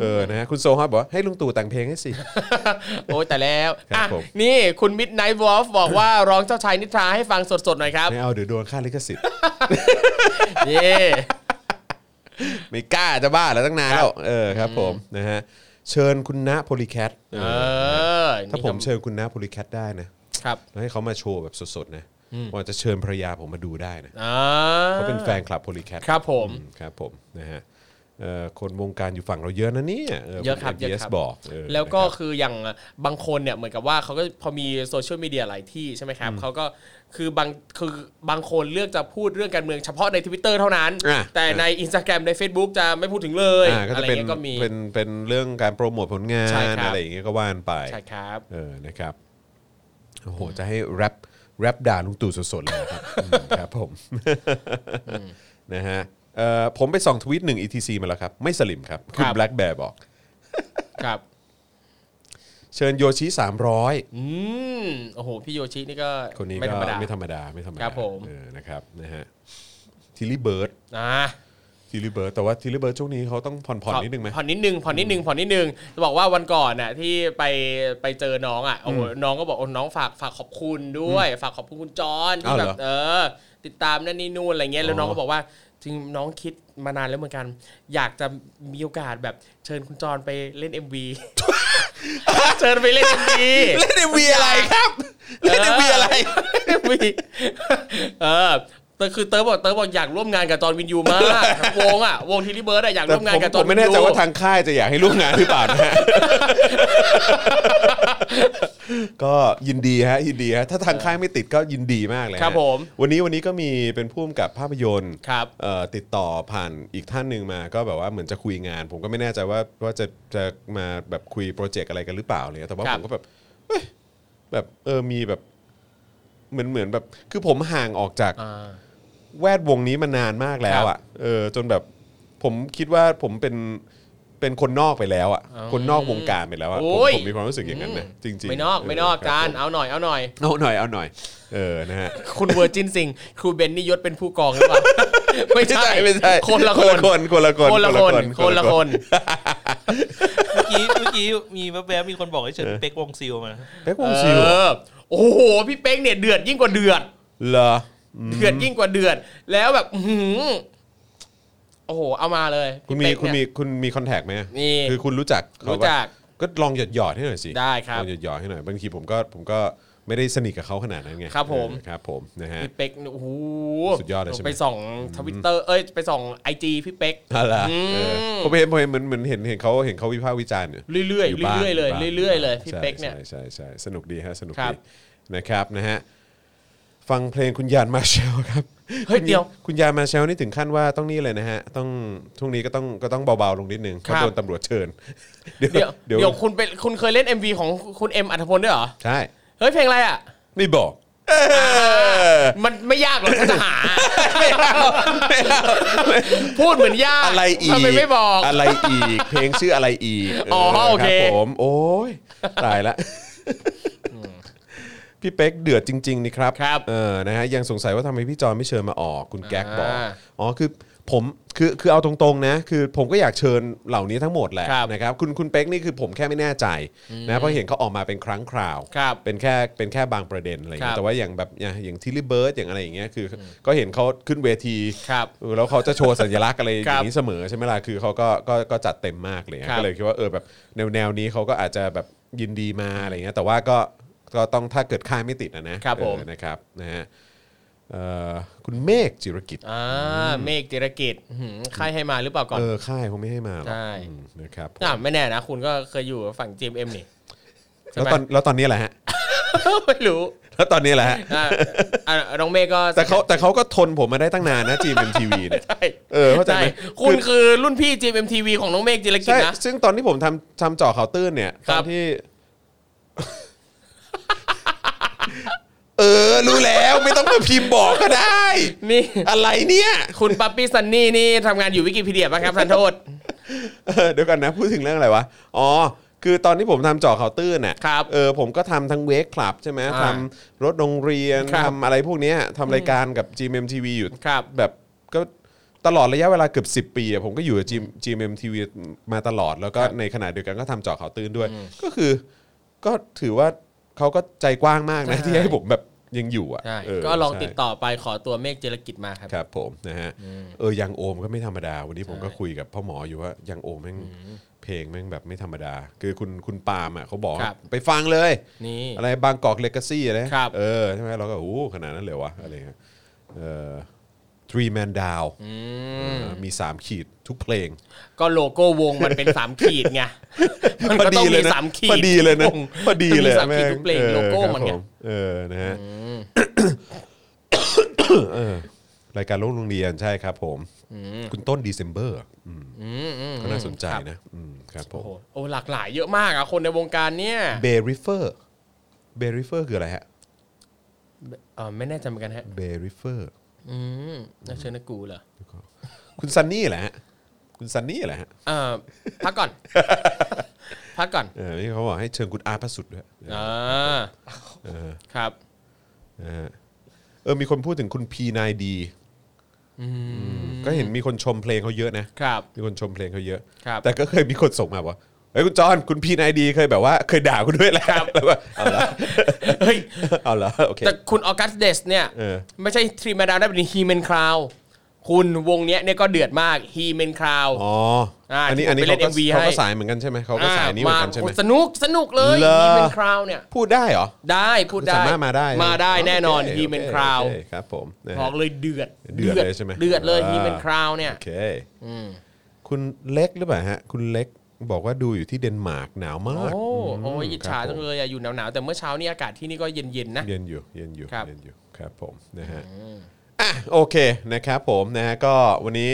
Speaker 2: เออ นะฮะ คุณโซฮาบอกว่าให้ลุงตู่แต่งเพลงให้สิ
Speaker 3: โอ้ยแต่แล้ว
Speaker 2: ครับ
Speaker 3: อ่ะ
Speaker 2: ผม
Speaker 3: นี่คุณมิดไนท์วอลฟบอกว่า ร้องเจ้าชายนิทราให้ฟังสดๆหน่ อยครับ
Speaker 2: ไม่เอา เดี๋ยวโดนค่าลิขสิทธิ์
Speaker 3: เย่
Speaker 2: ไม่กล้าจะบ้าแล้วตั้งนานแล้ว เออ ครับผม นะฮะ เชิญคุณณโพลีแคทเอ
Speaker 3: เอ
Speaker 2: อ
Speaker 3: อ
Speaker 2: ถ้าผมเชิญคุณณโพลีแคทได้นะ
Speaker 3: ครับ
Speaker 2: แล้วให้เขามาโชว์แบบสดๆนะว่าจะเชิญภรรยาผมมาดูได้นะ
Speaker 3: อ่า
Speaker 2: เขาเป็นแฟนคลับโพลีแคท
Speaker 3: ครับผม
Speaker 2: อืมครับผมนะฮะเอ่อคนวงการอยู่ฝั่งเราเยอะนะเนี่ย
Speaker 3: เยอะครับเยอะครับ
Speaker 2: บอกเออ
Speaker 3: แล้วก็
Speaker 2: นะครับ
Speaker 3: คืออย่างบางคนเนี่ยเหมือนกับว่าเขาก็พอมีโซเชียลมีเดียหลายที่ใช่ไหมครับเขาก็คือบางคือบางคนเลือกจะพูดเรื่องการเมืองเฉพาะใน Twitter เท่านั้น
Speaker 2: อ่ะ
Speaker 3: แต่ใน Instagram ใน Facebook จะไม่พูดถึงเลย
Speaker 2: อ่าก็
Speaker 3: อะ
Speaker 2: จะ
Speaker 3: ไร
Speaker 2: เป็น
Speaker 3: เงี้ยก็มี
Speaker 2: เป็นเป็นเรื่องการโปรโมทผลงา
Speaker 3: ใช่
Speaker 2: น
Speaker 3: ครับ
Speaker 2: อะไรอย่างเงี้ยก็ว่านไป
Speaker 3: ใช่ครับ
Speaker 2: เออนะครับโอ้โหจะให้แรปแรปด่าลุงตู่สดๆเลย นะครับอืมครับผมนะฮะเอ่อผมไปส่องทวิตหนึ่ง etc มาแล้วครับ ไม่สลิมครับ คุณ
Speaker 3: ครับ
Speaker 2: แบล็กแบร์บอก
Speaker 3: ครับ
Speaker 2: เชิญโยชิ300
Speaker 3: อืมโอ้โหพี่โยชินี่ก็
Speaker 2: คนนี้
Speaker 3: ไม่
Speaker 2: ก็
Speaker 3: ธรรมดา
Speaker 2: ไม่ธรรมดาไม่ธรรมดา
Speaker 3: ครับผม
Speaker 2: เออนะครับนะฮะทิลลี่เบิร์ด
Speaker 3: อ่า
Speaker 2: ทีริเบิร์ตแต่ว่าทีริเบิร์ตช่วงนี้เขาต้องผ่อนผ่อนนิดนึงไหม
Speaker 3: ผ่อนนิดนึงผ่อนนิดนึงผ่อนนิดนึงจะบอกว่าวันก่อนน่ะที่ไปไปเจอน้องอ่ะโอ้โหน้องก็บอกโอ้น้องฝากฝากขอบคุณด้วย ฝากขอบคุณคุณจอนที่
Speaker 2: อ้าว
Speaker 3: แบ
Speaker 2: เหรอบ
Speaker 3: เออ ติดตามนั่นนี่นู่นอะไรเงี้ยแล้วน้องก็บอกว่าจริงน้องคิดมานานแล้วเหมือนกัน อยากจะมีโอกาสแบบเชิญคุณจอนไปเล่น MV เชิญไปเล่น MV
Speaker 2: เล่น MV อะไรครับ เล่นได้มีอะไร
Speaker 3: มีเออแต่คือเติร์บอกเติร์บอกอยากร่วมงานกับจอห์นวินยูมากทั้งวงอ่ะวงทีรีเบิร์ดอะอยาก
Speaker 2: แต่
Speaker 3: ร่วมงานกับจ
Speaker 2: ผ
Speaker 3: อ
Speaker 2: ม
Speaker 3: ห์นวิ
Speaker 2: ไม่
Speaker 3: นยู
Speaker 2: แน่ใจว่าทางค่ายจะอยากให้ร่วมงานหรือเปล่านะฮะ ก็ยินดีฮะยินดีฮะถ้าทางค่ายไม่ติดก็ยินดีมากเลยฮะ
Speaker 3: ครับผม
Speaker 2: วันนี้วันนี้ก็มีเป็นผู้กำกับภาพยนตร์
Speaker 3: ครับ
Speaker 2: เอ่อติดต่อผ่านอีกท่านหนึ่งมา ก็แบบว่าเหมือนจะคุยงาน ผมก็ไม่แน่ใจว่าว่าจะจะมาแบบคุยโปรเจกต์อะไรกันหรือเปล่าเลยแต่ว่า
Speaker 3: ครั
Speaker 2: ผ
Speaker 3: บ
Speaker 2: มก็แบบเอ้ยแบบเออมีแบบเหมือนเหมือนแบบคือผมห่างออกจาก
Speaker 3: อ่า
Speaker 2: แวดวงนี้มานานมากแล้วอ่ะ เออจนแบบผมคิดว่าผมเป็น เป็นคนนอกไปแล้วอ่ะ
Speaker 3: อ๋อ
Speaker 2: คนนอกวงการไปแล้วอ่ะผม
Speaker 3: โอ้ย
Speaker 2: ผมมีความรู้สึกอย่างนั้นนะจริงๆ
Speaker 3: ไม่นอกไม่นอก
Speaker 2: เครับ
Speaker 3: จาน
Speaker 2: ผม
Speaker 3: เอาหน่อยเอาหน่อย
Speaker 2: เอาหน่อยเอาหน่อย เออนะฮะ
Speaker 3: คุณเวอร์จินสิงห์ครูเบนนี่ยศเป็นผู้กองหรือเปล่า ไม่ใช่
Speaker 2: ไม่ใช่
Speaker 3: คนละคน
Speaker 2: คนคนละคน
Speaker 3: คนละคน คนละคน
Speaker 4: เมื่อกี้เมื่อกี้มีแวบๆมีคนบอกให้เชิญพี่เป๊กวงซิลมา
Speaker 2: เป๊กว
Speaker 3: เอง
Speaker 2: ซิล
Speaker 3: อ โอ้โห พี่เป๊กเนี่ยเดือดยิ่งกว่าเดือด
Speaker 2: เหรอ
Speaker 3: เดือดยิ่งกว่าเดือด แล้วแบบอื้อหือโอ้โห เอามาเลย
Speaker 2: คุณ
Speaker 3: พี่
Speaker 2: มี
Speaker 3: เป๊ก
Speaker 2: คุณมี
Speaker 3: เนี่ย
Speaker 2: คุณมีคอนแทคไหมอะ
Speaker 3: มี
Speaker 2: คือคุณรู้จักเขาปะ
Speaker 3: รู้จัก
Speaker 2: ก็ลองหยอดหยอดๆให้หน่อยสิ
Speaker 3: ได้ครับ
Speaker 2: ลองหยอดหยอดๆให้หน่อยบางทีผมก็ผมก็ไม่ได้สนิทกับเขาขนาดนั้นไง
Speaker 3: ครับผม
Speaker 2: เออครับผมนะฮะ
Speaker 3: พี่เป๊กเนี่ยโอ้โห
Speaker 2: สุดยอดเลยใช่ไหม
Speaker 3: ไปส่องทวิตเตอร์เอ้ยไปส่องไอจีพี่เป๊ก
Speaker 2: อะไร
Speaker 3: อืม
Speaker 2: เออผมเห็นผมเห็นเหมือนเหมือนเห็นเห็นเขาเห็นเขาวิพากษ์วิจารณ์อยู่
Speaker 3: เรื่อยๆ
Speaker 2: บ้าง
Speaker 3: เรื่อยๆเลย
Speaker 2: บ้าง
Speaker 3: เรื่อยๆเลยพี่
Speaker 2: ใช่
Speaker 3: เป๊กเนี่ย
Speaker 2: ใช่ใช่ใช่สนุกดีฮะสนุก
Speaker 3: ครั
Speaker 2: ดี
Speaker 3: บ
Speaker 2: นะครับนะฮะฟังเพลงคุณยานมาเชลครับ
Speaker 3: เฮ้ยเดี๋ยว
Speaker 2: คุณยานมาเชลนี่ถึงขั้นว่าต้องนี่เลยนะฮะต้องช่วงนี้ก็ต้องก็ต้องเบาๆลงนิดนึง
Speaker 3: ครั
Speaker 2: เขา
Speaker 3: บ
Speaker 2: โดนตำรวจเชิญ เดี๋ยว
Speaker 3: เดี๋ยว
Speaker 2: เดี๋ยว
Speaker 3: เดี๋ยวคุณเป็นคุณเคยเล่น MV ของคุณเอ็มอัธพลด้วยเหรอ
Speaker 2: ใช่
Speaker 3: เฮ้ยเพลงอะไรอ่ะ
Speaker 2: ไม่บอก
Speaker 3: มันไม่ยากหรอกถ้าจะหา พูดเหมือนยาก
Speaker 2: อะไรอีก
Speaker 3: ทำไมไม่บอก
Speaker 2: อะไรอีก เพลงชื่ออะไรอีก
Speaker 3: อ๋อโอเค
Speaker 2: รับผมโอ้ยตายละ พี่เป๊กเดือดจริงๆนี่ครับ
Speaker 3: ครับ
Speaker 2: เออ นะฮะ ยังสงสัยว่าทำไมพี่จอนไม่เชิญมาออก คุณแก๊กบอก
Speaker 3: อ่า
Speaker 2: อ๋อ คือผม คือ คือเอาตรงๆนะ คือผมก็อยากเชิญเหล่านี้ทั้งหมดแหละ
Speaker 3: ครับ
Speaker 2: นะครับ คุณ คุณเป๊กนี่คือผมแค่ไม่แน่ใจนะ เพราะเห็นเขาออกมาเป็นครั้งคราว
Speaker 3: ครับ
Speaker 2: เป็นแค่ เป็นแค่บางประเด็นอะไรอย่างเงี้
Speaker 3: ครั
Speaker 2: ย
Speaker 3: บ
Speaker 2: แต่ว่าอย่างแบบ อย่างอย่างทิลลี่เบิร์ดอย่างอะไรอย่างเงี้ย คืออก็เห็นเขาขึ้นเวที
Speaker 3: ครับ
Speaker 2: แล้วเขาจะโชว์สัญลักษณ์อะไรอ
Speaker 3: ครั
Speaker 2: ย่า
Speaker 3: บ
Speaker 2: งนี้เสมอใช่ไหมล่ะ คือเขาก็ ก็ ก็จัดเต็มมากเลย
Speaker 3: ครับ
Speaker 2: ก็เลยคิดว่า เออ แบบแนวแนวนี้เขาก็อาจจะแบบยินดีมาอะไรอย่างเงี้ย แต่ว่าก็ ก็ต้องถ้าเกิดค่ายไม่ติดนะนะ
Speaker 3: ครับผม
Speaker 2: เออนะครับนะฮะเอ่อคุณเมฆจิรกิจ
Speaker 3: อ่าเมฆจิรกิจอื้อหือใครให้มาหรือเปล่าก่อน
Speaker 2: เออค่ายเขาไม่ให้มาหรอก
Speaker 3: ใช่
Speaker 2: อืมนะครับผม
Speaker 3: อ่ะไม่แน่นะ คุณก็เคยอยู่ฝั่ง GMM นี่ ใช่
Speaker 2: แล้ว
Speaker 3: ไหม
Speaker 2: ตอนแล้วตอนนี้แหละฮะ
Speaker 3: ไม่รู้
Speaker 2: แล้วตอนนี้แหละฮะ
Speaker 3: อ่ะอ่ะน้องเมฆก็
Speaker 2: แต่เขาแต่เขาก็ทนผมมาได้ตั้งนานนะจีเอ็มทีวีเนี่ย
Speaker 3: ใช่
Speaker 2: เออเข้าใจ
Speaker 3: ใช่
Speaker 2: ไหม
Speaker 3: คุณคือรุ่นพี่ GMMTV ของน้องเมฆจิรกิจ
Speaker 2: ใช่
Speaker 3: นะ
Speaker 2: ซึ่งตอนที่ผมทำทำเจ่อข่าวตื้นเนี่ย
Speaker 3: ค
Speaker 2: ต
Speaker 3: รั
Speaker 2: อบ นที่ เออ รู้แล้วไม่ต้องมาพิมพ์บอกก็ได้
Speaker 3: นี่
Speaker 2: อะไรเนี่ย
Speaker 3: คุณปั๊ปปี้ซันนี่นี่ทำงานอยู่วิกิพีเดียป่ะครับทันโทษ
Speaker 2: เออเดี๋ยวก่อนนะ พูดถึงเรื่องอะไรวะ อ๋อ คือตอนที่ผมทำเจาะข่าวตื้นน่ะ
Speaker 3: ครับ
Speaker 2: เออผมก็ทำทั้งเวกคลับใช่ไหม
Speaker 3: อ่า
Speaker 2: ทำรถโรงเรียน
Speaker 3: ครับ
Speaker 2: ทำอะไรพวกเนี้ยทำรายการกับ GMMTV อยู่
Speaker 3: ครับ
Speaker 2: แบบก็ตลอดระยะเวลาเกือบ10 ปีอะผมก็อยู่กับ G- GMMTV มาตลอดแล้วก็
Speaker 3: ครับ
Speaker 2: ในขณะเดียวกันก็ทำเจาะข่าวตื้นด้วย ก็คือก็ถือว่าเขาก็ใจกว้างมากนะ
Speaker 3: ใช่
Speaker 2: ที่ให้ผมแบบยังอยู่อ่ะ
Speaker 3: ใช่
Speaker 2: เ
Speaker 3: ก็ลอง
Speaker 2: ใช่
Speaker 3: ติดต่อไปขอตัวเมฆจิรกิจมาครับ
Speaker 2: ครับผมนะฮะเออยังโอมก็ไม่ธรรมดา วันนี้ผมก็คุยกับพ่อหมออยู่ว่ายังโอมแม่งเพลงแม่งแบบไม่ธรรมดา คือคุณคุณปาล์มอ่ะเขาบอกว่า
Speaker 3: ครับ
Speaker 2: ไปฟังเลย
Speaker 3: นี่
Speaker 2: อะไรบางกอกเลกาซี่อะไร
Speaker 3: ครับ
Speaker 2: เออใช่ไหมเราก็โอ้โหขนาดนั้นเลยวะอะไรเงี้ยเออทรีแมนดาว
Speaker 3: อืม
Speaker 2: มี 3 ขีดทุกเพลง
Speaker 3: ก็โลโก้วงมันเป็น สามขีดไง มัน
Speaker 2: พอ
Speaker 3: ก็ต้
Speaker 2: ดี
Speaker 3: อง
Speaker 2: เล
Speaker 3: มี
Speaker 2: ยนะ
Speaker 3: สามขีด
Speaker 2: พอดีเลยนะ
Speaker 3: วง
Speaker 2: พอดีเลย
Speaker 3: มันมีสามขีด
Speaker 2: แม่
Speaker 3: ทุกเพลง
Speaker 2: ออ
Speaker 3: โลโก้
Speaker 2: ครับ
Speaker 3: มันไง
Speaker 2: ผเออนะฮะเออรายการโลกโรงเรียนใช่ครับผมคุณต้นดีเซมเบอร์
Speaker 3: อืมอืม
Speaker 2: ก็น่าสนใจ
Speaker 3: ครับ
Speaker 2: นะอืมครับผ
Speaker 3: โอ้
Speaker 2: ม
Speaker 3: โหโอ้หลากหลายเยอะมากอะคนในวงการเนี่ย
Speaker 2: เบริเฟอร์เบริเฟอร์คืออะไรฮะ
Speaker 3: เออไม่แน่ใจเหมือนกันฮะ
Speaker 2: เบริเฟอร์
Speaker 3: อืมน่าเชื่อนะกูเหรอ
Speaker 2: คุณซันนี่แหละฮะคุณซันนี่แหละฮะ
Speaker 3: เออพั กก่อน พักก่อน
Speaker 2: เออนี่เขาบอกให้เชิญคุณอาร์ตพระสุดด้วย
Speaker 3: อ่าครับ
Speaker 2: นะฮะเออมีคนพูดถึงคุณ P9D ก็เห็นมีคนชมเพลงเขาเยอะนะครับ มีคนชมเพลงเขาเยอะ
Speaker 3: ครับ
Speaker 2: แต่ก็เคยมีคนส่งมาบอกว่าเฮ้ยคุณจอห์นคุณ P9D เคยแบบว่าเคยด่าคุณด้วยแหละแล้วว่าเอาละ
Speaker 3: เฮ้ย
Speaker 2: เอาละโอเค
Speaker 3: แต่คุณออกัสเดสเนี่ย
Speaker 2: เออ
Speaker 3: ไม่ใช่ทรีมาดาวได้เป็นฮีเมนคราวคุณวงเนี้ยเนี่ยก็เดือดมากฮีเมนคราว
Speaker 2: อ๋อ
Speaker 3: อ่า
Speaker 2: อันนี้
Speaker 3: ที่ผม
Speaker 2: อันนี้
Speaker 3: ไป
Speaker 2: เขา
Speaker 3: เล่น
Speaker 2: ก็
Speaker 3: MV ให้
Speaker 2: เขาก็สายเหมือนกันใช่ไหมเขาก็สายนี้เหมือนกันใช่ไหม
Speaker 3: าสนุกสนุกเลย
Speaker 2: เหรอ
Speaker 3: ฮีเมนคราวเนี่ย
Speaker 2: พูดได้เหรอ
Speaker 3: ได้พูดได้
Speaker 2: สามารถมาได้
Speaker 3: มาได้แน่นอน
Speaker 2: โเค
Speaker 3: ฮีเมน
Speaker 2: โอ
Speaker 3: คราว
Speaker 2: โอเคครับผมนะฮะ
Speaker 3: บอกเลยเดือด
Speaker 2: เดือดเลยใช่ไหม
Speaker 3: เดือดเลย
Speaker 2: อ่า
Speaker 3: ฮีเมนคราวเนี่ย
Speaker 2: โอเคคุณเล็กหรือเปล่าฮะ คุณเล็กบอกว่าดูอยู่ที่เดนมาร์กหนาวมา
Speaker 3: โอ้
Speaker 2: ก
Speaker 3: โหอิจฉาจังเลยอะอยู่หนาวๆแต่เมื่อเช้านี่อากาศที่นี่ก็เย็นๆนะ
Speaker 2: เย็นอยู่เย็นอยู่
Speaker 3: ครับ
Speaker 2: เย็นอยู่ครับผมนะฮะอ่ะโอเคนะครับผมนะฮะก็วันนี้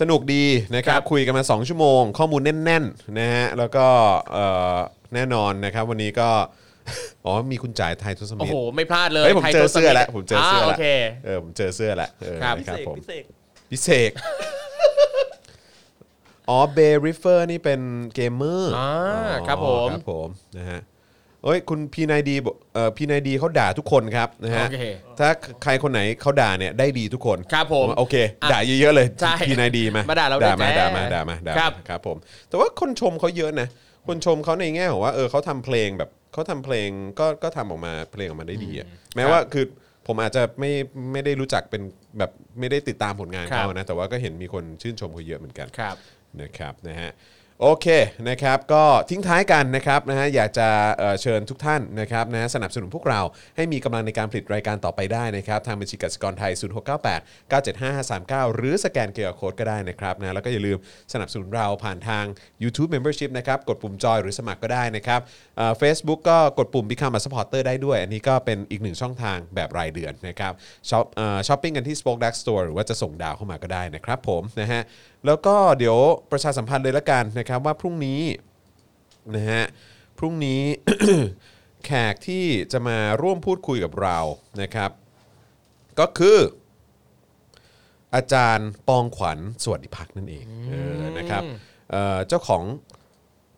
Speaker 2: สนุกดีนะครับ
Speaker 3: ครับ
Speaker 2: คุยกันมา 2 ชั่วโมง ข้อมูลแน่นๆนะฮะแล้วก็เอ่อแน่นอนนะครับวันนี้ก็ อ๋อมีคุณจ่ายไทยทศมิตร
Speaker 3: โอ้โหไม่พลาดเลย
Speaker 2: เฮ้ยผม
Speaker 3: ไทย
Speaker 2: เจอเสื้อแล้ว
Speaker 3: ทศมิตร
Speaker 2: ผมเจอเสื้อแล้ว
Speaker 3: อ่าโอเค
Speaker 2: เออผมเจอเสื้อแล้วเออ
Speaker 3: ครับ
Speaker 2: นะ
Speaker 4: พิ
Speaker 2: ครับ
Speaker 4: เศษ
Speaker 2: ผม
Speaker 4: พิเศษ
Speaker 2: พิเศษ อ๋อ อ๋อเบริเฟอร์นี่เป็นเกมเมอร์
Speaker 3: อ่าครับผม
Speaker 2: ครับผมนะฮะเอ้ยคุณพีนายดีบอกเอ่อพีนายดีเขาด่าทุกคนครับนะฮะ
Speaker 3: โอเค
Speaker 2: ถ้าใครคนไหนเขาด่าเนี่ยได้ดีทุกคน
Speaker 3: ครับผม
Speaker 2: โอเค
Speaker 3: อ่ะ
Speaker 2: ด่าเยอะๆเลย
Speaker 3: ใช่
Speaker 2: พีนายดีมา
Speaker 3: มาด่าเราด้วย
Speaker 2: มาด่า
Speaker 3: จ้า
Speaker 2: มาด่ามาด่ามา
Speaker 3: ครับ
Speaker 2: ครับผม แต่ว่าคนชมเขาเยอะนะคนชมเขาในแง่ของว่าเออเขาทำเพลงแบบเขาทำเพลงก็ก็ทำออกมาเพลงออกมาได้ดีอะแม้ว่าคือผมอาจจะไม่ไม่ได้รู้จักเป็นแบบไม่ได้ติดตามผลงานเขานะแต่ว่าก็เห็นมีคนชื่นชมเขาเยอะเหมือนกัน
Speaker 3: ครับ
Speaker 2: นะครับนะฮะโอเคนะครับก็ทิ้งท้ายกันนะครับนะฮะอยากจะเอ่อเชิญทุกท่านนะครับนะฮะสนับสนุนพวกเราให้มีกำลังในการผลิตรายการต่อไปได้นะครับ ทางบัญชีกสิกรไทย 0698 975539 หรือสแกนเกียร์โค้ดก็ได้นะครับนะแล้วก็อย่าลืมสนับสนุนเราผ่านทาง YouTube Membership นะครับกดปุ่มจอยหรือสมัครก็ได้นะครับเฟซบุ๊กก็กดปุ่ม Become a supporter ได้ด้วย อันนี้ก็เป็นอีกหนึ่งช่องทางแบบรายเดือนนะครับช้อปเอ่อช้อปปิ้งกันที่ Spoke Dark Store หรือว่าจะส่งดาวเข้ามาก็ได้นะครับผมนะฮะ แล้วก็เดี๋ยวประชาสัมพันธ์เลยละกันนะครับว่าพรุ่งนี้นะฮะพรุ่งนี้ แขกที่จะมาร่วมพูดคุยกับเรานะครับ ก็คือ อาจารย์ปองขวัญสวัสดิพักดิ์นั่นเองเออนะครับเอ่อเจ้าของ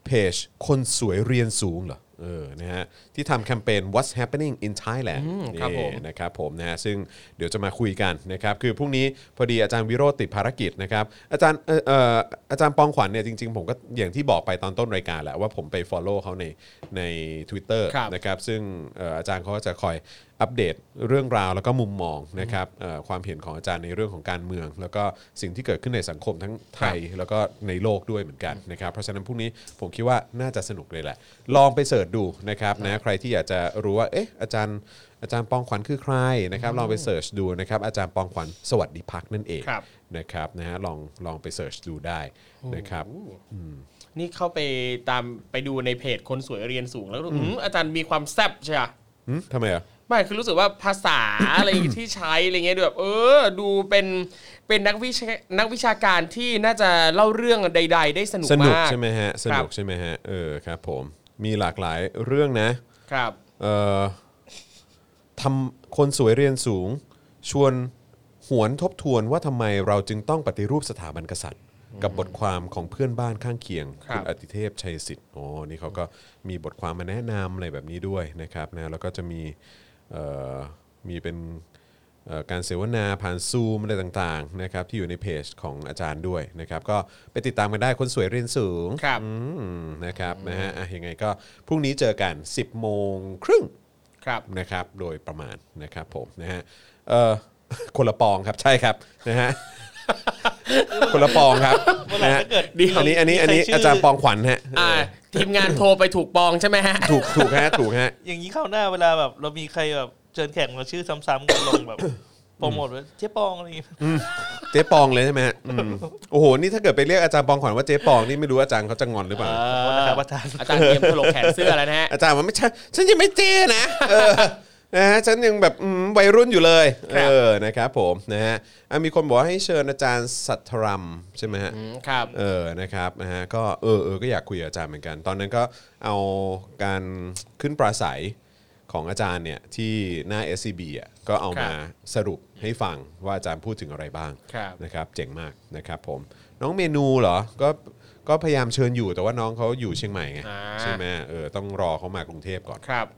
Speaker 2: เพจคนสวยเรียนสูงเหรอเออนะฮะที่ทำแคมเปญ What's Happening in Thailand
Speaker 3: ครับผม
Speaker 2: นี่ นะครับผมนะฮะซึ่งเดี๋ยวจะมาคุยกันนะครับคือพรุ่งนี้พอดีอาจารย์วิโรจน์ติดภารกิจนะครับอาจารย์เอ่อเอ่ออาจารย์ปองขวัญเนี่ยจริงๆ ผมก็อย่างที่บอกไปตอนต้นรายการแหละว่าผมไป Follow เขาในใน Twitter
Speaker 3: ครับ
Speaker 2: นะครับซึ่งเอ่ออาจารย์เขาก็จะคอยอัปเดตเรื่องราวแล้วก็มุมมองนะครับเอ่อความเห็นของอาจารย์ในเรื่องของการเมือง แล้วก็สิ่งที่เกิดขึ้นในสังคมทั้งไทยแล้วก็ในโลกด้วยเหมือนกันนะครับเพราะฉะนั้นพรุ่งนี้ผมคิดว่าน่าจะสนุกเลยแหละ ลองไปเสิร์ชดูนะครับนะใครที่อยากจะรู้ว่าเอ๊ะอาจารย์ อาจารย์ปองขวัญคือใครนะครับลองไปเสิร์ชดูนะครับอาจารย์ปองขวัญสวัสดิพักดิ์นั่นเอง
Speaker 3: ครับ
Speaker 2: นะครับนะฮะลองลองไปเสิร์ชดูได้นะครับ
Speaker 3: นี่เข้าไปตามไปดูในเพจคนสวยเรียนสูงแล้วก็อืมอาจารย์มีความแซ่บใช่ไหม
Speaker 2: หึทำไมอ่ะ
Speaker 3: ไม่คือรู้สึกว่าภาษา อะไรที่ใช้อะไรเงี้ยดูแบบเออ ดูเป็นเป็นนักวิชานักวิชาการที่น่าจะเล่าเรื่องใด ๆ ได้สนุก
Speaker 2: สนุก
Speaker 3: มาก
Speaker 2: ใช่ไหมฮะส
Speaker 3: ครั
Speaker 2: นุก
Speaker 3: บ
Speaker 2: ใช่ไหมฮะเออครับผม มีหลากหลายเรื่องนะครับ เอ่อทำคนสวยเรียนสูง ชวนหวนทบทวนว่าทำไมเราจึงต้องปฏิรูปสถาบันกษัตริย์ กับบทความของเพื่อนบ้านข้างเคียง
Speaker 3: ครับ
Speaker 2: ณอติเทพชัยสิทธิ์โอ้นี่เขาก็มีบทความมาแนะนำอะไรแบบนี้ด้วยนะครับนะแล้วก็จะมีเอ่อมีเป็น เอ่อการเสวนาผ่านซูมอะไรต่างๆนะครับที่อยู่ในเพจของอาจารย์ด้วยนะครับก็ไปติดตามกันได้คนสวยเรียนสูง
Speaker 3: ครับ
Speaker 2: อืมนะครับนะฮะอ่ะยังไงก็พรุ่งนี้เจอกัน 10 โมงครึ่ง
Speaker 3: ครับ
Speaker 2: นะครับโดยประมาณนะครับผมนะฮะเอ่อ คนละปองครับใช่ครับนะฮ ะ คนละปอง ครับ
Speaker 4: เมื่อไหร่
Speaker 2: นะฮะ
Speaker 4: ถ้าเกิด
Speaker 3: เดี๋ยว
Speaker 2: อันนี้อันนี้อันนี้
Speaker 4: มีใครชื่ออ
Speaker 2: อาจารย์ปองขวัญฮะ
Speaker 3: อ่า
Speaker 2: เออ
Speaker 3: ทีมงานโทรไปถูกปองใช่ไหม ฮะ
Speaker 2: ถูกถูกฮะถูกฮะ
Speaker 4: อย่างนี้เข้าหน้าเวลาแบบ เรามีใครแบบเชิญแขกมาชื่อซ้ำๆกันลงแบบ โปรโมทไว้เจ๊ปองอะไรอย่างงี้
Speaker 2: เจ๊ปองเลยใช่ไหมฮะอืมโอ้โหนี่ถ้าเกิดไปเรียกอาจารย์ปองขวัญว่าเจ๊ปองนี่ไม่รู้อาจารย์เขาจะงอนหรือเปล่า
Speaker 4: ขอบคุณนะครับอาจารย์
Speaker 3: อาจารย์เตรียมถลกแขนเสื้อแล้วนะฮะ
Speaker 2: อาจารย์ว่าไม่ใช่ฉันยังไม่เจ้นะเออนะฮะฉันยังแบบอืมวัยรุ่นอยู่เลย
Speaker 3: ค
Speaker 2: เอ
Speaker 3: รับ
Speaker 2: อนะครับผมนะฮะอ่ะมีคนบอกว่าให้เชิญอาจารย์สัทธรัมใช่ไหมฮะ
Speaker 3: อืมครับ
Speaker 2: เออนะครับนะฮะก็เออเออก็อยากคุยกับอาจารย์เหมือนกัน ตอนนั้นก็เอาการขึ้นปราศัยของอาจารย์เนี่ยที่หน้า SCB อ่ะก็เอามาสรุปให้ฟังว่าอาจารย์พูดถึงอะไรบ้าง
Speaker 3: ครับ
Speaker 2: นะครับเจ๋งมากนะครับผมน้องเมนูเหรอก็ก็พยายามเชิญอยู่แต่ว่าน้องเขาอยู่เชียงใหม่ไง
Speaker 3: อ่า
Speaker 2: ใช่ไหมเออต้องรอเขามากรุงเทพก่อน
Speaker 3: ครับ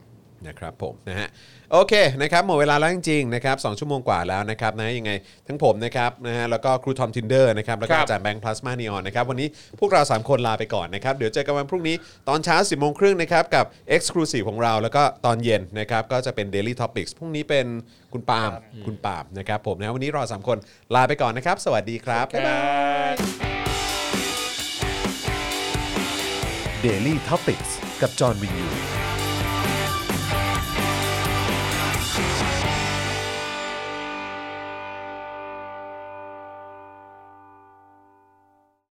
Speaker 2: นะครับผมนะฮะโอเคนะครับหมดเวลาแล้วจริงๆนะครับสองชั่วโมงกว่าแล้วนะครับนะยังไงทั้งผมนะครับนะฮะแล้วก็ครูทอมทินเดอร์นะครับแล้วก็
Speaker 3: ครับ
Speaker 2: อาจารย์แบงค์พลาสมานีออนนะครับวันนี้พวกเรา 3 คนลาไปก่อนนะครับเดี๋ยวเจอกันวันพรุ่งนี้ตอนเช้า 10บโมงครึ่งนะครับกับ Exclusive ของเราแล้วก็ตอนเย็นนะครับก็จะเป็น Daily Topics พรุ่งนี้เป็นคุณปาล์มคุณปาล์มนะครับผมนะวันนี้เราสามคนลาไปก่อนนะครับ สวัสดีครับ
Speaker 1: Daily t o p i c กกับจอห์นวินยู